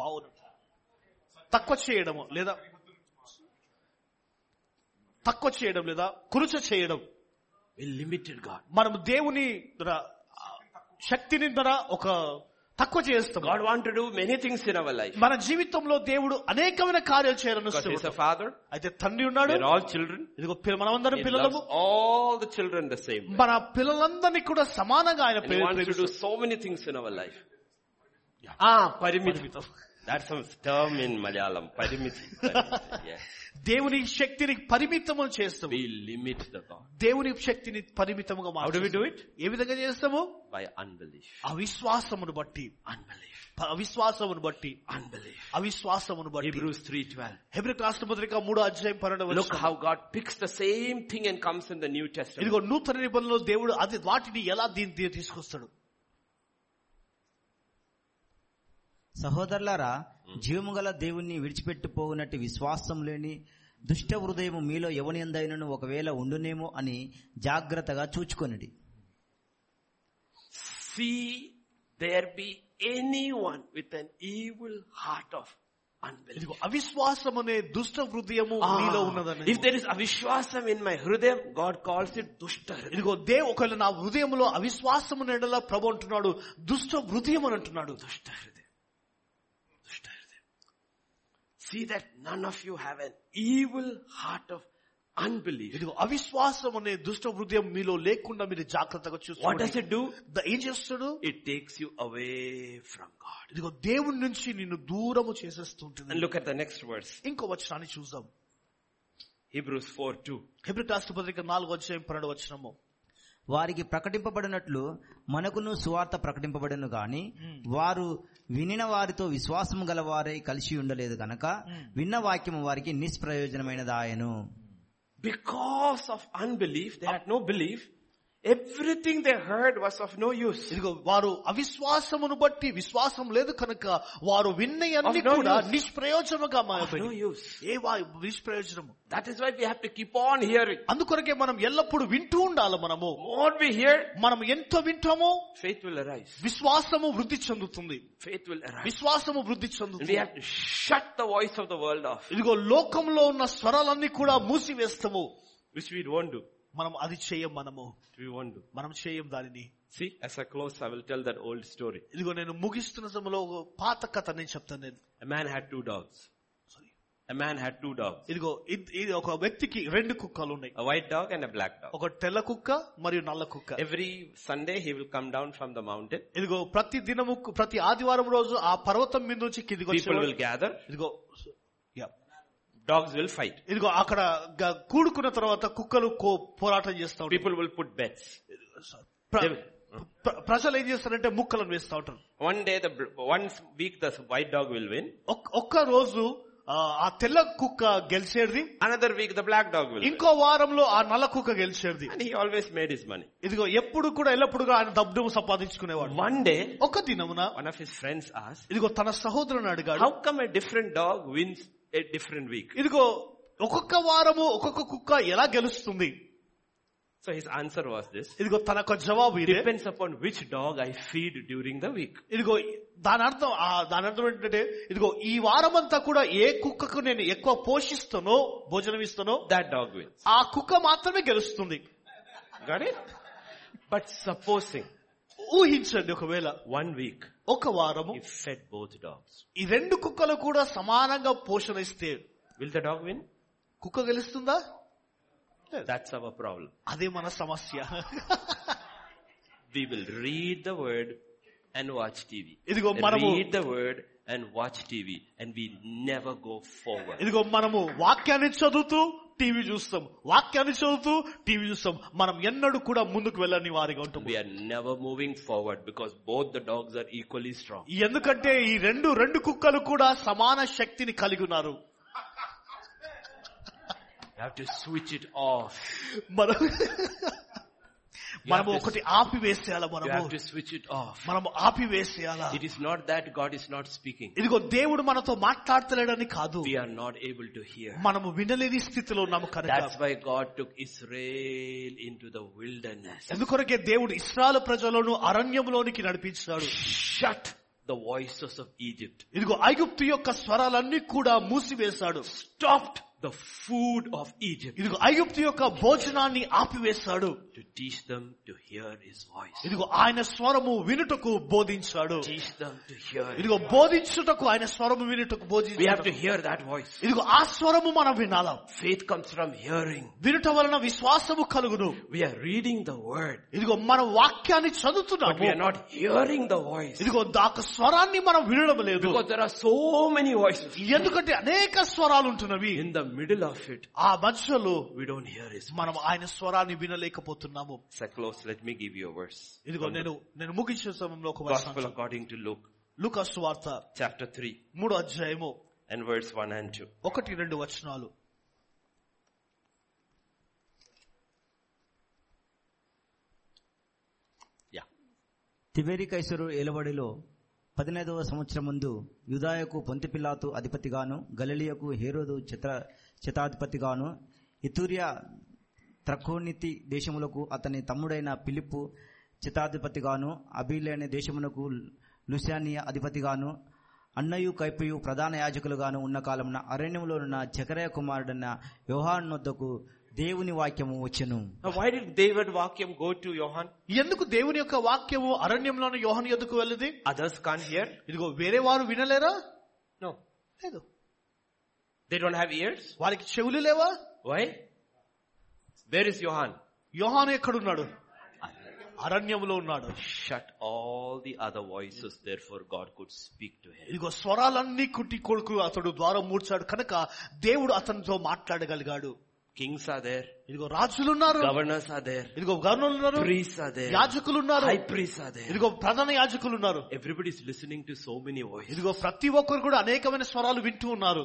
[SPEAKER 2] బావు తక్కువ చేయడము లేదా తక్కువ చేయడం లేదా కురుచ చేయడం
[SPEAKER 1] We limited God.
[SPEAKER 2] మనం దేవుని ర- శక్తిని ధర ఒక తక్కువ చేస్తాం
[SPEAKER 1] God wants to do many things in our life.
[SPEAKER 2] మన జీవితంలో దేవుడు అనేకమైన కార్యాలు చేయాలని
[SPEAKER 1] Because He's a
[SPEAKER 2] ఇష్టపడతాడు.
[SPEAKER 1] Father.
[SPEAKER 2] అయితే తండ్రి ఉన్నాడు
[SPEAKER 1] We're all children.
[SPEAKER 2] ఇదిగో పిల్ల- మనమందరం
[SPEAKER 1] He loves
[SPEAKER 2] పిల్లలము
[SPEAKER 1] all the children the same. way.
[SPEAKER 2] మన పిల్లలందరినీ కూడా సమానంగా ఆయన
[SPEAKER 1] And He wants to do
[SPEAKER 2] ప్రేరేపిస్తాడు.
[SPEAKER 1] so many things in our life.
[SPEAKER 2] ఆ
[SPEAKER 1] Ah, Parimitam. That's some term in Malayalam. Parimitam. Parimitam. Yes.
[SPEAKER 2] దేవుని శక్తిని పరిమితము చేస్తాము
[SPEAKER 1] We limit the God.
[SPEAKER 2] దేవుని శక్తిని పరిమితముగా
[SPEAKER 1] How do we do
[SPEAKER 2] March
[SPEAKER 1] it?
[SPEAKER 2] ఏ విధంగా చేస్తాము
[SPEAKER 1] By unbelief.
[SPEAKER 2] అవిశ్వాసమును బట్టి
[SPEAKER 1] Unbelief.
[SPEAKER 2] ప- అవిశ్వాసమును బట్టి
[SPEAKER 1] Unbelief.
[SPEAKER 2] అవిశ్వాసమును బట్టి
[SPEAKER 1] Hebrews 3.12.
[SPEAKER 2] హెబ్రిక్ రాష్ట్ర పత్రిక మూడో అధ్యాయం పన్నెండవ
[SPEAKER 1] Look
[SPEAKER 2] వచనం.
[SPEAKER 1] how God picks the same thing and comes in the New Testament.
[SPEAKER 2] ఇదిగో నూతన నిబంధనలో దేవుడు అది వాటిని ఎలా దీని దీని తీసుకొస్తాడు
[SPEAKER 3] సహోదరులారా జీవము గల దేవుణ్ణి విడిచిపెట్టిపోవునట్టు విశ్వాసం లేని దుష్ట హృదయం మీలో ఎవని ఎందైనను ఒకవేళ ఉండునేమో అని జాగ్రత్తగా చూచుకొనిడి
[SPEAKER 1] See there be anyone with an evil heart of unbelief.
[SPEAKER 2] ఇదిగో అవిశ్వాసం అనే దుష్ట హృదయము మీలో
[SPEAKER 1] Ah,
[SPEAKER 2] ఉన్నదని
[SPEAKER 1] if there is avishwasam in my hridayam, God calls it dushta hridayam.
[SPEAKER 2] ఇదిగో దే ఒకవేళ నా హృదయంలో అవిశ్వాసము నెడలా ప్రభు అంటున్నాడు దుష్ట హృదయం అని అంటున్నాడు
[SPEAKER 1] Dushta hridayam. Dushta hridayam. See that none of you have an evil heart of unbelief.
[SPEAKER 2] ఇదిగో అవిశ్వాసం అనే దుష్ట హృదయం మీలో లేకుండా మీరు జాగ్రత్తగా
[SPEAKER 1] What does
[SPEAKER 2] చూసుకోండి
[SPEAKER 1] it do?
[SPEAKER 2] ద- ఏం చేస్తాడు
[SPEAKER 1] It takes you away from God.
[SPEAKER 2] ఇదిగో దేవుడి నుంచి నిన్ను దూరము చేసేస్తుంటుంది
[SPEAKER 1] And look at the next verse.
[SPEAKER 2] ఇంకో వచనాన్ని చూద్దాం
[SPEAKER 1] Hebrews 4 2.
[SPEAKER 2] హెబ్రిక్ రాష్ట్ర పత్రిక నాలుగు అధ్యాయం పన్నెండు వచనము
[SPEAKER 3] వారికి ప్రకటింపబడినట్లు మనకును సువార్త ప్రకటింపబడను గాని వారు వినిన వారితో విశ్వాసము గల వారై కలిసి ఉండలేదు గనక విన్న వాక్యము వారికి నిష్ప్రయోజనమైనదాయను
[SPEAKER 1] Because of unbelief, they had no belief. Everything they heard was of no use.
[SPEAKER 2] ఇదిగో వారు అవిశ్వాసమును బట్టి విశ్వాసం లేదు కనుక వారు విన్న అన్ని
[SPEAKER 1] Of no
[SPEAKER 2] కూడా
[SPEAKER 1] use.
[SPEAKER 2] నిష్ప్రయోజనముగా
[SPEAKER 1] Of no
[SPEAKER 2] మారిపోయి
[SPEAKER 1] use.
[SPEAKER 2] ఏ వా- నిష్ప్రయోజనము
[SPEAKER 1] That is why we have to keep on hearing.
[SPEAKER 2] అందుకొరకే మనం ఎల్లప్పుడూ వింటూ ఉండాలి మనము
[SPEAKER 1] More we hear,
[SPEAKER 2] మనం ఎంత వింటామో
[SPEAKER 1] faith will arise.
[SPEAKER 2] విశ్వాసము వృద్ధి చెందుతుంది
[SPEAKER 1] Faith will arise.
[SPEAKER 2] విశ్వాసము వృద్ధి
[SPEAKER 1] And we
[SPEAKER 2] చెందుతుంది
[SPEAKER 1] have to shut the voice of the world off,
[SPEAKER 2] ఇదిగో లోకంలో ఉన్న స్వరాలన్నీ కూడా మూసివేస్తాము
[SPEAKER 1] which we won't do.
[SPEAKER 2] మనం అది చేయం మనము
[SPEAKER 1] We won't do.
[SPEAKER 2] మనం చేయం దానిని
[SPEAKER 1] See, as I close, I will tell that old story.
[SPEAKER 2] ఇదిగో నేను ముగిస్తున్న సమయంలో ఒక పాత కథ నేను చెప్తాను నేను
[SPEAKER 1] A man had two dogs.
[SPEAKER 2] Sorry.
[SPEAKER 1] A man had two dogs.
[SPEAKER 2] ఇదిగో ఇద్- ఇది ఒక వ్యక్తికి రెండు కుక్కలు ఉన్నాయి
[SPEAKER 1] A white dog and a black dog.
[SPEAKER 2] ఒక తెల్ల కుక్క మరియు నల్ల కుక్క
[SPEAKER 1] Every Sunday he will come down from the mountain.
[SPEAKER 2] ఇదిగో ప్రతి దినము ప్రతి ఆదివారం రోజు ఆ పర్వతం మీద నుంచి కిందికి
[SPEAKER 1] People will
[SPEAKER 2] వచ్చేవాడు.
[SPEAKER 1] gather.
[SPEAKER 2] ఇదిగో yeah.
[SPEAKER 1] Dogs will fight.
[SPEAKER 2] ఇదిగో అక్కడ గ- కూడుకున్న తర్వాత కుక్కలు కో- పోరాటం చేస్తా ఉంటాయి
[SPEAKER 1] People will put bets.
[SPEAKER 2] ప్ర-
[SPEAKER 1] They will-
[SPEAKER 2] ప్ర- ప్రజలు ఏం చేస్తారంటే ముక్కలను వేస్తా ఉంటారు
[SPEAKER 1] One day, the bl- one week, the white dog will win.
[SPEAKER 2] ఒక్- ఒక్క రోజు ఆ, ఆ తెల్ల కుక్క గెలిచేది
[SPEAKER 1] Another week, the black dog will win.
[SPEAKER 2] ఇంకో వారంలో ఆ నల్ల కుక్క గెలిచేది
[SPEAKER 1] And he always made his money.
[SPEAKER 2] ఇదిగో ఎప్పుడు కూడా ఎల్లప్పుడు ఆయన డబ్బు సంపాదించుకునేవాడు
[SPEAKER 1] One day,
[SPEAKER 2] ఒక దినమున
[SPEAKER 1] one of his friends asked,
[SPEAKER 2] ఇదిగో తన సహోదరుని అడిగాడు
[SPEAKER 1] how come a different dog wins a different week?
[SPEAKER 2] ఇదిగో ఒక్కొక్క వారము ఒక్కొక్క కుక్క ఎలా గెలుస్తుంది
[SPEAKER 1] So his answer was this.
[SPEAKER 2] ఇదిగో తనకు జవాబు ఇదే
[SPEAKER 1] Depends upon which dog I feed during the week.
[SPEAKER 2] ఇదిగో దాని అర్థం ఆ దాని అర్థం ఏంటంటే ఇదిగో ఈ వారం అంతా కూడా ఏ కుక్కకు నేను ఎక్కువ పోషిస్తానో భోజనం ఇస్తానో
[SPEAKER 1] That dog wins.
[SPEAKER 2] ఆ కుక్క మాత్రమే గెలుస్తుంది
[SPEAKER 1] Got it? But supposing
[SPEAKER 2] ఊహించండి ఒకవేళ
[SPEAKER 1] one week
[SPEAKER 2] ఒక వారము
[SPEAKER 1] he fed both dogs,
[SPEAKER 2] ఈ రెండు కుక్కలు కూడా సమానంగా పోషణ ఇస్తే
[SPEAKER 1] will the dog win?
[SPEAKER 2] కుక్క గెలుస్తుందా
[SPEAKER 1] That's our problem.
[SPEAKER 2] అదే మన సమస్య
[SPEAKER 1] We will read the word and watch TV.
[SPEAKER 2] ఇదిగో మనము
[SPEAKER 1] read the word and watch TV and we never go forward.
[SPEAKER 2] ఇదిగో మనము వాక్యాన్ని చదువుతూ టీవీ చూస్తాం వాక్యాన్ని చదువుతూ టీవీ చూస్తాం మనం ఎన్నడూ కూడా ముందుకు వెళ్ళని వారిగా ఉంటాం
[SPEAKER 1] We are never moving forward because both the dogs are equally strong.
[SPEAKER 2] ఎందుకంటే ఈ రెండు రెండు కుక్కలు కూడా సమాన శక్తిని కలిగి ఉన్నారు
[SPEAKER 1] You have to switch it off.
[SPEAKER 2] మనం మనము ఒకటి ఆపివేసేయాల
[SPEAKER 1] You
[SPEAKER 2] మనము
[SPEAKER 1] have to switch it off.
[SPEAKER 2] మనము ఆపివేసేయాల
[SPEAKER 1] It is not that God is not speaking.
[SPEAKER 2] ఇదిగో దేవుడు మనతో మాట్లాడతలేడని కాదు
[SPEAKER 1] We are not able to hear.
[SPEAKER 2] మనము వినలేని స్థితిలో ఉన్నాము
[SPEAKER 1] That's
[SPEAKER 2] కనుక
[SPEAKER 1] why God took Israel into the wilderness.
[SPEAKER 2] ఎందుకొరకే దేవుడు ఇస్రాయల్ ప్రజలను అరణ్యంలోనికి నడిపించాడు
[SPEAKER 1] Shut the voices of Egypt.
[SPEAKER 2] ఇదిగో ఐగుప్తు యొక్క స్వరాలన్నీ కూడా మూసివేశాడు
[SPEAKER 1] Stopped the food of Egypt
[SPEAKER 2] ఇదిగో ఐగుప్తు యొక్క భోజనాన్ని ఆపివేశాడు
[SPEAKER 1] to teach them to hear His voice.
[SPEAKER 2] ఇదిగో ఆయన స్వరము వినుటకు బోధించాడు
[SPEAKER 1] Teach them to hear. it.
[SPEAKER 2] ఇదిగో బోధించుటకు ఆయన స్వరము వినుటకు
[SPEAKER 1] We have to
[SPEAKER 2] బోధించాడు
[SPEAKER 1] hear that voice.
[SPEAKER 2] ఇదిగో ఆ స్వరము మనం వినాల
[SPEAKER 1] Faith comes from hearing.
[SPEAKER 2] వినుట వలన విశ్వాసము కలుగును
[SPEAKER 1] We are reading the word,
[SPEAKER 2] ఇదిగో మనం వాక్యాన్ని
[SPEAKER 1] but we are
[SPEAKER 2] చదువుతున్నాము
[SPEAKER 1] not hearing the voice.
[SPEAKER 2] ఇదిగో దాక స్వరాన్ని మనం వినడం లేదు
[SPEAKER 1] Because there are so many voices.
[SPEAKER 2] ఎందుకంటే అనేక స్వరాలు ఉంటున్నవి
[SPEAKER 1] In the middle of it,
[SPEAKER 2] ఆ మధ్యలో
[SPEAKER 1] we don't hear his voice.
[SPEAKER 2] మనం ఆయన స్వరాన్ని వినలేకపోతున్నాము
[SPEAKER 1] So close, let me give you a verse.
[SPEAKER 2] ఇదిగో నేను నేను ముగించే సమయంలో ఒక
[SPEAKER 1] Gospel
[SPEAKER 2] వచనం
[SPEAKER 1] according to Luke,
[SPEAKER 2] లూకాసు వార్త
[SPEAKER 1] chapter 3
[SPEAKER 2] మూడో అధ్యాయము
[SPEAKER 1] and verse 1 and 2.
[SPEAKER 2] ఒకటి రెండు వచనాలు
[SPEAKER 1] Yeah.
[SPEAKER 3] తిబేరి కైసరు ఏలబడిలో పదిహేనవ సంవత్సరం ముందు యుదాయకు పొంతిపిల్లాతు అధిపతిగాను గలలియకు హేరోదు చిత చితాధిపతిగాను ఇతూరియా త్రకోనితి దేశములకు అతని తమ్ముడైన పిలిప్పు చితాధిపతిగాను అభిలేని దేశమునకు లుసానియా అధిపతిగాను అన్నయు కైపయు ప్రధాన యాజకులుగాను ఉన్న కాలమున అరణ్యములోనున్న చకరయ కుమారుడైన యోహాన్ వద్దకు దేవుని వాక్యము వచ్చెను
[SPEAKER 1] Now why did David Vakyam go to Johan?
[SPEAKER 2] ఎందుకు దేవుని యొక్క వాక్యము అరణ్యంలోని యోహను ఎందుకు వెళ్ళింది
[SPEAKER 1] Others can't hear?
[SPEAKER 2] ఇదిగో వేరే వారు వినలేరా
[SPEAKER 1] No.
[SPEAKER 2] లేదు
[SPEAKER 1] They don't have ears?
[SPEAKER 2] వారికి చెవులు లేవా
[SPEAKER 1] Why? Where is Johan?
[SPEAKER 2] యోహాను ఎక్కడున్నాడు అరణ్యంలో ఉన్నాడు
[SPEAKER 1] Shut all the other voices, therefore God could speak to him.
[SPEAKER 2] ఇదిగో స్వరాలన్నీ కుట్టి కొడుకు అతడు ద్వారం మూడ్చాడు కనుక దేవుడు అతనితో మాట్లాడగలిగాడు
[SPEAKER 1] Kings are there,
[SPEAKER 2] ఇదిగో రాజులున్నారు
[SPEAKER 1] governors are there,
[SPEAKER 2] ఇదిగో గవర్నర్లు ఉన్నారు
[SPEAKER 1] priests are there,
[SPEAKER 2] యాజకులు ఉన్నారు
[SPEAKER 1] high priests are there.
[SPEAKER 2] ఇదిగో ప్రధాన యాజకులు ఉన్నారు
[SPEAKER 1] Everybody is listening to so many voices.
[SPEAKER 2] ఇదిగో ప్రతి ఒక్కరు కూడా అనేకమైన స్వరాలు వింటూ ఉన్నారు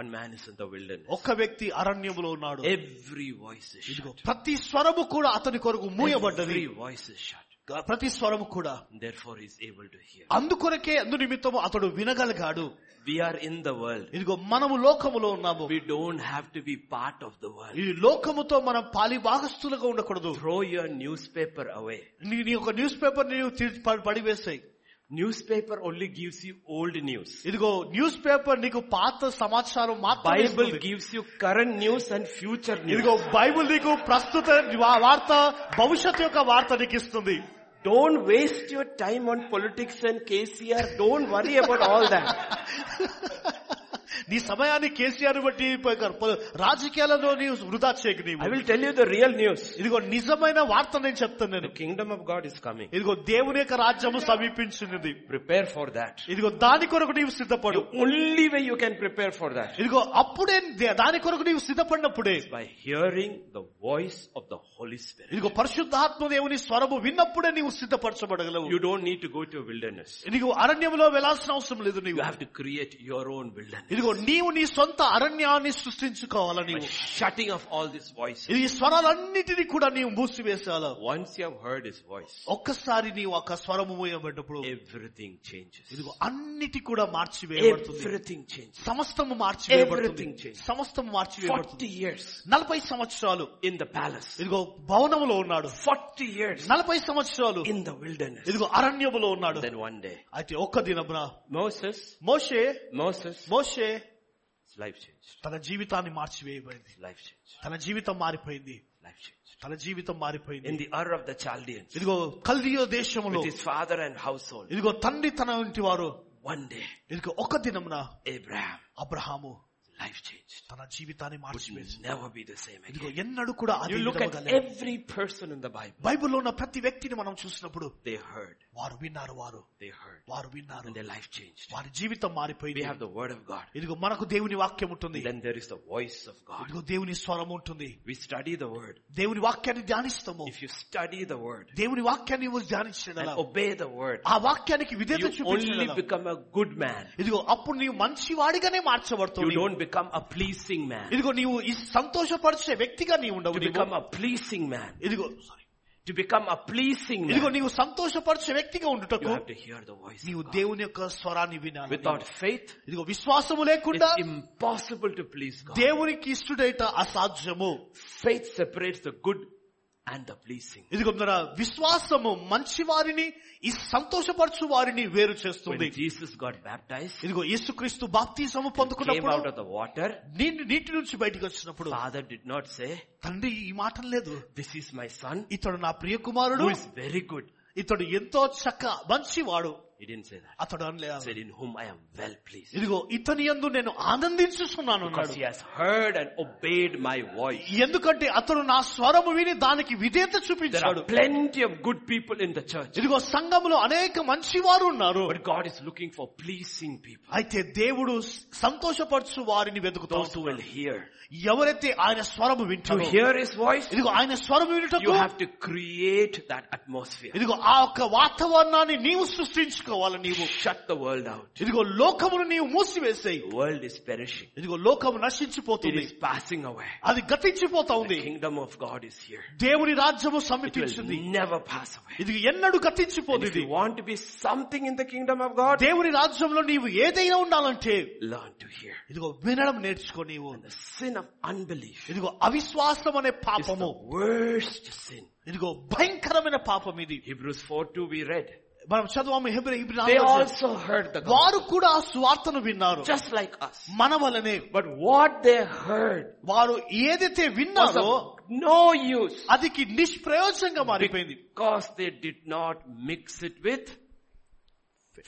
[SPEAKER 1] One man is in the wilderness.
[SPEAKER 2] ఒక్క వ్యక్తి అరణ్యములో ఉన్నాడు
[SPEAKER 1] Every voice is
[SPEAKER 2] ఇదిగో
[SPEAKER 1] shut.
[SPEAKER 2] ప్రతి స్వరము కూడా అతని కొరకు మూయబడ్డది
[SPEAKER 1] Every voice is shut.
[SPEAKER 2] ప్రతి స్వరము కూడా
[SPEAKER 1] Therefore he is able to hear.
[SPEAKER 2] అందుకొరకే అందు నిమిత్తము అతడు వినగలిగాడు
[SPEAKER 1] We are in the world.
[SPEAKER 2] ఇదిగో మనము లోకములో ఉన్నాము
[SPEAKER 1] We don't have to be part of the world.
[SPEAKER 2] ఈ లోకముతో మనం పాలి భాగస్థులుగా ఉండకూడదు
[SPEAKER 1] Throw your newspaper away.
[SPEAKER 2] నీ నీ యొక్క న్యూస్ పేపర్ నీవు తీర్చి- ప- పడివేసాయి
[SPEAKER 1] Newspaper only gives you old news.
[SPEAKER 2] ఇదిగో న్యూస్ పేపర్ నీకు పాత సమాచారం మాత్రమే
[SPEAKER 1] Bible
[SPEAKER 2] ఇస్తుంది.
[SPEAKER 1] gives you current news and future news.
[SPEAKER 2] ఇదిగో బైబిల్ నీకు ప్రస్తుత వా- వార్త భవిష్యత్తు యొక్క వార్త నీకు ఇస్తుంది
[SPEAKER 1] Don't waste your time on politics and KCR. Don't worry about all that.
[SPEAKER 2] నీ సమయాన్ని కేసీఆర్ బట్టి ప- ప- రాజకీయాలలో నీవు వృధా చేయకు
[SPEAKER 1] I
[SPEAKER 2] నీవు
[SPEAKER 1] will tell you the real news.
[SPEAKER 2] ఇదిగో నిజమైన వార్త నేను చెప్తాను
[SPEAKER 1] The
[SPEAKER 2] నేను
[SPEAKER 1] kingdom of God is coming.
[SPEAKER 2] ఇదిగో దేవుని యొక్క రాజ్యము సమీపించింది
[SPEAKER 1] Prepare for that.
[SPEAKER 2] ఇదిగో దాని కొరకు నీవు సిద్ధపడు
[SPEAKER 1] The only way you can prepare for that
[SPEAKER 2] ఇదిగో అప్పుడే దే- దాని కొరకు నీవు సిద్ధపడినప్పుడే
[SPEAKER 1] is by hearing the voice of the Holy Spirit.
[SPEAKER 2] ఇదిగో పరిశుద్ధాత్మ దేవుని స్వరము విన్నప్పుడే నీవు సిద్ధపరచబడగలవు
[SPEAKER 1] You don't need to go to a wilderness.
[SPEAKER 2] నీవు అరణ్యంలో వెళ్లాల్సిన అవసరం లేదు
[SPEAKER 1] You
[SPEAKER 2] నీవు
[SPEAKER 1] have to create your own wilderness.
[SPEAKER 2] ఇదిగో నీవు నీ సొంత అరణ్యాన్ని సృష్టించుకోవాలి
[SPEAKER 1] By
[SPEAKER 2] నీవు
[SPEAKER 1] shutting off all these voices.
[SPEAKER 2] ఈ స్వరాలన్నిటినీ కూడా నీవు మూసివేసాల
[SPEAKER 1] Once you have heard his voice,
[SPEAKER 2] ఒక్కసారి నీవు ఒక స్వరము మోయబడ్డప్పుడు
[SPEAKER 1] everything changes.
[SPEAKER 2] ఇదిగో అన్నిటి కూడా మార్చివేయబడుతుంది
[SPEAKER 1] Everything changes.
[SPEAKER 2] సమస్తము
[SPEAKER 1] Everything
[SPEAKER 2] మార్చివేయబడుతుంది
[SPEAKER 1] changed.
[SPEAKER 2] సమస్తము
[SPEAKER 1] 40
[SPEAKER 2] మార్చివేయబడుతుంది
[SPEAKER 1] years
[SPEAKER 2] నలభై సంవత్సరాలు
[SPEAKER 1] in the palace.
[SPEAKER 2] ఇదిగో భవనములో ఉన్నాడు
[SPEAKER 1] 40 years
[SPEAKER 2] నలభై సంవత్సరాలు
[SPEAKER 1] in the wilderness.
[SPEAKER 2] ఇదిగో అరణ్యములో ఉన్నాడు
[SPEAKER 1] Then one day,
[SPEAKER 2] అయితే ఒక్క దినమున
[SPEAKER 1] Moses,
[SPEAKER 2] మోషే
[SPEAKER 1] Moses,
[SPEAKER 2] మోషే
[SPEAKER 1] his life changed.
[SPEAKER 2] తన జీవితాన్ని మార్చివేయబడింది
[SPEAKER 1] His Life changed.
[SPEAKER 2] తన జీవితం మారిపోయింది
[SPEAKER 1] Life changed.
[SPEAKER 2] తన జీవితం మారిపోయింది
[SPEAKER 1] In the hour of the Chaldeans,
[SPEAKER 2] ఇదిగో కల్దియో దేశములో
[SPEAKER 1] with his father and household,
[SPEAKER 2] ఇదిగో తండ్రి తన ఇంటి వారు
[SPEAKER 1] one day,
[SPEAKER 2] ఇదిగో ఒక దినమున
[SPEAKER 1] Abraham,
[SPEAKER 2] అబ్రహాము
[SPEAKER 1] life changed.
[SPEAKER 2] తన జీవితాన్ని
[SPEAKER 1] Would
[SPEAKER 2] మార్చివేసి
[SPEAKER 1] never be the same
[SPEAKER 2] ఇదిగో
[SPEAKER 1] again.
[SPEAKER 2] ఎన్నడూ కూడా
[SPEAKER 1] You
[SPEAKER 2] అది
[SPEAKER 1] look at
[SPEAKER 2] విడవగలరు.
[SPEAKER 1] every person in the Bible.
[SPEAKER 2] బైబిల్లో ఉన్న ప్రతి వ్యక్తిని మనం చూసినప్పుడు
[SPEAKER 1] They heard,
[SPEAKER 2] వారు విన్నారు వారు
[SPEAKER 1] they heard,
[SPEAKER 2] వారు విన్నారు
[SPEAKER 1] and their life changed.
[SPEAKER 2] వారి జీవితం
[SPEAKER 1] We
[SPEAKER 2] మారిపోయింది
[SPEAKER 1] have the word of God.
[SPEAKER 2] ఇదిగో మనకు దేవుని వాక్యం ఉంటుంది
[SPEAKER 1] Then there is the voice of God.
[SPEAKER 2] ఇదిగో దేవుని స్వరం ఉంటుంది
[SPEAKER 1] We study the word.
[SPEAKER 2] దేవుని వాక్యాన్ని ధ్యానిస్తాము
[SPEAKER 1] If you study the word
[SPEAKER 2] దేవుని వాక్యాన్ని నువ్వు ధ్యానించడం
[SPEAKER 1] and obey the word,
[SPEAKER 2] ఆ వాక్యానికి విధేత
[SPEAKER 1] you only
[SPEAKER 2] చూపించడం
[SPEAKER 1] become a good man.
[SPEAKER 2] ఇదిగో అప్పుడు నీవు మంచివాడిగానే
[SPEAKER 1] You
[SPEAKER 2] మార్చబడుతుంది
[SPEAKER 1] don't become a pleasing man.
[SPEAKER 2] ఇదిగో నీవు ఈ సంతోషపరిచే వ్యక్తిగా నీవు
[SPEAKER 1] To
[SPEAKER 2] ఉండవు నీవు.
[SPEAKER 1] become a pleasing man.
[SPEAKER 2] ఇదిగో
[SPEAKER 1] To become a pleasing
[SPEAKER 2] ఇదిగో
[SPEAKER 1] man.
[SPEAKER 2] నీవు సంతోషపరిచే వ్యక్తిగా
[SPEAKER 1] You
[SPEAKER 2] ఉండుటకు
[SPEAKER 1] have to hear the voice
[SPEAKER 2] నీవు
[SPEAKER 1] of God.
[SPEAKER 2] దేవుని యొక్క స్వరాన్ని వినాలి
[SPEAKER 1] Without faith,
[SPEAKER 2] ఇదిగో విశ్వాసము లేకుండా
[SPEAKER 1] it's impossible to please God.
[SPEAKER 2] దేవునికి ఇష్టడైట అసాధ్యము
[SPEAKER 1] Faith separates the good and the pleasing.
[SPEAKER 2] ఇదిగో మన విశ్వాసము మంచి వారిని ఈ సంతోషపరచు వారిని వేరు చేస్తుంది
[SPEAKER 1] When Jesus got baptized,
[SPEAKER 2] ఇదిగో యేసుక్రీస్తు బాప్తిజము
[SPEAKER 1] came out
[SPEAKER 2] పొందుకున్నప్పుడు
[SPEAKER 1] of the water,
[SPEAKER 2] నీటి నీటి నుంచి బయటికి వచ్చినప్పుడు
[SPEAKER 1] Father did not say,
[SPEAKER 2] తండ్రి ఈ మాట లేదు
[SPEAKER 1] this is my son
[SPEAKER 2] ఇతడు నా ప్రియ కుమారుడు
[SPEAKER 1] who is very good.
[SPEAKER 2] ఇతడు ఎంతో చక్క మంచివాడు
[SPEAKER 1] He didn't say that.
[SPEAKER 2] అతడు
[SPEAKER 1] He
[SPEAKER 2] అనలేదు
[SPEAKER 1] said, in whom I am well pleased.
[SPEAKER 2] ఇదిగో ఇతని యందు నేను ఆనందించుస్తున్నాను
[SPEAKER 1] Because
[SPEAKER 2] అన్నాడు
[SPEAKER 1] he has heard and obeyed my voice.
[SPEAKER 2] ఎందుకంటే అతడు నా స్వరము విని దానికి విధేత
[SPEAKER 1] There are
[SPEAKER 2] చూపించాడు
[SPEAKER 1] plenty of good people in the church.
[SPEAKER 2] ఇదిగో సంఘములో అనేక మంచివారు ఉన్నారు
[SPEAKER 1] But God is looking for pleasing people.
[SPEAKER 2] అయితే దేవుడు సంతోషపరచు వారిని
[SPEAKER 1] Those
[SPEAKER 2] వెతుకుతాడు
[SPEAKER 1] who will hear.
[SPEAKER 2] ఎవరైతే ఆయన స్వరము
[SPEAKER 1] To
[SPEAKER 2] వింటారో
[SPEAKER 1] hear his voice,
[SPEAKER 2] ఇదిగో ఆయన స్వరము
[SPEAKER 1] you
[SPEAKER 2] వినటకు
[SPEAKER 1] have to create that atmosphere.
[SPEAKER 2] ఇదిగో ఆ యొక్క వాతావరణాన్ని నీవు సృష్టించుకోవాలి నీవు
[SPEAKER 1] Shut the world out.
[SPEAKER 2] ఇదిగో లోకమును నీవు మూసివేసేయి
[SPEAKER 1] The world is perishing.
[SPEAKER 2] ఇదిగో లోకము
[SPEAKER 1] It
[SPEAKER 2] నశించిపోతుంది
[SPEAKER 1] is passing away.
[SPEAKER 2] అది గతించిపోతా
[SPEAKER 1] The
[SPEAKER 2] ఉంది
[SPEAKER 1] kingdom of God is here.
[SPEAKER 2] దేవుని రాజ్యము
[SPEAKER 1] It will
[SPEAKER 2] సమీపించింది
[SPEAKER 1] never pass away.
[SPEAKER 2] ఇది ఎన్నడూ
[SPEAKER 1] And
[SPEAKER 2] గతించిపోదు
[SPEAKER 1] if
[SPEAKER 2] ఇది
[SPEAKER 1] you want to be something in the kingdom of God,
[SPEAKER 2] దేవుని రాజ్యంలో నీవు ఏదైనా ఉండాలంటే
[SPEAKER 1] learn to hear.
[SPEAKER 2] ఇదిగో వినడం నేర్చుకో నీవు
[SPEAKER 1] The sin of unbelief
[SPEAKER 2] ఇదిగో అవిశ్వాసం అనే
[SPEAKER 1] is the
[SPEAKER 2] పాపము
[SPEAKER 1] worst sin.
[SPEAKER 2] ఇదిగో భయంకరమైన పాపం ఇది
[SPEAKER 1] Hebrews 4.2 we read.
[SPEAKER 2] మనం చదవాము హెబ్రీ హెబ్రీ
[SPEAKER 1] They
[SPEAKER 2] రాజు.
[SPEAKER 1] also heard the gospel.
[SPEAKER 2] వారు కూడా ఆ సువార్తను విన్నారు
[SPEAKER 1] Just like us.
[SPEAKER 2] మన వలనే
[SPEAKER 1] But what they heard
[SPEAKER 2] వారు ఏదైతే
[SPEAKER 1] was
[SPEAKER 2] విన్నారో
[SPEAKER 1] of no use.
[SPEAKER 2] అది కి నిష్ప్రయోజనంగా మారిపోయింది
[SPEAKER 1] Because they did not mix it with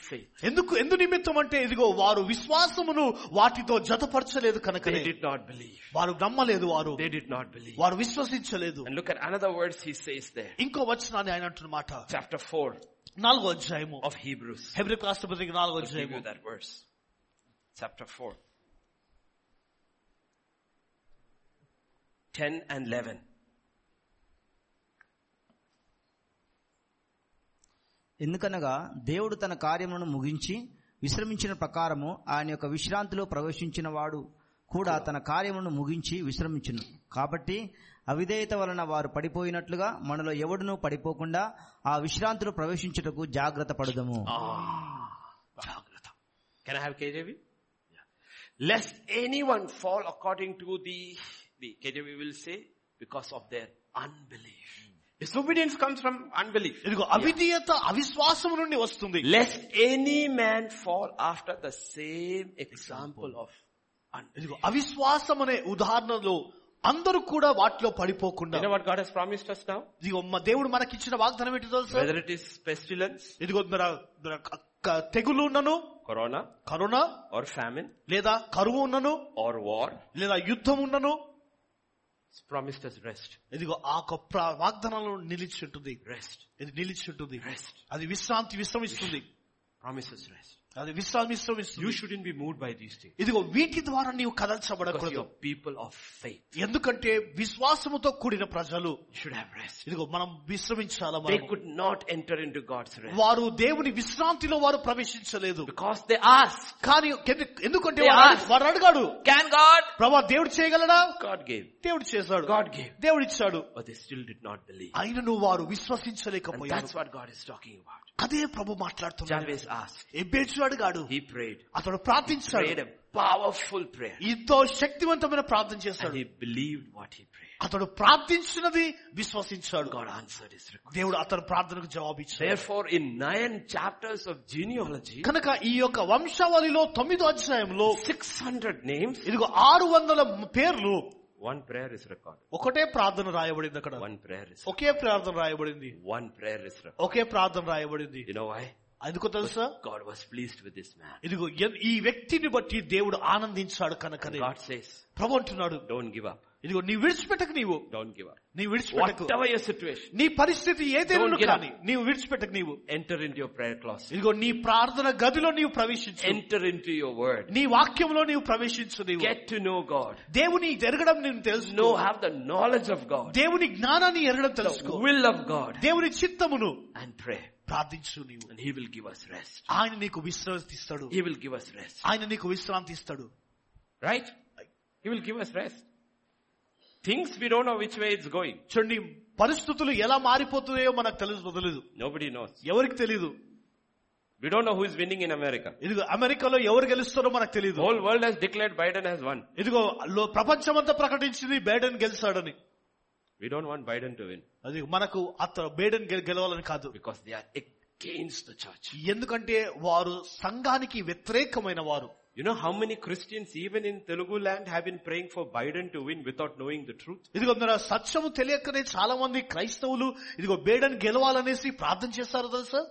[SPEAKER 1] faith.
[SPEAKER 2] ఎందుకు ఎందు నిమిత్తం అంటే ఇదిగో వారు విశ్వాసమును వాటితో జతపరచలేదు కనుక
[SPEAKER 1] They did not believe.
[SPEAKER 2] వారు నమ్మలేదు వారు
[SPEAKER 1] They did not believe.
[SPEAKER 2] వారు విశ్వసించలేదు
[SPEAKER 1] And look at another words he says there.
[SPEAKER 2] ఇంకో వచనాన్ని ఆయన అంటున్నమాట
[SPEAKER 1] Chapter 4
[SPEAKER 2] నాలుగో అధ్యాయము
[SPEAKER 1] of Hebrews.
[SPEAKER 2] హెబ్రి రాష్ట్రపతికి నాలుగో
[SPEAKER 1] I'll give
[SPEAKER 2] అధ్యాయము
[SPEAKER 1] you that verse. Chapter 4. 10 and 11.
[SPEAKER 3] ఎందుకనగా దేవుడు తన కార్యములను ముగించి విశ్రమించిన ప్రకారము ఆయన యొక్క విశ్రాంతిలో ప్రవేశించిన వాడు కూడా తన కార్యమును ముగించి విశ్రమించును కాబట్టి అవిధేయత వలన వారు పడిపోయినట్లుగా మనలో ఎవడునూ పడిపోకుండా ఆ విశ్రాంతిలో ప్రవేశించుటకు జాగ్రత్త పడదము
[SPEAKER 1] Ah, Jagrata. Can I have KJV? Yeah. Lest anyone fall according to the, the KJV will say, because of their unbelief. Disobedience comes from unbelief.
[SPEAKER 2] ఇదిగో అవిధీయత అవిశ్వాసం నుండి వస్తుంది
[SPEAKER 1] Lest any man fall after the same example of unbelief.
[SPEAKER 2] ఇదిగో అవిశ్వాసం అనే ఉదాహరణలో అందరూ కూడా వాటిలో పడిపోకుండా
[SPEAKER 1] You know what God has promised us now?
[SPEAKER 2] ఇదిగో మా దేవుడు మనకిచ్చిన వాగ్దానం ఏంటి తెలుసా
[SPEAKER 1] Whether it is pestilence,
[SPEAKER 2] ఇదిగో మన మన క- క- తెగులు ఉన్నను
[SPEAKER 1] corona,
[SPEAKER 2] కరోనా
[SPEAKER 1] or famine,
[SPEAKER 2] లేదా కరువు ఉన్నను
[SPEAKER 1] or war,
[SPEAKER 2] లేదా యుద్ధం ఉన్నను
[SPEAKER 1] it's promised us rest.
[SPEAKER 2] ఇదిగో ఆ గొప్ప వాగ్దానంలో నిలిచి ఉంటుంది
[SPEAKER 1] Rest.
[SPEAKER 2] ఇది నిలిచి ఉంటుంది
[SPEAKER 1] Rest.
[SPEAKER 2] అది విశ్రాంతి విశ్రమిస్తుంది
[SPEAKER 1] Promises rest.
[SPEAKER 2] అది విశ్రాంతి
[SPEAKER 1] You
[SPEAKER 2] విశ్రమిస్తుంది
[SPEAKER 1] shouldn't be moved by these things.
[SPEAKER 2] ఇదిగో వీటి ద్వారా నీవు
[SPEAKER 1] Because
[SPEAKER 2] కదల్చబడకూడదు
[SPEAKER 1] you're people of faith.
[SPEAKER 2] ఎందుకంటే విశ్వాసముతో కూడిన ప్రజలు
[SPEAKER 1] You should have rest.
[SPEAKER 2] ఇదిగో మనం విశ్రమించాల
[SPEAKER 1] They could not enter into God's rest
[SPEAKER 2] వారు దేవుని విశ్రాంతిలో వారు ప్రవేశించలేదు
[SPEAKER 1] because they asked,
[SPEAKER 2] కానీ ఎందు- ఎందుకంటే
[SPEAKER 1] They
[SPEAKER 2] వారు
[SPEAKER 1] asked.
[SPEAKER 2] వారు అడిగాడు
[SPEAKER 1] can God?
[SPEAKER 2] ప్రభా దేవుడు చేయగలడా
[SPEAKER 1] God gave.
[SPEAKER 2] దేవుడు చేశాడు
[SPEAKER 1] God gave.
[SPEAKER 2] దేవుడు ఇచ్చాడు
[SPEAKER 1] But they still did not believe.
[SPEAKER 2] అయినను వారు
[SPEAKER 1] And
[SPEAKER 2] విశ్వసించలేకపోయారు
[SPEAKER 1] that's what God is talking about.
[SPEAKER 2] అదే ప్రభు మాట్లాడుతున్నాడు
[SPEAKER 1] Jabez asked.
[SPEAKER 2] ఎబ్బేచు అడిగాడు
[SPEAKER 1] He prayed.
[SPEAKER 2] అతడు ప్రార్థించాడు
[SPEAKER 1] Prayed a powerful prayer.
[SPEAKER 2] ఎంతో శక్తివంతమైన ప్రార్థన
[SPEAKER 1] And
[SPEAKER 2] చేశాడు
[SPEAKER 1] he believed what he prayed.
[SPEAKER 2] అతడు ప్రార్థించినది విశ్వసించాడు
[SPEAKER 1] God answered his request.
[SPEAKER 2] దేవుడు అతని ప్రార్థనకు జవాబు ఇచ్చాడు
[SPEAKER 1] Therefore, in nine chapters of genealogy,
[SPEAKER 2] కనుక ఈ యొక్క వంశావళిలో తొమ్మిదో అధ్యాయంలో
[SPEAKER 1] 600 names,
[SPEAKER 2] ఇదిగో ఆరు వందల పేర్లు
[SPEAKER 1] one prayer is recorded.
[SPEAKER 2] ఒకటే ప్రార్థన రాయబడింది అక్కడ
[SPEAKER 1] One prayer is,
[SPEAKER 2] ఒకే ప్రార్థన రాయబడింది
[SPEAKER 1] one prayer is recorded.
[SPEAKER 2] ఒకే ప్రార్థన రాయబడింది
[SPEAKER 1] You know why?
[SPEAKER 2] అందుకు తెలుసా
[SPEAKER 1] God was pleased with this man.
[SPEAKER 2] ఇదిగో ఎన్- ఈ వ్యక్తిని బట్టి దేవుడు ఆనందించాడు
[SPEAKER 1] And
[SPEAKER 2] కనుకనే
[SPEAKER 1] God says,
[SPEAKER 2] ప్రభు అంటున్నాడు
[SPEAKER 1] don't give up.
[SPEAKER 2] ఇదిగో నీ విడిచిపెట్టకు నీవు
[SPEAKER 1] Don't give up.
[SPEAKER 2] నీ విడిచిపెట్టకు
[SPEAKER 1] Whatever your situation,
[SPEAKER 2] నీ పరిస్థితి ఏదైనా
[SPEAKER 1] Don't give up.
[SPEAKER 2] కానీ నీవు విడిచిపెట్టకు నీవు
[SPEAKER 1] enter into your prayer closet.
[SPEAKER 2] ఇదిగో నీ ప్రార్థన గదిలో నీవు ప్రవేశించు
[SPEAKER 1] Enter into your word.
[SPEAKER 2] నీ వాక్యంలో నీవు ప్రవేశించు నీవు
[SPEAKER 1] Get to know God.
[SPEAKER 2] దేవుని ఎరగడం నేను తెలుసుకో
[SPEAKER 1] Know, have the knowledge of God.
[SPEAKER 2] దేవుని జ్ఞానాన్ని ఎరగడం తెలుసుకో
[SPEAKER 1] The will of God.
[SPEAKER 2] దేవుని చిత్తమును
[SPEAKER 1] And pray.
[SPEAKER 2] ప్రార్థించు నీవు
[SPEAKER 1] And He will give us rest.
[SPEAKER 2] ఆయన నీకు విశ్రాంతి ఇస్తాడు
[SPEAKER 1] He will give us rest.
[SPEAKER 2] ఆయన నీకు విశ్రాంతి ఇస్తాడు
[SPEAKER 1] Right? He will give us rest. Things we don't know which way it's going.
[SPEAKER 2] చూడండి పరిస్థితులు ఎలా మారిపోతున్నాయో మనకు తెలుసు తెలియదు
[SPEAKER 1] Nobody knows.
[SPEAKER 2] ఎవరికి తెలియదు
[SPEAKER 1] We don't know who is winning in America.
[SPEAKER 2] ఇదిగో అమెరికాలో ఎవరు గెలుస్తారో మనకు
[SPEAKER 1] The
[SPEAKER 2] తెలియదు
[SPEAKER 1] whole world has declared Biden has won.
[SPEAKER 2] ఇదిగో లో- ప్రపంచమంతా ప్రకటించింది బైడెన్ గెలిచాడని
[SPEAKER 1] We don't want Biden to win
[SPEAKER 2] అది మనకు అతను బైడెన్ గె- గెలవాలని కాదు
[SPEAKER 1] because they are against the church.
[SPEAKER 2] ఎందుకంటే వారు సంఘానికి వ్యతిరేకమైన వారు
[SPEAKER 1] You know how many Christians even in Telugu land have been praying for Biden to win without knowing the truth?
[SPEAKER 2] ఇదిగో మీరు ఆ సత్యము తెలియకనే చాలా మంది క్రైస్తవులు ఇదిగో బేడన్ గెలవాలనేసి ప్రార్థన చేస్తారు తెలుసా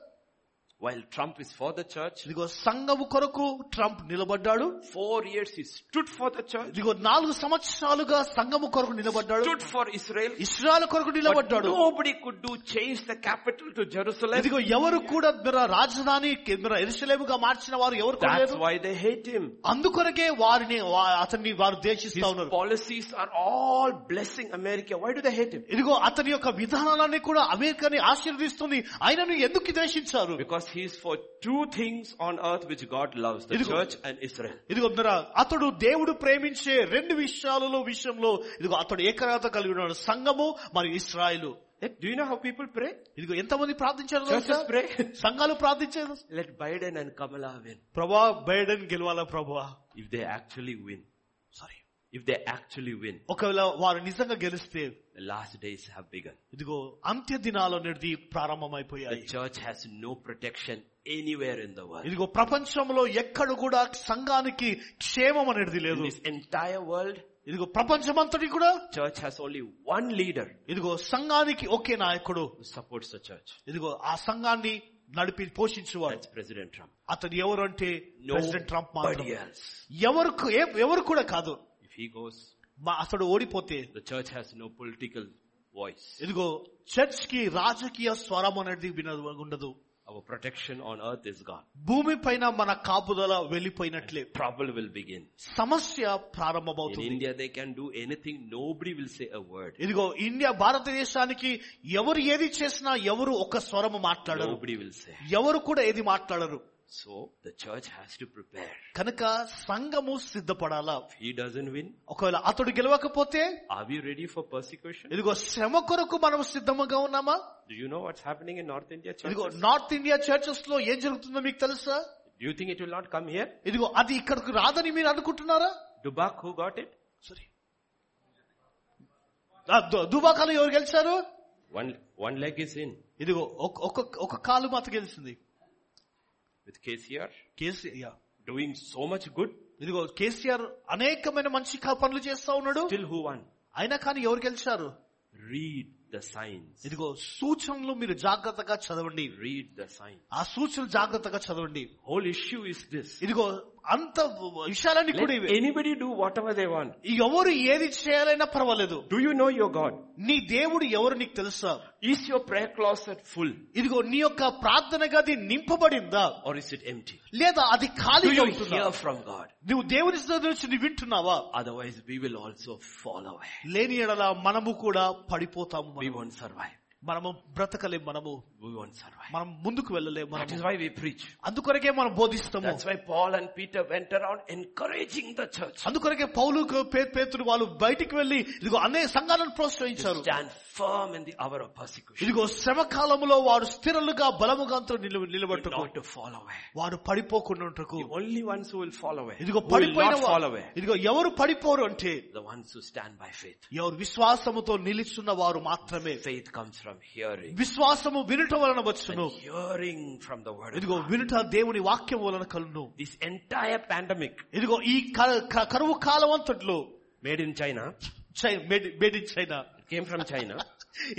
[SPEAKER 1] While Trump is for the church,
[SPEAKER 2] ఇదిగో సంఘము కొరకు ట్రంప్ నిలబడ్డాడు
[SPEAKER 1] four years he stood for the church,
[SPEAKER 2] ఇదిగో నాలుగు సంవత్సరాలుగా సంఘము కొరకు నిలబడ్డాడు
[SPEAKER 1] stood for Israel,
[SPEAKER 2] ఇస్రాయల్ కొరకు
[SPEAKER 1] but
[SPEAKER 2] నిలబడ్డాడు
[SPEAKER 1] nobody could do change the capital to Jerusalem.
[SPEAKER 2] ఇదిగో ఎవరు కూడా మీరు రాజధాని మీరు ఎరుసలేముగా మార్చిన వారు ఎవరు కూడా
[SPEAKER 1] That's
[SPEAKER 2] లేరు
[SPEAKER 1] why they hate him.
[SPEAKER 2] అందుకొరకే వారిని వా- అతన్ని వారు ద్వేషిస్తా
[SPEAKER 1] His
[SPEAKER 2] ఉన్నారు
[SPEAKER 1] policies are all blessing America. Why do they hate him?
[SPEAKER 2] ఇదిగో అతని యొక్క విధానాలన్నీ కూడా అమెరికాని ఆశీర్వదిస్తుంది ఆయనను ఎందుకు ద్వేషించారు
[SPEAKER 1] Because he is for two things on earth which God loves, the
[SPEAKER 2] Idigo.
[SPEAKER 1] church and Israel.
[SPEAKER 2] ఇదిగో ఉన్నారా అతడు దేవుడు ప్రేమించే రెండు విషయాలలో విషయంలో ఇదిగో అతడు ఏకరాత కలిగి ఉన్నాడు సంఘము మరియు Israel
[SPEAKER 1] Eh, Do you know how people pray?
[SPEAKER 2] ఇదిగో ఎంతమంది ప్రార్థించారు
[SPEAKER 1] Churches
[SPEAKER 2] తెలుసా?
[SPEAKER 1] pray.
[SPEAKER 2] సంఘాలు ప్రార్థించారు
[SPEAKER 1] Let Biden and Kamala win.
[SPEAKER 2] ప్రభా బైడెన్ గెలవాలా ప్రభా
[SPEAKER 1] If they actually win.
[SPEAKER 2] Sorry
[SPEAKER 1] If they actually win.
[SPEAKER 2] ఒకవేళ వారు నిజంగా గెలిస్తే
[SPEAKER 1] The last days have begun.
[SPEAKER 2] ఇదిగో అంత్య దినాలు అనేది
[SPEAKER 1] The
[SPEAKER 2] ప్రారంభమైపోయాయి
[SPEAKER 1] church has no protection anywhere in the world.
[SPEAKER 2] ఇదిగో ప్రపంచంలో ఎక్కడ కూడా సంఘానికి క్షేమం అనేది
[SPEAKER 1] In
[SPEAKER 2] లేదు
[SPEAKER 1] this entire world,
[SPEAKER 2] ఇదిగో ప్రపంచం అంతటి కూడా
[SPEAKER 1] church has only one leader
[SPEAKER 2] ఇదిగో సంఘానికి ఒకే నాయకుడు
[SPEAKER 1] who supports the church.
[SPEAKER 2] ఇదిగో ఆ సంఘాన్ని నడిపి పోషించేవాడు
[SPEAKER 1] That's President Trump.
[SPEAKER 2] అతను ఎవరంటే ప్రెసిడెంట్ ట్రంప్
[SPEAKER 1] Nobody
[SPEAKER 2] మాత్రమే
[SPEAKER 1] else.
[SPEAKER 2] ఎవరికి ఏ- ఎవరు కూడా కాదు
[SPEAKER 1] If he goes,
[SPEAKER 2] మా అతడు ఓడిపోతే
[SPEAKER 1] the church has no political voice.
[SPEAKER 2] ఇదిగో చర్చ్ కి రాజకీయ స్వరం అనేది వినదు ఉండదు
[SPEAKER 1] Our protection on earth is gone.
[SPEAKER 2] భూమి పైన మన కాపుదల వెళ్ళిపోయినట్లే
[SPEAKER 1] Trouble will begin.
[SPEAKER 2] సమస్య
[SPEAKER 1] In
[SPEAKER 2] ప్రారంభమవుతుంది
[SPEAKER 1] India, they can do anything. Nobody will say a word.
[SPEAKER 2] ఇదిగో ఇండియా భారతదేశానికి ఎవరు ఏది చేసినా ఎవరు ఒక స్వరము మాట్లాడరు
[SPEAKER 1] Nobody will say.
[SPEAKER 2] ఎవరు కూడా ఏది మాట్లాడరు
[SPEAKER 1] So the church has to prepare.
[SPEAKER 2] కనుక సంఘము సిద్ధపడాలా
[SPEAKER 1] If he doesn't win,
[SPEAKER 2] ఒకవేళ అతడు గెలవకపోతే
[SPEAKER 1] are we ready for persecution?
[SPEAKER 2] ఇదిగో శ్రమ కొరకు మనం సిద్ధముగా ఉన్నామా
[SPEAKER 1] Do you know what's happening in North India church?
[SPEAKER 2] ఇదిగో నార్త్ ఇండియా చర్చెస్ లో ఏం జరుగుతుందో మీకు తెలుసా
[SPEAKER 1] Do you think it will not come here?
[SPEAKER 2] ఇదిగో అది ఇక్కడికి రాదని మీరు అనుకుంటున్నారా
[SPEAKER 1] Dubak, who got it?
[SPEAKER 2] సారీ దుబాకాలు ఎవరు గెలిచారు
[SPEAKER 1] One, one leg is in
[SPEAKER 2] ఇదిగో ఒక- ఒక- ఒక కాలు మాత గెలిచింది
[SPEAKER 1] with KCR
[SPEAKER 2] KCR
[SPEAKER 1] doing so much good.
[SPEAKER 2] ఇదిగో కేసీఆర్ అనేకమైన మంచి కా- పనులు చేస్తా ఉన్నాడు
[SPEAKER 1] Still who won?
[SPEAKER 2] అయినా కానీ ఎవరు గెలిచారు
[SPEAKER 1] Read the signs.
[SPEAKER 2] ఇదిగో సూచనలు మీరు జాగ్రత్తగా చదవండి
[SPEAKER 1] Read the signs.
[SPEAKER 2] ఆ సూచనలు జాగ్రత్తగా చదవండి
[SPEAKER 1] Whole issue is this.
[SPEAKER 2] ఇదిగో అంత విషయాలన్నీ
[SPEAKER 1] Let
[SPEAKER 2] కూడా ఇవే
[SPEAKER 1] anybody do whatever they want.
[SPEAKER 2] ఎవరు ఏది చేయాలైనా పర్వాలేదు
[SPEAKER 1] Do you know your God?
[SPEAKER 2] నీ దేవుడు ఎవరు నీకు తెలుసా
[SPEAKER 1] Is your prayer closet full
[SPEAKER 2] ఇదిగో నీ యొక్క ప్రార్థన గది నింపబడిందా
[SPEAKER 1] or is it empty?
[SPEAKER 2] లేదా అది ఖాళీ
[SPEAKER 1] Do you hear from God?
[SPEAKER 2] నువ్వు దేవుని సన్నిధి నుంచి నువ్వు వింటున్నావా
[SPEAKER 1] Otherwise we will also fall away.
[SPEAKER 2] లేని ఎడల మనము కూడా పడిపోతాము
[SPEAKER 1] We
[SPEAKER 2] మనము.
[SPEAKER 1] won't survive.
[SPEAKER 2] మనము బ్రతకలేం మనము
[SPEAKER 1] We won't survive.
[SPEAKER 2] మనం ముందుకు వెళ్ళలేము
[SPEAKER 1] That is
[SPEAKER 2] మనము.
[SPEAKER 1] why we preach.
[SPEAKER 2] అందుకొరకే మనం బోధిస్తాము
[SPEAKER 1] That's why Paul and Peter went around encouraging the church
[SPEAKER 2] అందుకొరకే పౌలు పే- పేతులు వాళ్ళు బయటికి వెళ్లి ఇదిగో అనే సంఘాలను
[SPEAKER 1] to
[SPEAKER 2] ప్రోత్సహించారు
[SPEAKER 1] stand firm in the hour of persecution.
[SPEAKER 2] ఇదిగో శ్రమ కాలంలో వారు స్థిరలుగా బలముగా నిలబట్టుకు
[SPEAKER 1] Not to fall away.
[SPEAKER 2] వారు పడిపోకుండా ఉంటకు
[SPEAKER 1] The only ones who will fall away, who
[SPEAKER 2] ఇదిగో
[SPEAKER 1] will
[SPEAKER 2] పడిపోయిన
[SPEAKER 1] not fall
[SPEAKER 2] వారు
[SPEAKER 1] away,
[SPEAKER 2] ఇదిగో ఎవరు పడిపోరు అంటే
[SPEAKER 1] the ones who stand by faith.
[SPEAKER 2] ఎవరు విశ్వాసముతో నిలుచున్న వారు మాత్రమే
[SPEAKER 1] Faith comes from hearing.
[SPEAKER 2] విశ్వాసము వినటం వలన వచ్చును
[SPEAKER 1] And hearing from the word of
[SPEAKER 2] ఇదిగో
[SPEAKER 1] God.
[SPEAKER 2] వినుట దేవుని వాక్యం వలన కలును
[SPEAKER 1] This entire pandemic
[SPEAKER 2] ఇదిగో ఈ క- క- కరువు కాలం అంతట్లో
[SPEAKER 1] made in China,
[SPEAKER 2] చై- made made in China
[SPEAKER 1] it came from China,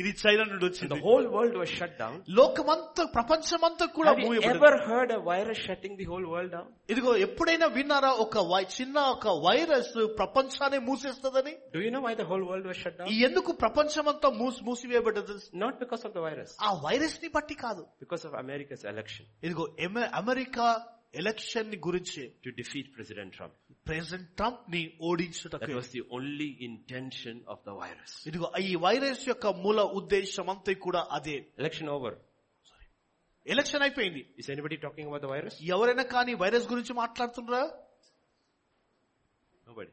[SPEAKER 2] ఇది చైనా నుండి
[SPEAKER 1] and the
[SPEAKER 2] వచ్చింది
[SPEAKER 1] whole world was shut down.
[SPEAKER 2] లోకమంతా ప్రపంచమంతా కూడా
[SPEAKER 1] Have you
[SPEAKER 2] మూయబడింది.
[SPEAKER 1] ever heard a virus shutting the whole world down?
[SPEAKER 2] ఇదిగో ఎప్పుడైనా విన్నారా ఒక వై- చిన్న ఒక వైరస్ ప్రపంచాన్ని మూసేస్తుందని
[SPEAKER 1] Do you know why the whole world was shut down?
[SPEAKER 2] ఈ ఎందుకు ప్రపంచమంతా మూసి మూసివేయబడ్డది తెలుసా?
[SPEAKER 1] Not because of the virus,
[SPEAKER 2] ఆ వైరస్ ని బట్టి కాదు
[SPEAKER 1] because of America's election
[SPEAKER 2] ఇదిగో ఎమ- అమెరికా ఎలక్షన్ ని గురించి
[SPEAKER 1] to defeat President Trump.
[SPEAKER 2] President Trump ని
[SPEAKER 1] That
[SPEAKER 2] ఓడించుటకు
[SPEAKER 1] was the only intention of the virus.
[SPEAKER 2] ఇదిగో ఈ వైరస్ యొక్క మూల ఉద్దేశం అంతా కూడా అదే
[SPEAKER 1] Election over.
[SPEAKER 2] ఎలక్షన్ అయిపోయింది
[SPEAKER 1] Is anybody talking about the virus?
[SPEAKER 2] ఎవరైనా కానీ వైరస్ గురించి మాట్లాడుతున్నారా
[SPEAKER 1] Nobody.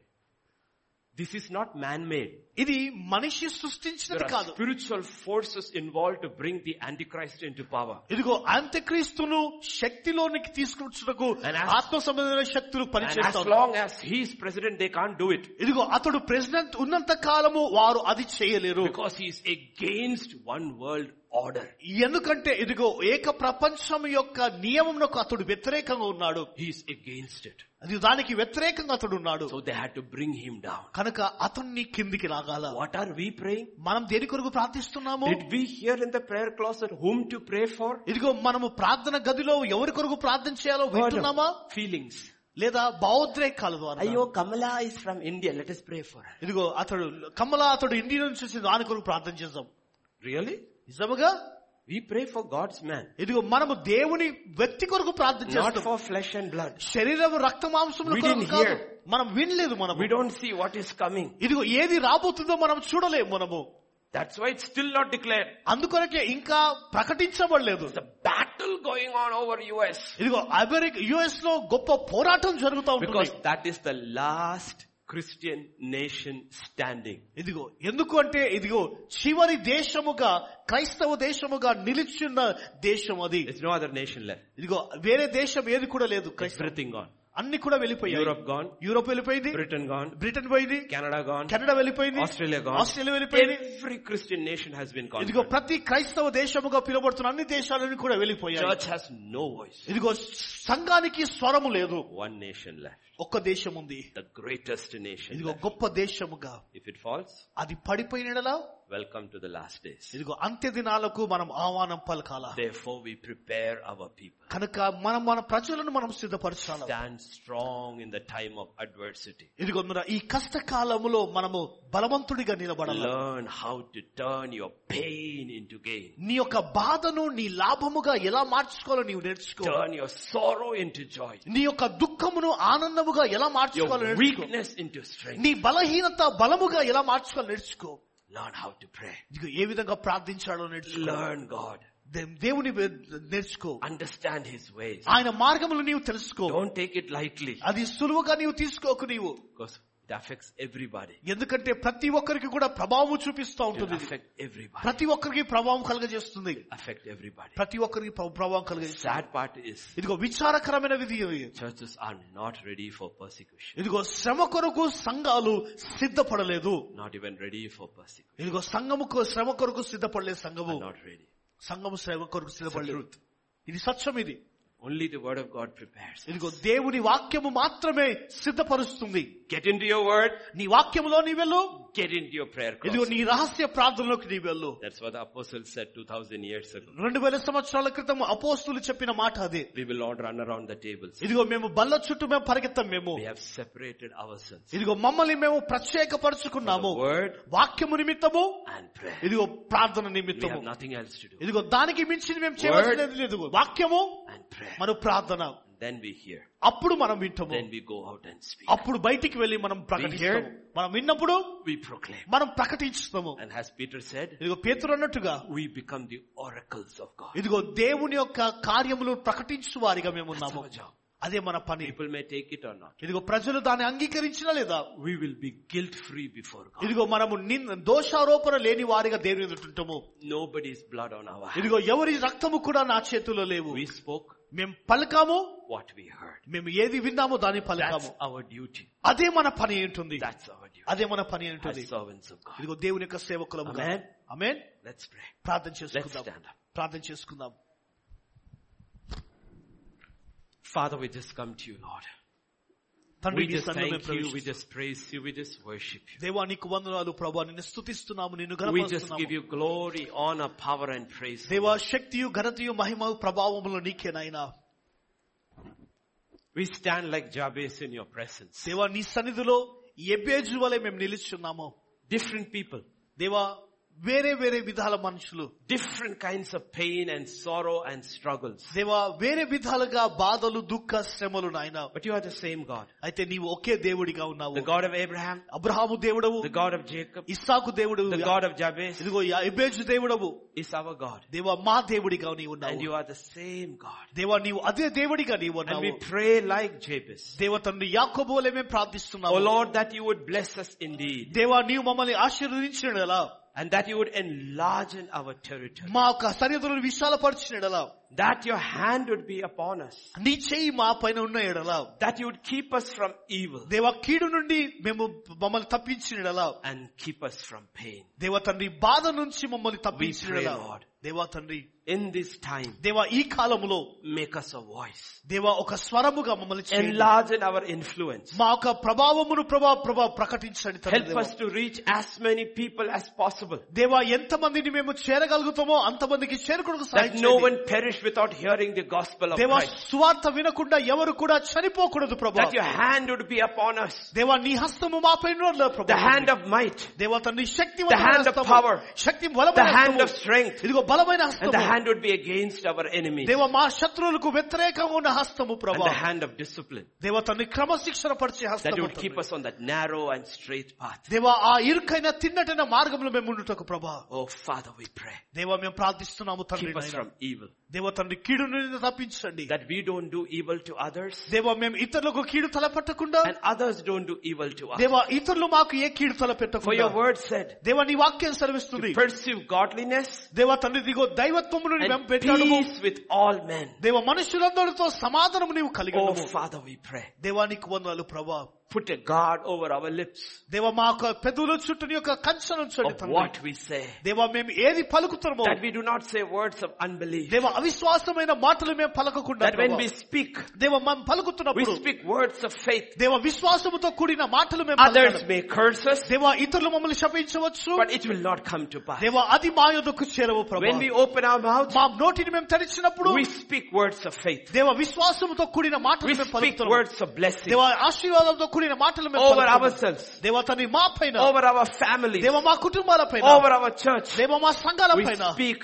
[SPEAKER 1] This is not man-made.
[SPEAKER 2] ఇది మనిషి
[SPEAKER 1] There
[SPEAKER 2] సృష్టించినది
[SPEAKER 1] are
[SPEAKER 2] కాదు
[SPEAKER 1] spiritual forces involved to bring the Antichrist into power.
[SPEAKER 2] ఇదిగో అంత్యక్రీస్తును శక్తిలోనికి తీసుకొచ్చుటకు
[SPEAKER 1] And as-
[SPEAKER 2] ఆత్మ సంబంధమైన శక్తులు
[SPEAKER 1] And as
[SPEAKER 2] పనిచేస్తాను
[SPEAKER 1] long as he is president, they can't do it.
[SPEAKER 2] ఇదిగో అతడు ప్రెసిడెంట్ ఉన్నంత కాలము వారు అది చేయలేరు
[SPEAKER 1] Because he is against one world order.
[SPEAKER 2] ఎందుకంటే ఇదిగో ఏక ప్రపంచం యొక్క నియమంకు అతడు వ్యతిరేకంగా ఉన్నాడు
[SPEAKER 1] He is against it.
[SPEAKER 2] అది దానికి వ్యతిరేకంగా అతడు ఉన్నాడు
[SPEAKER 1] So they had to bring him down.
[SPEAKER 2] కనుక అతన్ని కిందికి రాగాల
[SPEAKER 1] What are we praying?
[SPEAKER 2] మనం దేని కొరకు ప్రార్థిస్తున్నాము
[SPEAKER 1] Did we hear in the prayer closet whom to pray for?
[SPEAKER 2] ఇదిగో మనము ప్రార్థన గదిలో ఎవరి కొరకు ప్రార్థన చేయాలో వింటున్నామా
[SPEAKER 1] Feelings.
[SPEAKER 2] లేదా భావోద్రేకాల ద్వారా
[SPEAKER 1] Ayo, Kamala is from India. Let us pray for her.
[SPEAKER 2] ఇదిగో అతడు కమల అతడు ఇండియా నుంచి వచ్చి దాని కొరకు ప్రార్థన చేద్దాం
[SPEAKER 1] Really?
[SPEAKER 2] నిజముగా
[SPEAKER 1] We pray for God's man.
[SPEAKER 2] ఇదిగో మనము దేవుని వ్యక్తి కొరకు ప్రార్థన
[SPEAKER 1] Not
[SPEAKER 2] చేస్తాం
[SPEAKER 1] for flesh and blood.
[SPEAKER 2] శరీరం రక్త మాంసముల
[SPEAKER 1] We
[SPEAKER 2] కొరకు
[SPEAKER 1] didn't
[SPEAKER 2] కాదు.
[SPEAKER 1] hear.
[SPEAKER 2] మనం వినలేదు మనము
[SPEAKER 1] We don't see what is coming.
[SPEAKER 2] ఇదిగో ఏది రాబోతుందో మనం చూడలేము మనము
[SPEAKER 1] That's why it's still not declared.
[SPEAKER 2] అందుకొరకే ఇంకా ప్రకటించబడలేదు
[SPEAKER 1] The battle going on over US.
[SPEAKER 2] ఇదిగో అమెరికా యుఎస్ లో గొప్ప పోరాటం జరుగుతూ
[SPEAKER 1] Because
[SPEAKER 2] ఉంటుంది
[SPEAKER 1] that is the last Christian nation standing.
[SPEAKER 2] ఇదిగో ఎందుకు అంటే ఇదిగో చివరి దేశముగా క్రైస్తవ దేశముగా నిలిచున్న దేశం అది
[SPEAKER 1] There's no other nation left.
[SPEAKER 2] ఇదిగో వేరే దేశం ఏది కూడా లేదు క్రైస్తవ
[SPEAKER 1] Everything gone.
[SPEAKER 2] అన్ని కూడా వెళ్ళిపోయాయి
[SPEAKER 1] Europe gone.
[SPEAKER 2] యూరోప్ వెళ్ళిపోయింది
[SPEAKER 1] Britain gone.
[SPEAKER 2] బ్రిటన్ పోయింది
[SPEAKER 1] Canada gone.
[SPEAKER 2] కెనడా వెళ్ళిపోయింది
[SPEAKER 1] ఆస్ట్రేలియా gone.
[SPEAKER 2] ఆస్ట్రేలియా వెళ్ళిపోయింది
[SPEAKER 1] Every Christian nation has been
[SPEAKER 2] ఇదిగో
[SPEAKER 1] conquered.
[SPEAKER 2] ప్రతి క్రైస్తవ దేశముగా పిలువబడుతున్న అన్ని దేశాలను కూడా వెళ్ళిపోయాయి
[SPEAKER 1] Church has no voice.
[SPEAKER 2] ఇదిగో సంఘానికి స్వరము లేదు
[SPEAKER 1] One nation left.
[SPEAKER 2] ఒక్క దేశం ఉంది
[SPEAKER 1] The greatest nation.
[SPEAKER 2] ఇదిగో
[SPEAKER 1] left.
[SPEAKER 2] గొప్ప దేశముగా
[SPEAKER 1] If it falls,
[SPEAKER 2] అది పడిపోయినలా
[SPEAKER 1] welcome to the last days.
[SPEAKER 2] ఇదిగో అంత్య దినాలకు మనం ఆహ్వానం పలకాల
[SPEAKER 1] Therefore we prepare our people.
[SPEAKER 2] కనుక మనం మన ప్రజలను మనం సిద్ధపరచాలి
[SPEAKER 1] Stand strong in the time of adversity.
[SPEAKER 2] ఇదిగో మన ఈ కష్టకాలములో మనము బలవంతుడిగా నిలబడాలి
[SPEAKER 1] Learn how to turn your pain into gain.
[SPEAKER 2] నీ యొక్క బాధను నీ లాభముగా ఎలా మార్చుకోవాలో నీవు నేర్చుకో
[SPEAKER 1] Turn your sorrow into joy.
[SPEAKER 2] నీ యొక్క దుఃఖమును ఆనందముగా ఎలా మార్చుకోవాలో
[SPEAKER 1] Your
[SPEAKER 2] నేర్చుకో
[SPEAKER 1] weakness into strength.
[SPEAKER 2] నీ బలహీనత బలముగా ఎలా మార్చుకోవాలో నేర్చుకో
[SPEAKER 1] Learn how to pray.
[SPEAKER 2] ఇదిగో ఏ విధంగా ప్రార్థించాలో నేర్చుకో
[SPEAKER 1] Learn God.
[SPEAKER 2] దే- దేవుని వే- నేర్చుకో
[SPEAKER 1] Understand his ways.
[SPEAKER 2] ఆయన మార్గములు నీవు తెలుసుకో
[SPEAKER 1] Don't take it lightly
[SPEAKER 2] అది సులువుగా నీవు తీసుకోకు నీవు
[SPEAKER 1] because it affects everybody.
[SPEAKER 2] ఎందుకంటే ప్రతి ఒక్కరికి కూడా ప్రభావం చూపిస్తూ
[SPEAKER 1] It will
[SPEAKER 2] ఉంటుంది ఇది.
[SPEAKER 1] affect everybody.
[SPEAKER 2] ప్రతి ఒక్కరికి ప్రభావం కలుగజేస్తుంది
[SPEAKER 1] Affect everybody.
[SPEAKER 2] ప్రతి ఒక్కరికి ప్ర- ప్రభావం కలుగజేస్తుంది
[SPEAKER 1] Sad part is
[SPEAKER 2] ఇదిగో విచారకరమైన విధి ఇది.
[SPEAKER 1] churches are not ready for persecution.
[SPEAKER 2] ఇదిగో శ్రమ కొరకు సంఘాలు సిద్ధపడలేదు
[SPEAKER 1] Not even ready for persecution.
[SPEAKER 2] ఇదిగో సంఘము కొ- శ్రమ కొరకు సిద్ధపడలేదు సంఘము
[SPEAKER 1] Are not ready.
[SPEAKER 2] సంఘము శ్రమ కొరకు సిద్ధపడలేదు ఇది సత్యం ఇది
[SPEAKER 1] Only the word of God prepares.
[SPEAKER 2] ఇదిగో దేవుని వాక్యము మాత్రమే సిద్ధపరుస్తుంది
[SPEAKER 1] Get into your word.
[SPEAKER 2] నీ వాక్యములో నీ వెళ్ళు
[SPEAKER 1] Get into your prayer cross.
[SPEAKER 2] ఇదిగో నీ రహస్య ప్రార్థనలోకి నీ వెళ్ళు
[SPEAKER 1] That's what the apostles said 2000 years ago.
[SPEAKER 2] రెండు వేల సంవత్సరాల క్రితం అపోస్తులు చెప్పిన మాట అదే
[SPEAKER 1] We will not run around the tables.
[SPEAKER 2] ఇదిగో మేము బల్ల చుట్టూ మేము పరిగెత్తాం మేము
[SPEAKER 1] We have separated ourselves.
[SPEAKER 2] ఇదిగో మమ్మల్ని మేము
[SPEAKER 1] from
[SPEAKER 2] ప్రత్యేకపరుచుకున్నాము
[SPEAKER 1] The word
[SPEAKER 2] వాక్యము నిమిత్తము
[SPEAKER 1] and prayer.
[SPEAKER 2] ఇదిగో ప్రార్థన
[SPEAKER 1] We
[SPEAKER 2] నిమిత్తము
[SPEAKER 1] have nothing else to do.
[SPEAKER 2] ఇదిగో దానికి మించి మేము చేయవలసినది లేదు వాక్యము
[SPEAKER 1] And prayer.
[SPEAKER 2] మన ప్రార్థన
[SPEAKER 1] Then we hear.
[SPEAKER 2] అప్పుడు మనం వింటాము
[SPEAKER 1] Then we go out and speak.
[SPEAKER 2] అప్పుడు బయటికి వెళ్ళి మనం ప్రకటిస్తాము మనం విన్నప్పుడు
[SPEAKER 1] We proclaim.
[SPEAKER 2] మనం ప్రకటించుతాము
[SPEAKER 1] And as Peter said,
[SPEAKER 2] ఇదిగో పేతురు అన్నట్టుగా
[SPEAKER 1] we become the oracles of God.
[SPEAKER 2] ఇదిగో దేవుని యొక్క కార్యములు ప్రకటించు వారిగా మేము
[SPEAKER 1] That's
[SPEAKER 2] ఉన్నాము
[SPEAKER 1] our job.
[SPEAKER 2] అదే మన పని
[SPEAKER 1] People may take it or not.
[SPEAKER 2] ఇదిగో ప్రజలు దాన్ని అంగీకరించినా లేదా
[SPEAKER 1] We will be guilt free before God.
[SPEAKER 2] ఇదిగో మనము నిన్- దోషారోపణ లేని వారిగా దేవుని ఎదుట ఉంటాము
[SPEAKER 1] Nobody's blood on our hands.
[SPEAKER 2] ఇదిగో ఎవరి రక్తము కూడా నా చేతిలో లేవు
[SPEAKER 1] We spoke
[SPEAKER 2] మేము పలకాము
[SPEAKER 1] what we heard.
[SPEAKER 2] మేము ఏది విన్నామో దాన్ని
[SPEAKER 1] That's
[SPEAKER 2] పలకాము
[SPEAKER 1] our duty.
[SPEAKER 2] అదే మన పని ఉంటుంది
[SPEAKER 1] That's our duty.
[SPEAKER 2] అదే మన పని ఉంటుంది
[SPEAKER 1] As servants of God.
[SPEAKER 2] ఇదిగో దేవుని యొక్క సేవకులము
[SPEAKER 1] Amen.
[SPEAKER 2] ఆమె
[SPEAKER 1] Let's pray.
[SPEAKER 2] ప్రార్థన
[SPEAKER 1] Let's
[SPEAKER 2] చేసుకుందాం
[SPEAKER 1] stand up.
[SPEAKER 2] ప్రార్థన చేసుకుందాం
[SPEAKER 1] Father, we just come to you, Lord.
[SPEAKER 2] తండ్రి
[SPEAKER 1] We
[SPEAKER 2] నీ
[SPEAKER 1] just
[SPEAKER 2] సన్నిధిలో
[SPEAKER 1] thank
[SPEAKER 2] మేము
[SPEAKER 1] you. We
[SPEAKER 2] ప్రవేశిస్తున్నాం.
[SPEAKER 1] just praise you. We just worship you.
[SPEAKER 2] దేవా నీకు వందనాలు ప్రభా నిన్ను స్థుతిస్తున్నాము నిన్ను
[SPEAKER 1] We just give
[SPEAKER 2] ఘనపరుస్తున్నాము
[SPEAKER 1] you glory, honor, power and praise.
[SPEAKER 2] దేవా శక్తియు ఘనతయు మహిమ ప్రభావములు నీకేనాయనా
[SPEAKER 1] We stand like Jabez in your presence.
[SPEAKER 2] దేవా నీ సన్నిధిలో ఎబేజు వలె మేము నిలుచున్నాము
[SPEAKER 1] Different people,
[SPEAKER 2] దేవా వేరే వేరే విధాల మనుషులు
[SPEAKER 1] different kinds of pain and sorrow and struggles.
[SPEAKER 2] దేవా వేరే విధాలుగా బాధలు దుఃఖ శ్రమలు నాయన
[SPEAKER 1] But you are the same God.
[SPEAKER 2] అయితే నీవు ఒకే దేవుడిగా
[SPEAKER 1] The
[SPEAKER 2] ఉన్నావు
[SPEAKER 1] God of Abraham,
[SPEAKER 2] అబ్రహాము దేవుడవు
[SPEAKER 1] the God of Jacob,
[SPEAKER 2] ఇస్సాకు దేవుడు
[SPEAKER 1] the God of Jabez
[SPEAKER 2] ఇదిగో యా- ఎబేజు దేవుడవు
[SPEAKER 1] is our God.
[SPEAKER 2] దేవా మా దేవుడిగా నీవు
[SPEAKER 1] And
[SPEAKER 2] ఉన్నావు
[SPEAKER 1] you are the same God.
[SPEAKER 2] దేవా నీవు అదే దేవుడిగా నీవు
[SPEAKER 1] And we
[SPEAKER 2] ఉన్నావు
[SPEAKER 1] pray like Jabez.
[SPEAKER 2] దేవ తండ్రి యాకోబు వలె మేము
[SPEAKER 1] Oh
[SPEAKER 2] ప్రార్థిస్తున్నాము
[SPEAKER 1] Lord, that you would bless us indeed
[SPEAKER 2] దేవా నీవు మమ్మల్ని ఆశీర్వదించిన ఎలా
[SPEAKER 1] and that you would enlarge in our territory.
[SPEAKER 2] మా యొక్క సరిహద్దులను విశాలపరిచిన ఎడలా
[SPEAKER 1] That your hand would be upon us.
[SPEAKER 2] నీ చేయి మా పైన ఉన్న ఎడలా
[SPEAKER 1] That you would keep us from evil
[SPEAKER 2] దేవ కీడు నుండి మేము మమ్మల్ని తప్పించిన ఎడలా
[SPEAKER 1] and keep us from pain.
[SPEAKER 2] దేవ తండ్రి బాధ నుంచి మమ్మల్ని తప్పించిన
[SPEAKER 1] We pray,
[SPEAKER 2] ఎడలా
[SPEAKER 1] Lord.
[SPEAKER 2] దేవా తండ్రి
[SPEAKER 1] In this time,
[SPEAKER 2] దేవ ఈ కాలములో
[SPEAKER 1] make us a voice.
[SPEAKER 2] దేవ ఒక స్వరముగా మమ్మల్ని చేయండి.
[SPEAKER 1] Enlarge in our influence.
[SPEAKER 2] మా యొక్క ప్రభావమును ప్రభా ప్రభా ప్రకటించండి తండ్రి
[SPEAKER 1] Help
[SPEAKER 2] దేవా.
[SPEAKER 1] us to reach as many people as possible.
[SPEAKER 2] దేవా ఎంత మందిని మేము చేరగలుగుతామో అంతమందికి చేరుకుడు
[SPEAKER 1] That no one perish without hearing the gospel of
[SPEAKER 2] దేవా
[SPEAKER 1] Christ.
[SPEAKER 2] సువార్త వినకుండా ఎవరు కూడా చనిపోకూడదు ప్రభా
[SPEAKER 1] That your hand would be upon us.
[SPEAKER 2] దేవా నీ హస్తము మా పైన ఉన్నది
[SPEAKER 1] The
[SPEAKER 2] ప్రభా
[SPEAKER 1] hand of might.
[SPEAKER 2] దేవా తండ్రి శక్తి
[SPEAKER 1] The hand of power.
[SPEAKER 2] Shakti
[SPEAKER 1] The
[SPEAKER 2] బలమైన
[SPEAKER 1] hand of
[SPEAKER 2] హస్తము.
[SPEAKER 1] strength.
[SPEAKER 2] ఇదిగో బలమైన
[SPEAKER 1] And the
[SPEAKER 2] హస్తము
[SPEAKER 1] hand would be against our enemies.
[SPEAKER 2] దేవ మా శత్రువులకు వ్యతిరేకంగా ఉన్న హస్తము
[SPEAKER 1] And
[SPEAKER 2] ప్రభా
[SPEAKER 1] the hand of discipline.
[SPEAKER 2] దేవ తండ్రి క్రమశిక్షణ పరిచే
[SPEAKER 1] That
[SPEAKER 2] హస్తము
[SPEAKER 1] would keep us on that narrow and straight path.
[SPEAKER 2] దేవ ఆ ఇరుకైన తిన్నటైన మార్గంలో మేము ఉండుటకు ప్రభా
[SPEAKER 1] Oh Father, we pray.
[SPEAKER 2] దేవ మేము ప్రార్థిస్తున్నాము తండ్రి
[SPEAKER 1] Keep us
[SPEAKER 2] నాయనా.
[SPEAKER 1] from evil.
[SPEAKER 2] దేవ తండ్రి కీడు నుండి తప్పించండి
[SPEAKER 1] That we don't do evil to others.
[SPEAKER 2] దేవ మేము ఇతరులకు కీడు తలపెట్టకుండా
[SPEAKER 1] And others don't do evil to us.
[SPEAKER 2] దేవ ఇతరులు మాకు ఏ కీడు
[SPEAKER 1] For
[SPEAKER 2] తలపెట్టకుండా
[SPEAKER 1] your word said,
[SPEAKER 2] దేవ నీ వాక్యం సెలవిస్తుంది
[SPEAKER 1] pursue godliness
[SPEAKER 2] దేవ తండ్రి దిగో దైవత్వమును మేము
[SPEAKER 1] and
[SPEAKER 2] పెట్టాడు
[SPEAKER 1] peace with all men.
[SPEAKER 2] దేవ మనుషులందరితో సమాధానము నీవు కలిగి
[SPEAKER 1] Oh
[SPEAKER 2] ఉండవు.
[SPEAKER 1] Father, we pray.
[SPEAKER 2] దేవానికి వందనాలు ప్రభా
[SPEAKER 1] Put a guard over our lips
[SPEAKER 2] దేవ మా యొక్క పెదవుల చుట్టూ నీ యొక్క కంచెను ఉంచండి
[SPEAKER 1] of
[SPEAKER 2] తండ్రి
[SPEAKER 1] what we say.
[SPEAKER 2] దేవా మేము ఏది పలుకుతామో
[SPEAKER 1] That we do not say words of unbelief.
[SPEAKER 2] దేవ అవిశ్వాసమైన మాటలు మేము పలకకుండా
[SPEAKER 1] That when we speak,
[SPEAKER 2] దేవ మనం
[SPEAKER 1] we
[SPEAKER 2] పలుకుతున్నప్పుడు
[SPEAKER 1] speak words of faith.
[SPEAKER 2] దేవ విశ్వాసముతో కూడిన మాటలు మేము
[SPEAKER 1] Others
[SPEAKER 2] పలకాలి.
[SPEAKER 1] may curse us,
[SPEAKER 2] దేవ ఇతరులు మమ్మల్ని శపించవచ్చు
[SPEAKER 1] but it will not come to pass.
[SPEAKER 2] దేవ అది మా యొద్దకు చేరవు ప్రభు
[SPEAKER 1] When we open our mouths,
[SPEAKER 2] మా నోటిని మేము తెరిచినప్పుడు
[SPEAKER 1] we speak words of faith.
[SPEAKER 2] దేవ విశ్వాసముతో కూడిన మాటలు
[SPEAKER 1] We
[SPEAKER 2] మేము
[SPEAKER 1] speak
[SPEAKER 2] పలుకుతున్నాము
[SPEAKER 1] words of blessing
[SPEAKER 2] దేవ ఆశీర్వాదంతో కూడిన మాటలు మేము
[SPEAKER 1] over
[SPEAKER 2] పలుకుతున్నాము.
[SPEAKER 1] ourselves,
[SPEAKER 2] దేవ తని మా పైన
[SPEAKER 1] over our families,
[SPEAKER 2] దేవ మా కుటుంబాల పైన
[SPEAKER 1] over our church.
[SPEAKER 2] దేవ మా సంఘాల
[SPEAKER 1] We
[SPEAKER 2] పైన
[SPEAKER 1] speak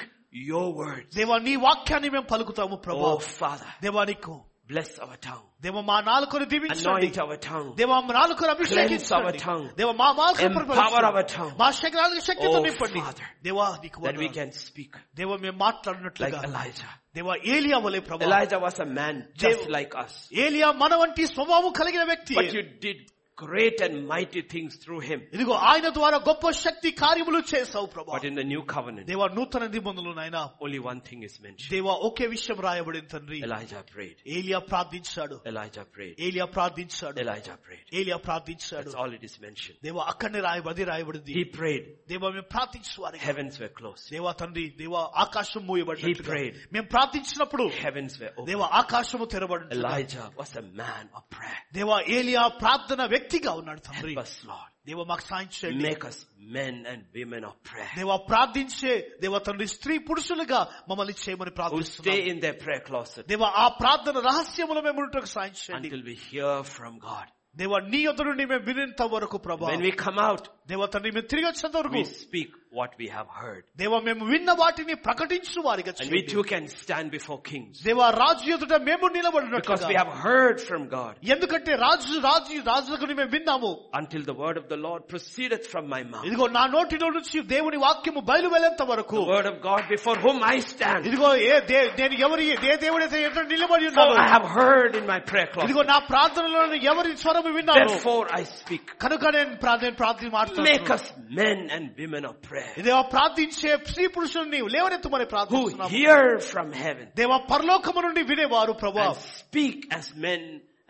[SPEAKER 1] your words.
[SPEAKER 2] దేవ నీ వాక్యాన్ని మేము పలుకుతాము ప్రభు
[SPEAKER 1] Oh Father,
[SPEAKER 2] దేవానికి
[SPEAKER 1] Bless our tongue.
[SPEAKER 2] దేవ మా నాలుకను దీవించండి
[SPEAKER 1] Anoint our tongue.
[SPEAKER 2] దేవ మా నాలుకను
[SPEAKER 1] Cleanse our
[SPEAKER 2] అభిషేకించండి
[SPEAKER 1] tongue.
[SPEAKER 2] దేవ మా మాల్కను
[SPEAKER 1] Empower our tongue.
[SPEAKER 2] మా శరీరాలకు శక్తితో
[SPEAKER 1] Oh,
[SPEAKER 2] నింపండి
[SPEAKER 1] Father,
[SPEAKER 2] దేవా నీకు
[SPEAKER 1] That we
[SPEAKER 2] వందనాలు.
[SPEAKER 1] can speak
[SPEAKER 2] దేవ మేము
[SPEAKER 1] like
[SPEAKER 2] మాట్లాడినట్లుగా
[SPEAKER 1] Elijah.
[SPEAKER 2] దేవ ఏలియా వలె ప్రభా
[SPEAKER 1] Elijah was a man just
[SPEAKER 2] Dev-
[SPEAKER 1] like us.
[SPEAKER 2] ఏలియా మన వంటి స్వభావం కలిగిన వ్యక్తి
[SPEAKER 1] But you did great and mighty things through him.
[SPEAKER 2] ఇదిగో ఆయన ద్వారా గొప్ప శక్తి కార్యములు చేసావు ప్రభా
[SPEAKER 1] But in the new covenant,
[SPEAKER 2] దేవ నూతన నిబంధనలు నాయన
[SPEAKER 1] only one thing is mentioned.
[SPEAKER 2] దేవ ఒకే విషయం రాయబడింది తండ్రి
[SPEAKER 1] Elijah prayed.
[SPEAKER 2] ఏలియా ప్రార్థించాడు
[SPEAKER 1] Elijah prayed.
[SPEAKER 2] ఏలియా ప్రార్థించాడు
[SPEAKER 1] Elijah prayed.
[SPEAKER 2] ఏలియా ప్రార్థించాడు
[SPEAKER 1] That's all it is mentioned.
[SPEAKER 2] దేవ అక్కడనే రాయబడి రాయబడింది
[SPEAKER 1] He prayed.
[SPEAKER 2] దేవ మేము ప్రార్థించేవారు
[SPEAKER 1] Heavens were closed.
[SPEAKER 2] దేవా తండ్రి దేవ ఆకాశం
[SPEAKER 1] He prayed.
[SPEAKER 2] మూయబడి మేము ప్రార్థించినప్పుడు
[SPEAKER 1] Heavens were open.
[SPEAKER 2] దేవ ఆకాశము తెరబడి
[SPEAKER 1] Elijah was a man of prayer.
[SPEAKER 2] దేవ ఏలియా ప్రార్థన వ్యక్తిగా ఉన్నాడు తండ్రి
[SPEAKER 1] Help us, Lord.
[SPEAKER 2] దేవ మాకు సాయం చేయండి
[SPEAKER 1] Make us men and women of prayer.
[SPEAKER 2] దేవ ప్రార్థించే దేవ తండ్రి స్త్రీ పురుషులుగా మమ్మల్ని చేయమని
[SPEAKER 1] Who
[SPEAKER 2] ప్రార్థిస్తున్నాం
[SPEAKER 1] stay in their prayer closet
[SPEAKER 2] దేవ ఆ ప్రార్థన రహస్యములో మేము ఉండటకు సాయం చేయండి
[SPEAKER 1] until we hear from God.
[SPEAKER 2] దేవ నీ యొద్ద నుండి మేము వినేంత వరకు ప్రభా
[SPEAKER 1] When we come out,
[SPEAKER 2] దేవ తండ్రి మేము తిరిగి వచ్చేంత వరకు
[SPEAKER 1] we speak what we have heard.
[SPEAKER 2] దేవ మేము విన్న వాటిని ప్రకటించు వారిగా
[SPEAKER 1] And we
[SPEAKER 2] చేయండి.
[SPEAKER 1] too can stand before kings.
[SPEAKER 2] దేవ రాజు ఎదుట మేము
[SPEAKER 1] Because we
[SPEAKER 2] నిలబడినట్లుగా
[SPEAKER 1] have heard from God.
[SPEAKER 2] ఎందుకంటే రాజు రాజు రాజు గురించి మేము విన్నాము
[SPEAKER 1] Until the word of the Lord proceedeth from my mouth.
[SPEAKER 2] ఇదిగో నా నోటిలో నుంచి దేవుని వాక్యము బయలు వెళ్ళేంత వరకు
[SPEAKER 1] The word of God before whom I stand.
[SPEAKER 2] ఇదిగో ఏ దే నేను ఎవరి ఏ దేవుడైతే ఎదుట నిలబడి
[SPEAKER 1] So I
[SPEAKER 2] ఉన్నాను
[SPEAKER 1] have heard in my prayer closet.
[SPEAKER 2] ఇదిగో నా ప్రార్థనలో ఎవరి స్వరము విన్నాను
[SPEAKER 1] Therefore I speak.
[SPEAKER 2] కనుక నేను ప్రార్థన ప్రార్థన
[SPEAKER 1] Make
[SPEAKER 2] మాట్లాడుతున్నాను
[SPEAKER 1] us men and women of prayer.
[SPEAKER 2] ఇదిగో ప్రార్థించే స్త్రీ పురుషుల్ని లేవనెత్తమని
[SPEAKER 1] Who
[SPEAKER 2] ప్రార్థిస్తున్నాము
[SPEAKER 1] hear from heaven.
[SPEAKER 2] దేవ పరలోకము నుండి వినేవారు ప్రభా
[SPEAKER 1] And speak as men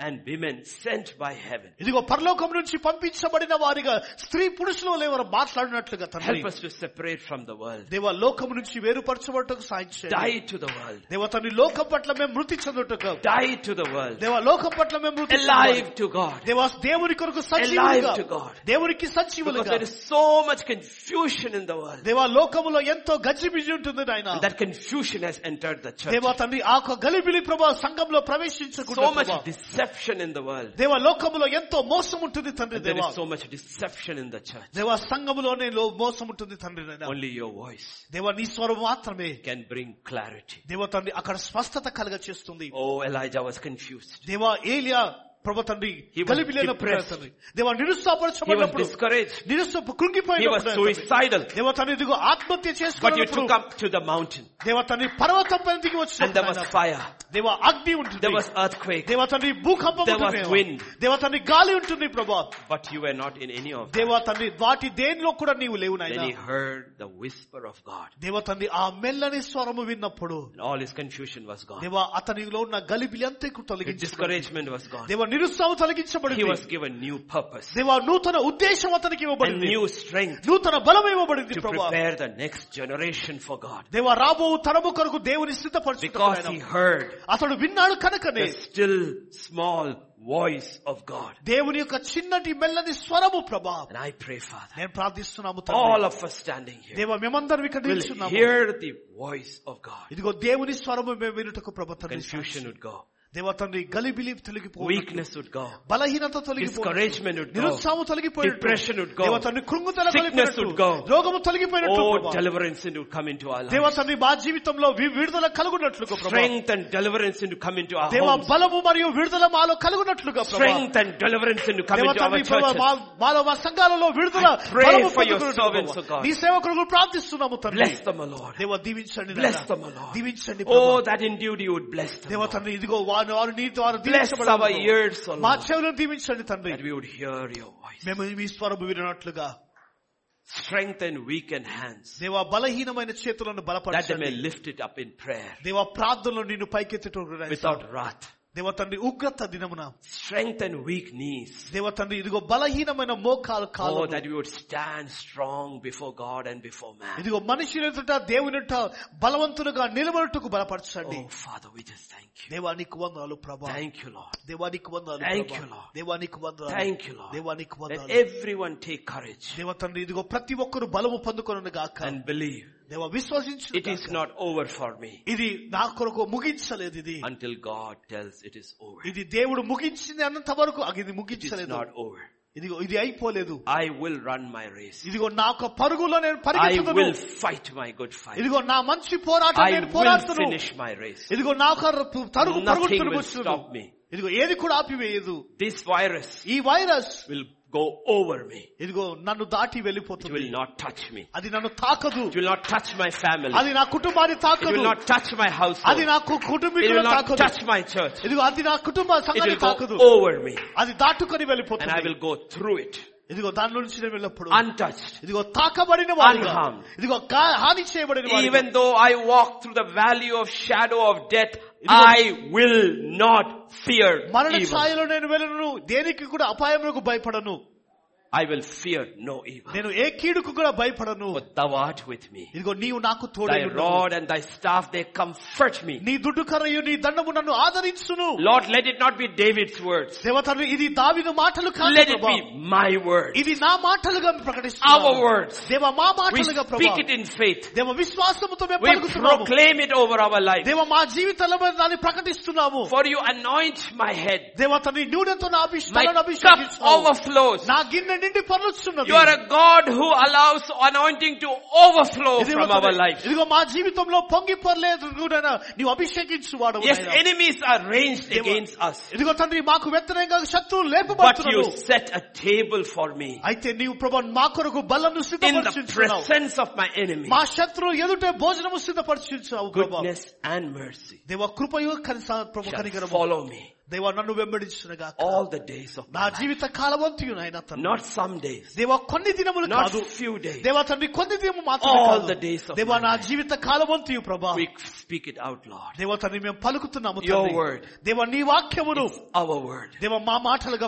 [SPEAKER 1] and women sent by heaven.
[SPEAKER 2] ఇదిగో పరలోకం నుంచి పంపించబడిన వారిగా స్త్రీ పురుషులు లేవరు మాట్లాడినట్లుగా తండ్రి
[SPEAKER 1] Help us to separate from the world.
[SPEAKER 2] దేవ లోకం నుంచి వేరుపరచబడటకు సాయం చేయండి
[SPEAKER 1] Die to the world.
[SPEAKER 2] దేవ తండ్రి లోకం పట్ల మేము మృతి చెందుటకు
[SPEAKER 1] Die to the world.
[SPEAKER 2] దేవ లోకం పట్ల మేము మృతి చెందాలి.
[SPEAKER 1] Alive to God.
[SPEAKER 2] దేవ దేవుని కొరకు
[SPEAKER 1] Alive
[SPEAKER 2] సజీవులుగా
[SPEAKER 1] to God.
[SPEAKER 2] దేవునికి
[SPEAKER 1] Because
[SPEAKER 2] సజీవులుగా
[SPEAKER 1] there is so much confusion in the world.
[SPEAKER 2] దేవ లోకములో ఎంతో గజిబిజి ఉంటుంది నాయన
[SPEAKER 1] And that confusion has entered the church.
[SPEAKER 2] దేవ తండ్రి ఆ యొక్క గలిబిలి ప్రభా సంఘంలో
[SPEAKER 1] So
[SPEAKER 2] ప్రవేశించకుండా
[SPEAKER 1] much
[SPEAKER 2] ప్రభా.
[SPEAKER 1] deception in the world.
[SPEAKER 2] దేవ లోకములో ఎంతో మోసం ఉంటుంది తండ్రి
[SPEAKER 1] And there
[SPEAKER 2] దేవ
[SPEAKER 1] is so much deception in the church.
[SPEAKER 2] దేవ సంఘములోనే లో మోసం ఉంటుంది తండ్రి నాయన
[SPEAKER 1] Only your voice
[SPEAKER 2] దేవ నీ స్వరం మాత్రమే
[SPEAKER 1] can bring clarity.
[SPEAKER 2] దేవ తండ్రి అక్కడ స్వస్థత కలగ చేస్తుంది
[SPEAKER 1] Oh, Elijah was confused.
[SPEAKER 2] దేవ ఏలియా ప్రభు తండ్రి
[SPEAKER 1] He was
[SPEAKER 2] కలిపిలేనప్పుడు
[SPEAKER 1] depressed.
[SPEAKER 2] తండ్రి దేవ
[SPEAKER 1] He was
[SPEAKER 2] నిరుత్సాహపరచబడినప్పుడు
[SPEAKER 1] discouraged.
[SPEAKER 2] నిరుత్సాహ
[SPEAKER 1] He was
[SPEAKER 2] కృంగిపోయినప్పుడు
[SPEAKER 1] suicidal.
[SPEAKER 2] దేవ తండ్రి ఇదిగో ఆత్మహత్య
[SPEAKER 1] But you
[SPEAKER 2] చేసుకున్నప్పుడు
[SPEAKER 1] took up to the mountain.
[SPEAKER 2] దేవ తండ్రి పర్వతం పైన దిగి వచ్చిన
[SPEAKER 1] And there was fire.
[SPEAKER 2] దేవ అగ్ని ఉంటుంది
[SPEAKER 1] There was earthquake.
[SPEAKER 2] దేవ తండ్రి భూకంపం
[SPEAKER 1] There was
[SPEAKER 2] ఉంటుంది
[SPEAKER 1] wind.
[SPEAKER 2] దేవ తండ్రి గాలి ఉంటుంది ప్రభా
[SPEAKER 1] But you were not in any of them.
[SPEAKER 2] దేవ తండ్రి వాటి దేనిలో కూడా నీవు లేవు
[SPEAKER 1] Then he
[SPEAKER 2] నాయన
[SPEAKER 1] heard the whisper of God.
[SPEAKER 2] దేవ తండ్రి ఆ మెల్లని స్వరము విన్నప్పుడు
[SPEAKER 1] And all his confusion was gone.
[SPEAKER 2] దేవ అతనిలో ఉన్న గలిబిలి అంతా ఇక్కడ
[SPEAKER 1] His
[SPEAKER 2] తొలగించబడి
[SPEAKER 1] discouragement was gone.
[SPEAKER 2] దేవ నిరుత్సాహం
[SPEAKER 1] He
[SPEAKER 2] తొలగించబడింది
[SPEAKER 1] was given new purpose
[SPEAKER 2] దేవ నూతన ఉద్దేశం అతనికి
[SPEAKER 1] and
[SPEAKER 2] ఇవ్వబడింది
[SPEAKER 1] new strength
[SPEAKER 2] నూతన బలం ఇవ్వబడింది
[SPEAKER 1] to
[SPEAKER 2] ప్రభా
[SPEAKER 1] prepare the next generation for God.
[SPEAKER 2] దేవ రాబో తరము కొరకు దేవుని
[SPEAKER 1] Because he
[SPEAKER 2] సిద్ధపరచుకున్నాడు
[SPEAKER 1] heard
[SPEAKER 2] అతడు విన్నాడు కనుకనే
[SPEAKER 1] the still small voice of God.
[SPEAKER 2] దేవుని యొక్క చిన్నటి మెల్లని స్వరము ప్రభా
[SPEAKER 1] And I pray, Father,
[SPEAKER 2] నేను ప్రార్థిస్తున్నాము తండ్రి.
[SPEAKER 1] all of us standing here
[SPEAKER 2] దేవ మేమందరం ఇక్కడ
[SPEAKER 1] will
[SPEAKER 2] నిల్చున్నాము
[SPEAKER 1] hear the voice of God.
[SPEAKER 2] ఇదిగో దేవుని స్వరము మేము వినుటకు ప్రభా తండ్రి
[SPEAKER 1] Confusion would go.
[SPEAKER 2] దేవ తండ్రి గలిబిలి తొలగిపోయి
[SPEAKER 1] Weakness would go.
[SPEAKER 2] బలహీనత తొలగిపోయి
[SPEAKER 1] Discouragement would go.
[SPEAKER 2] నిరుత్సాహం తొలగిపోయి
[SPEAKER 1] Depression would go.
[SPEAKER 2] దేవ తండ్రి కృంగుదల
[SPEAKER 1] Sickness
[SPEAKER 2] కలిగినట్టు,
[SPEAKER 1] would go.
[SPEAKER 2] రోగము తొలగిపోయినట్టు
[SPEAKER 1] Oh,
[SPEAKER 2] ప్రభా.
[SPEAKER 1] deliverance would come into our lives.
[SPEAKER 2] దేవ తండ్రి మా జీవితంలో వి- విడుదల కలుగునట్లుగా ప్రభా
[SPEAKER 1] Strength and deliverance to come into our
[SPEAKER 2] దేవ
[SPEAKER 1] homes.
[SPEAKER 2] బలము మరియు విడుదల మాలో కలుగునట్లుగా ప్రభా.
[SPEAKER 1] Strength and deliverance to come
[SPEAKER 2] దేవ
[SPEAKER 1] into our
[SPEAKER 2] తండ్రి ప్రభా,
[SPEAKER 1] churches.
[SPEAKER 2] మా- మాలో మా సంఘాలలో విడుదల
[SPEAKER 1] I pray
[SPEAKER 2] బలము
[SPEAKER 1] for your
[SPEAKER 2] పొందుకున్నట్లుగా
[SPEAKER 1] servants,
[SPEAKER 2] ప్రభా.
[SPEAKER 1] O God.
[SPEAKER 2] నీ సేవకులకు ప్రార్థిస్తున్నాము తండ్రి
[SPEAKER 1] Bless them, O Lord.
[SPEAKER 2] దేవ దీవించండి
[SPEAKER 1] Bless
[SPEAKER 2] నాయనా.
[SPEAKER 1] them, O Lord.
[SPEAKER 2] దీవించండి
[SPEAKER 1] Oh,
[SPEAKER 2] ప్రభా.
[SPEAKER 1] that indeed you would bless them.
[SPEAKER 2] దేవ
[SPEAKER 1] Lord.
[SPEAKER 2] తండ్రి ఇదిగో వారు వారు నీ ద్వారా
[SPEAKER 1] Bless
[SPEAKER 2] దీవించబడాలి
[SPEAKER 1] our
[SPEAKER 2] ప్రభా.
[SPEAKER 1] ears, O
[SPEAKER 2] మా
[SPEAKER 1] Lord.
[SPEAKER 2] చెవులను దీవించండి తండ్రి
[SPEAKER 1] That we would hear your voice.
[SPEAKER 2] మేము మీ స్వరము వినట్లుగా
[SPEAKER 1] Strength and weakened hands.
[SPEAKER 2] దేవ బలహీనమైన చేతులను
[SPEAKER 1] That they may
[SPEAKER 2] బలపరచండి
[SPEAKER 1] lift it up in prayer.
[SPEAKER 2] దేవ ప్రార్థనలో నిన్ను పైకెత్తుటకు
[SPEAKER 1] Without wrath.
[SPEAKER 2] దేవ తండ్రి ఉగ్రత దినమున
[SPEAKER 1] Strength and weak knees.
[SPEAKER 2] దేవ తండ్రి ఇదిగో బలహీనమైన మోకాలు కాలు
[SPEAKER 1] Oh, that we would stand strong before God and before man.
[SPEAKER 2] ఇదిగో మనిషి ఎదుట దేవుని ఎదుట బలవంతులుగా నిలబడుటకు బలపరచండి
[SPEAKER 1] Oh, Father, we just thank you.
[SPEAKER 2] దేవానికి వందనాలు ప్రభా
[SPEAKER 1] Thank you, Lord.
[SPEAKER 2] దేవానికి వందనాలు
[SPEAKER 1] Thank
[SPEAKER 2] ప్రభా.
[SPEAKER 1] you, Lord.
[SPEAKER 2] దేవానికి వందనాలు
[SPEAKER 1] Thank you, Lord.
[SPEAKER 2] దేవానికి
[SPEAKER 1] Let
[SPEAKER 2] వందనాలు
[SPEAKER 1] everyone take courage
[SPEAKER 2] దేవ తండ్రి ఇదిగో ప్రతి ఒక్కరు బలము పొందుకొనను గాక
[SPEAKER 1] and believe
[SPEAKER 2] దేవ విశ్వసించు
[SPEAKER 1] it is not over for me
[SPEAKER 2] ఇది నా కొరకు ముగించలేదు ఇది
[SPEAKER 1] until God tells it is over.
[SPEAKER 2] ఇది దేవుడు ముగించింది అన్నంత వరకు అది ఇది
[SPEAKER 1] It is
[SPEAKER 2] ముగించలేదు
[SPEAKER 1] not over.
[SPEAKER 2] ఇదిగో ఇది అయిపోలేదు
[SPEAKER 1] I will run my race.
[SPEAKER 2] ఇదిగో నా యొక్క పరుగులో నేను
[SPEAKER 1] I
[SPEAKER 2] పరిగెత్తుదును
[SPEAKER 1] will fight my good fight.
[SPEAKER 2] ఇదిగో నా మంచి పోరాటం
[SPEAKER 1] I
[SPEAKER 2] నేను
[SPEAKER 1] will
[SPEAKER 2] పోరాడుతున్నాను
[SPEAKER 1] finish my race.
[SPEAKER 2] ఇదిగో నా యొక్క తరుగు
[SPEAKER 1] Nothing will
[SPEAKER 2] పరుగుతున్నాను
[SPEAKER 1] stop me.
[SPEAKER 2] ఇదిగో ఏది కూడా ఆపివేయదు
[SPEAKER 1] This virus
[SPEAKER 2] ఈ virus
[SPEAKER 1] will go over me.
[SPEAKER 2] ఇదిగో నన్ను దాటి
[SPEAKER 1] It
[SPEAKER 2] వెళ్ళిపోతుంది
[SPEAKER 1] will not touch me.
[SPEAKER 2] అది నన్ను తాకదు
[SPEAKER 1] It will not touch my family.
[SPEAKER 2] అది నా కుటుంబాన్ని
[SPEAKER 1] It
[SPEAKER 2] తాకదు
[SPEAKER 1] will not touch my
[SPEAKER 2] అది
[SPEAKER 1] household.
[SPEAKER 2] నా
[SPEAKER 1] It will
[SPEAKER 2] కుటుంబీకులను
[SPEAKER 1] not
[SPEAKER 2] తాకదు
[SPEAKER 1] touch my church.
[SPEAKER 2] ఇదిగో అది నా కుటుంబ
[SPEAKER 1] It will
[SPEAKER 2] సంఘాన్ని తాకదు
[SPEAKER 1] go over me.
[SPEAKER 2] అది దాటుకొని
[SPEAKER 1] And I will
[SPEAKER 2] వెళ్ళిపోతుంది
[SPEAKER 1] go through it.
[SPEAKER 2] ఇదిగో దాని నుంచి నేను వెళ్ళినప్పుడు
[SPEAKER 1] Untouched.
[SPEAKER 2] ఇదిగో తాకబడిన వాడిగా
[SPEAKER 1] Unharmed.
[SPEAKER 2] ఇదిగో కా- హాని చేయబడిన వాడిగా.
[SPEAKER 1] Even though I walk through the valley of shadow of death,
[SPEAKER 2] It will-
[SPEAKER 1] I will not fear
[SPEAKER 2] మరణ
[SPEAKER 1] evil.
[SPEAKER 2] ఛాయలో నేను వెళ్ళను దేనికి కూడా అపాయములకు భయపడను
[SPEAKER 1] I will fear no evil.
[SPEAKER 2] నేను ఏ కీడుకు కూడా భయపడను
[SPEAKER 1] For thou art with me.
[SPEAKER 2] ఇదిగో నీవు నాకు తోడై
[SPEAKER 1] Thy
[SPEAKER 2] ఉండవు.
[SPEAKER 1] rod and thy staff, they comfort me.
[SPEAKER 2] నీ దుడ్డు కర్రయు నీ దండము నన్ను ఆదరించును
[SPEAKER 1] Lord, let it not be David's words.
[SPEAKER 2] దేవతను ఇది దావిదు మాటలు కాదు
[SPEAKER 1] Let it
[SPEAKER 2] ప్రభా.
[SPEAKER 1] be my words.
[SPEAKER 2] ఇది నా మాటలుగా
[SPEAKER 1] Our
[SPEAKER 2] ప్రకటిస్తున్నాను
[SPEAKER 1] words.
[SPEAKER 2] దేవ మా
[SPEAKER 1] We
[SPEAKER 2] మాటలుగా ప్రభా
[SPEAKER 1] speak it in faith.
[SPEAKER 2] దేవ విశ్వాసముతో మేము
[SPEAKER 1] We
[SPEAKER 2] పలుకుతున్నాము
[SPEAKER 1] proclaim it over our life.
[SPEAKER 2] దేవ మా జీవితంలో మేము దాన్ని ప్రకటిస్తున్నాము
[SPEAKER 1] For you anoint my head.
[SPEAKER 2] దేవ తన నూనెతో నా అభిష్-
[SPEAKER 1] My
[SPEAKER 2] తలను
[SPEAKER 1] cup
[SPEAKER 2] అభిషేకించు
[SPEAKER 1] overflows.
[SPEAKER 2] నా గిన్నె నిండి పరుచున్నది
[SPEAKER 1] You are a God who allows anointing to overflow
[SPEAKER 2] ఇదిగో
[SPEAKER 1] from our
[SPEAKER 2] తన-
[SPEAKER 1] life.
[SPEAKER 2] ఇదిగో మా జీవితంలో పొంగి పర్లేదు నీవు అభిషేకించు వాడు
[SPEAKER 1] Yes, enemies are ranged against us.
[SPEAKER 2] ఇదిగో తండ్రి మాకు వ్యతిరేకంగా శత్రువులు
[SPEAKER 1] But you
[SPEAKER 2] లేపబడుతున్నారు
[SPEAKER 1] set a table for me
[SPEAKER 2] అయితే నీవు ప్రభా మా కొరకు బలను
[SPEAKER 1] in the
[SPEAKER 2] సిద్ధపరిచున్నావు
[SPEAKER 1] presence of my enemy.
[SPEAKER 2] మా శత్రువు ఎదుటే భోజనము సిద్ధపరిచున్నావు ప్రభా
[SPEAKER 1] Goodness and mercy
[SPEAKER 2] దేవ కృపయు కనిస- ప్రభు
[SPEAKER 1] shall
[SPEAKER 2] కనికరము
[SPEAKER 1] follow me
[SPEAKER 2] దేవ నన్ను వెంబడించునగా
[SPEAKER 1] all the days of
[SPEAKER 2] నా
[SPEAKER 1] my life.
[SPEAKER 2] జీవిత కాలవంతియు నాయన తను
[SPEAKER 1] Not some days,
[SPEAKER 2] దేవ కొన్ని దినములు
[SPEAKER 1] not
[SPEAKER 2] కాదు
[SPEAKER 1] few days.
[SPEAKER 2] దేవ తండ్రి కొన్ని దినము
[SPEAKER 1] All
[SPEAKER 2] మాత్రం
[SPEAKER 1] the days of
[SPEAKER 2] దేవ
[SPEAKER 1] my
[SPEAKER 2] నా
[SPEAKER 1] life.
[SPEAKER 2] జీవిత కాలవంతియు ప్రభా
[SPEAKER 1] We speak it out, Lord.
[SPEAKER 2] దేవ తండ్రి మేము పలుకుతున్నాము
[SPEAKER 1] Your
[SPEAKER 2] తండ్రి.
[SPEAKER 1] word.
[SPEAKER 2] దేవ నీ వాక్యమును
[SPEAKER 1] Our word.
[SPEAKER 2] దేవ మా మాటలుగా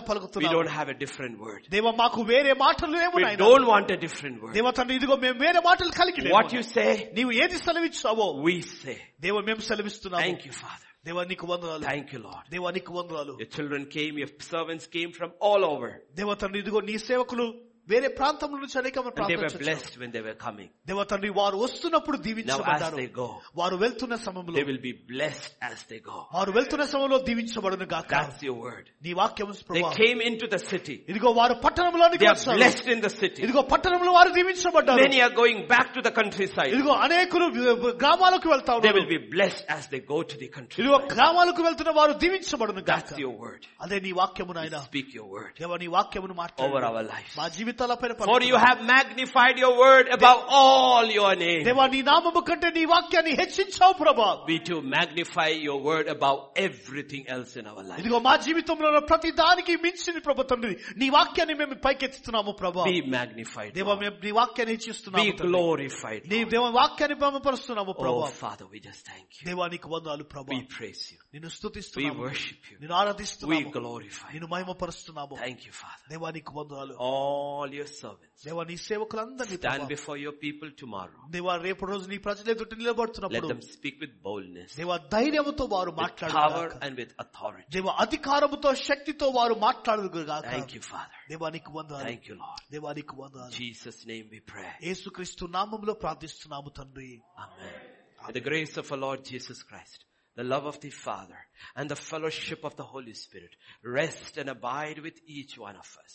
[SPEAKER 1] We don't
[SPEAKER 2] పలుకుతున్నాము
[SPEAKER 1] have a different word.
[SPEAKER 2] దేవ మాకు వేరే మాటలు లేవు
[SPEAKER 1] We
[SPEAKER 2] నాయన.
[SPEAKER 1] don't want a different word.
[SPEAKER 2] దేవ తండ్రి ఇదిగో మేము వేరే మాటలు కలిగి లేము.
[SPEAKER 1] What you say,
[SPEAKER 2] నీవు ఏది సెలవిచ్చావో
[SPEAKER 1] we say.
[SPEAKER 2] దేవ మేము సెలవిస్తున్నాము
[SPEAKER 1] Thank you, Father.
[SPEAKER 2] దేవ నీకు వందనాలు
[SPEAKER 1] Thank you, Lord.
[SPEAKER 2] దేవ నీకు వందనాలు
[SPEAKER 1] Your children came, your servants came from all over.
[SPEAKER 2] దేవ తండ్రి ఇదిగో నీ సేవకులు వేరే ప్రాంతముల నుంచి అనేక
[SPEAKER 1] And they
[SPEAKER 2] ప్రాంతాలకు
[SPEAKER 1] were
[SPEAKER 2] వచ్చారు.
[SPEAKER 1] blessed when they were coming.
[SPEAKER 2] దేవ తండ్రి వారు వస్తున్నప్పుడు
[SPEAKER 1] Now as
[SPEAKER 2] దీవించబడ్డారు
[SPEAKER 1] they go,
[SPEAKER 2] వారు వెళ్తున్న సమయంలో
[SPEAKER 1] they will be blessed as they go.
[SPEAKER 2] వారు వెళ్తున్న సమయంలో దీవించబడును గాక
[SPEAKER 1] That's your word.
[SPEAKER 2] నీ వాక్యం
[SPEAKER 1] They
[SPEAKER 2] ప్రభువా.
[SPEAKER 1] came into the city.
[SPEAKER 2] ఇదిగో వారు పట్టణంలోనికి
[SPEAKER 1] They are
[SPEAKER 2] వచ్చారు.
[SPEAKER 1] blessed in the city.
[SPEAKER 2] ఇదిగో పట్టణంలో వారు దీవించబడ్డారు
[SPEAKER 1] Many are going back to the countryside.
[SPEAKER 2] ఇదిగో అనేకులు వి- గ్రామాలకు వెళ్తా
[SPEAKER 1] They
[SPEAKER 2] ఉన్నారు
[SPEAKER 1] will be blessed as they go to the
[SPEAKER 2] ఇదిగో
[SPEAKER 1] countryside.
[SPEAKER 2] గ్రామాలకు వెళ్తున్న వారు దీవించబడును
[SPEAKER 1] That's
[SPEAKER 2] గాక
[SPEAKER 1] your word.
[SPEAKER 2] అదే నీ వాక్యము నాయన
[SPEAKER 1] Speak your word
[SPEAKER 2] దేవ నీ వాక్యమును
[SPEAKER 1] over
[SPEAKER 2] మాట్లాడు
[SPEAKER 1] our lives.
[SPEAKER 2] మా జీవితాల పైన
[SPEAKER 1] For you
[SPEAKER 2] పలుకుతున్నావు.
[SPEAKER 1] have magnified your word above all your names.
[SPEAKER 2] దేవా నీ నామము కంటే నీ వాక్యాన్ని హెచ్చించావు ప్రభా
[SPEAKER 1] We too magnify your word above everything else in our life.
[SPEAKER 2] ఇదిగో మా జీవితంలో ఉన్న ప్రతి దానికి మించింది ప్రభా తండ్రి నీ వాక్యాన్ని మేము పైకెత్తుతున్నాము ప్రభా
[SPEAKER 1] Be magnified.
[SPEAKER 2] దేవ
[SPEAKER 1] Lord.
[SPEAKER 2] మేము నీ వాక్యాన్ని హెచ్చిస్తున్నాము
[SPEAKER 1] Be
[SPEAKER 2] తండ్రి.
[SPEAKER 1] glorified.
[SPEAKER 2] నీ
[SPEAKER 1] Lord.
[SPEAKER 2] దేవ వాక్యాన్ని మేమపరుస్తున్నాము
[SPEAKER 1] Oh,
[SPEAKER 2] ప్రభా
[SPEAKER 1] Father, we just thank you.
[SPEAKER 2] దేవా నీకు వందాలు ప్రభా
[SPEAKER 1] We praise you.
[SPEAKER 2] నిన్ను
[SPEAKER 1] We
[SPEAKER 2] స్తుతిస్తున్నాము
[SPEAKER 1] worship you.
[SPEAKER 2] నిన్ను
[SPEAKER 1] We
[SPEAKER 2] ఆరాధిస్తున్నాము
[SPEAKER 1] glorify you.
[SPEAKER 2] నిన్ను మహిమపరుస్తున్నాము
[SPEAKER 1] Thank you, Father.
[SPEAKER 2] దేవా నీకు వందాలు
[SPEAKER 1] All your servants
[SPEAKER 2] దేవా నీ సేవకులందరినీ
[SPEAKER 1] stand
[SPEAKER 2] ప్రభా.
[SPEAKER 1] before your people tomorrow.
[SPEAKER 2] దేవా రేపు రోజు నీ ప్రజల ఎదుట
[SPEAKER 1] Let
[SPEAKER 2] నిలబడుతున్నప్పుడు
[SPEAKER 1] them speak with boldness,
[SPEAKER 2] దేవా ధైర్యముతో వారు
[SPEAKER 1] with power
[SPEAKER 2] మాట్లాడారు
[SPEAKER 1] and with authority.
[SPEAKER 2] దేవ అధికారముతో శక్తితో వారు మాట్లాడదు
[SPEAKER 1] Thank you, Father.
[SPEAKER 2] దేవానికి వందాలు
[SPEAKER 1] Thank you, Lord.
[SPEAKER 2] దేవానికి
[SPEAKER 1] In
[SPEAKER 2] వందాలు
[SPEAKER 1] Jesus' name we pray.
[SPEAKER 2] యేసుక్రీస్తు నామంలో ప్రార్థిస్తున్నాము తండ్రి
[SPEAKER 1] Amen. May the grace of our Lord Jesus Christ, the love of the Father, and the fellowship of the Holy Spirit rest and abide with each one of us.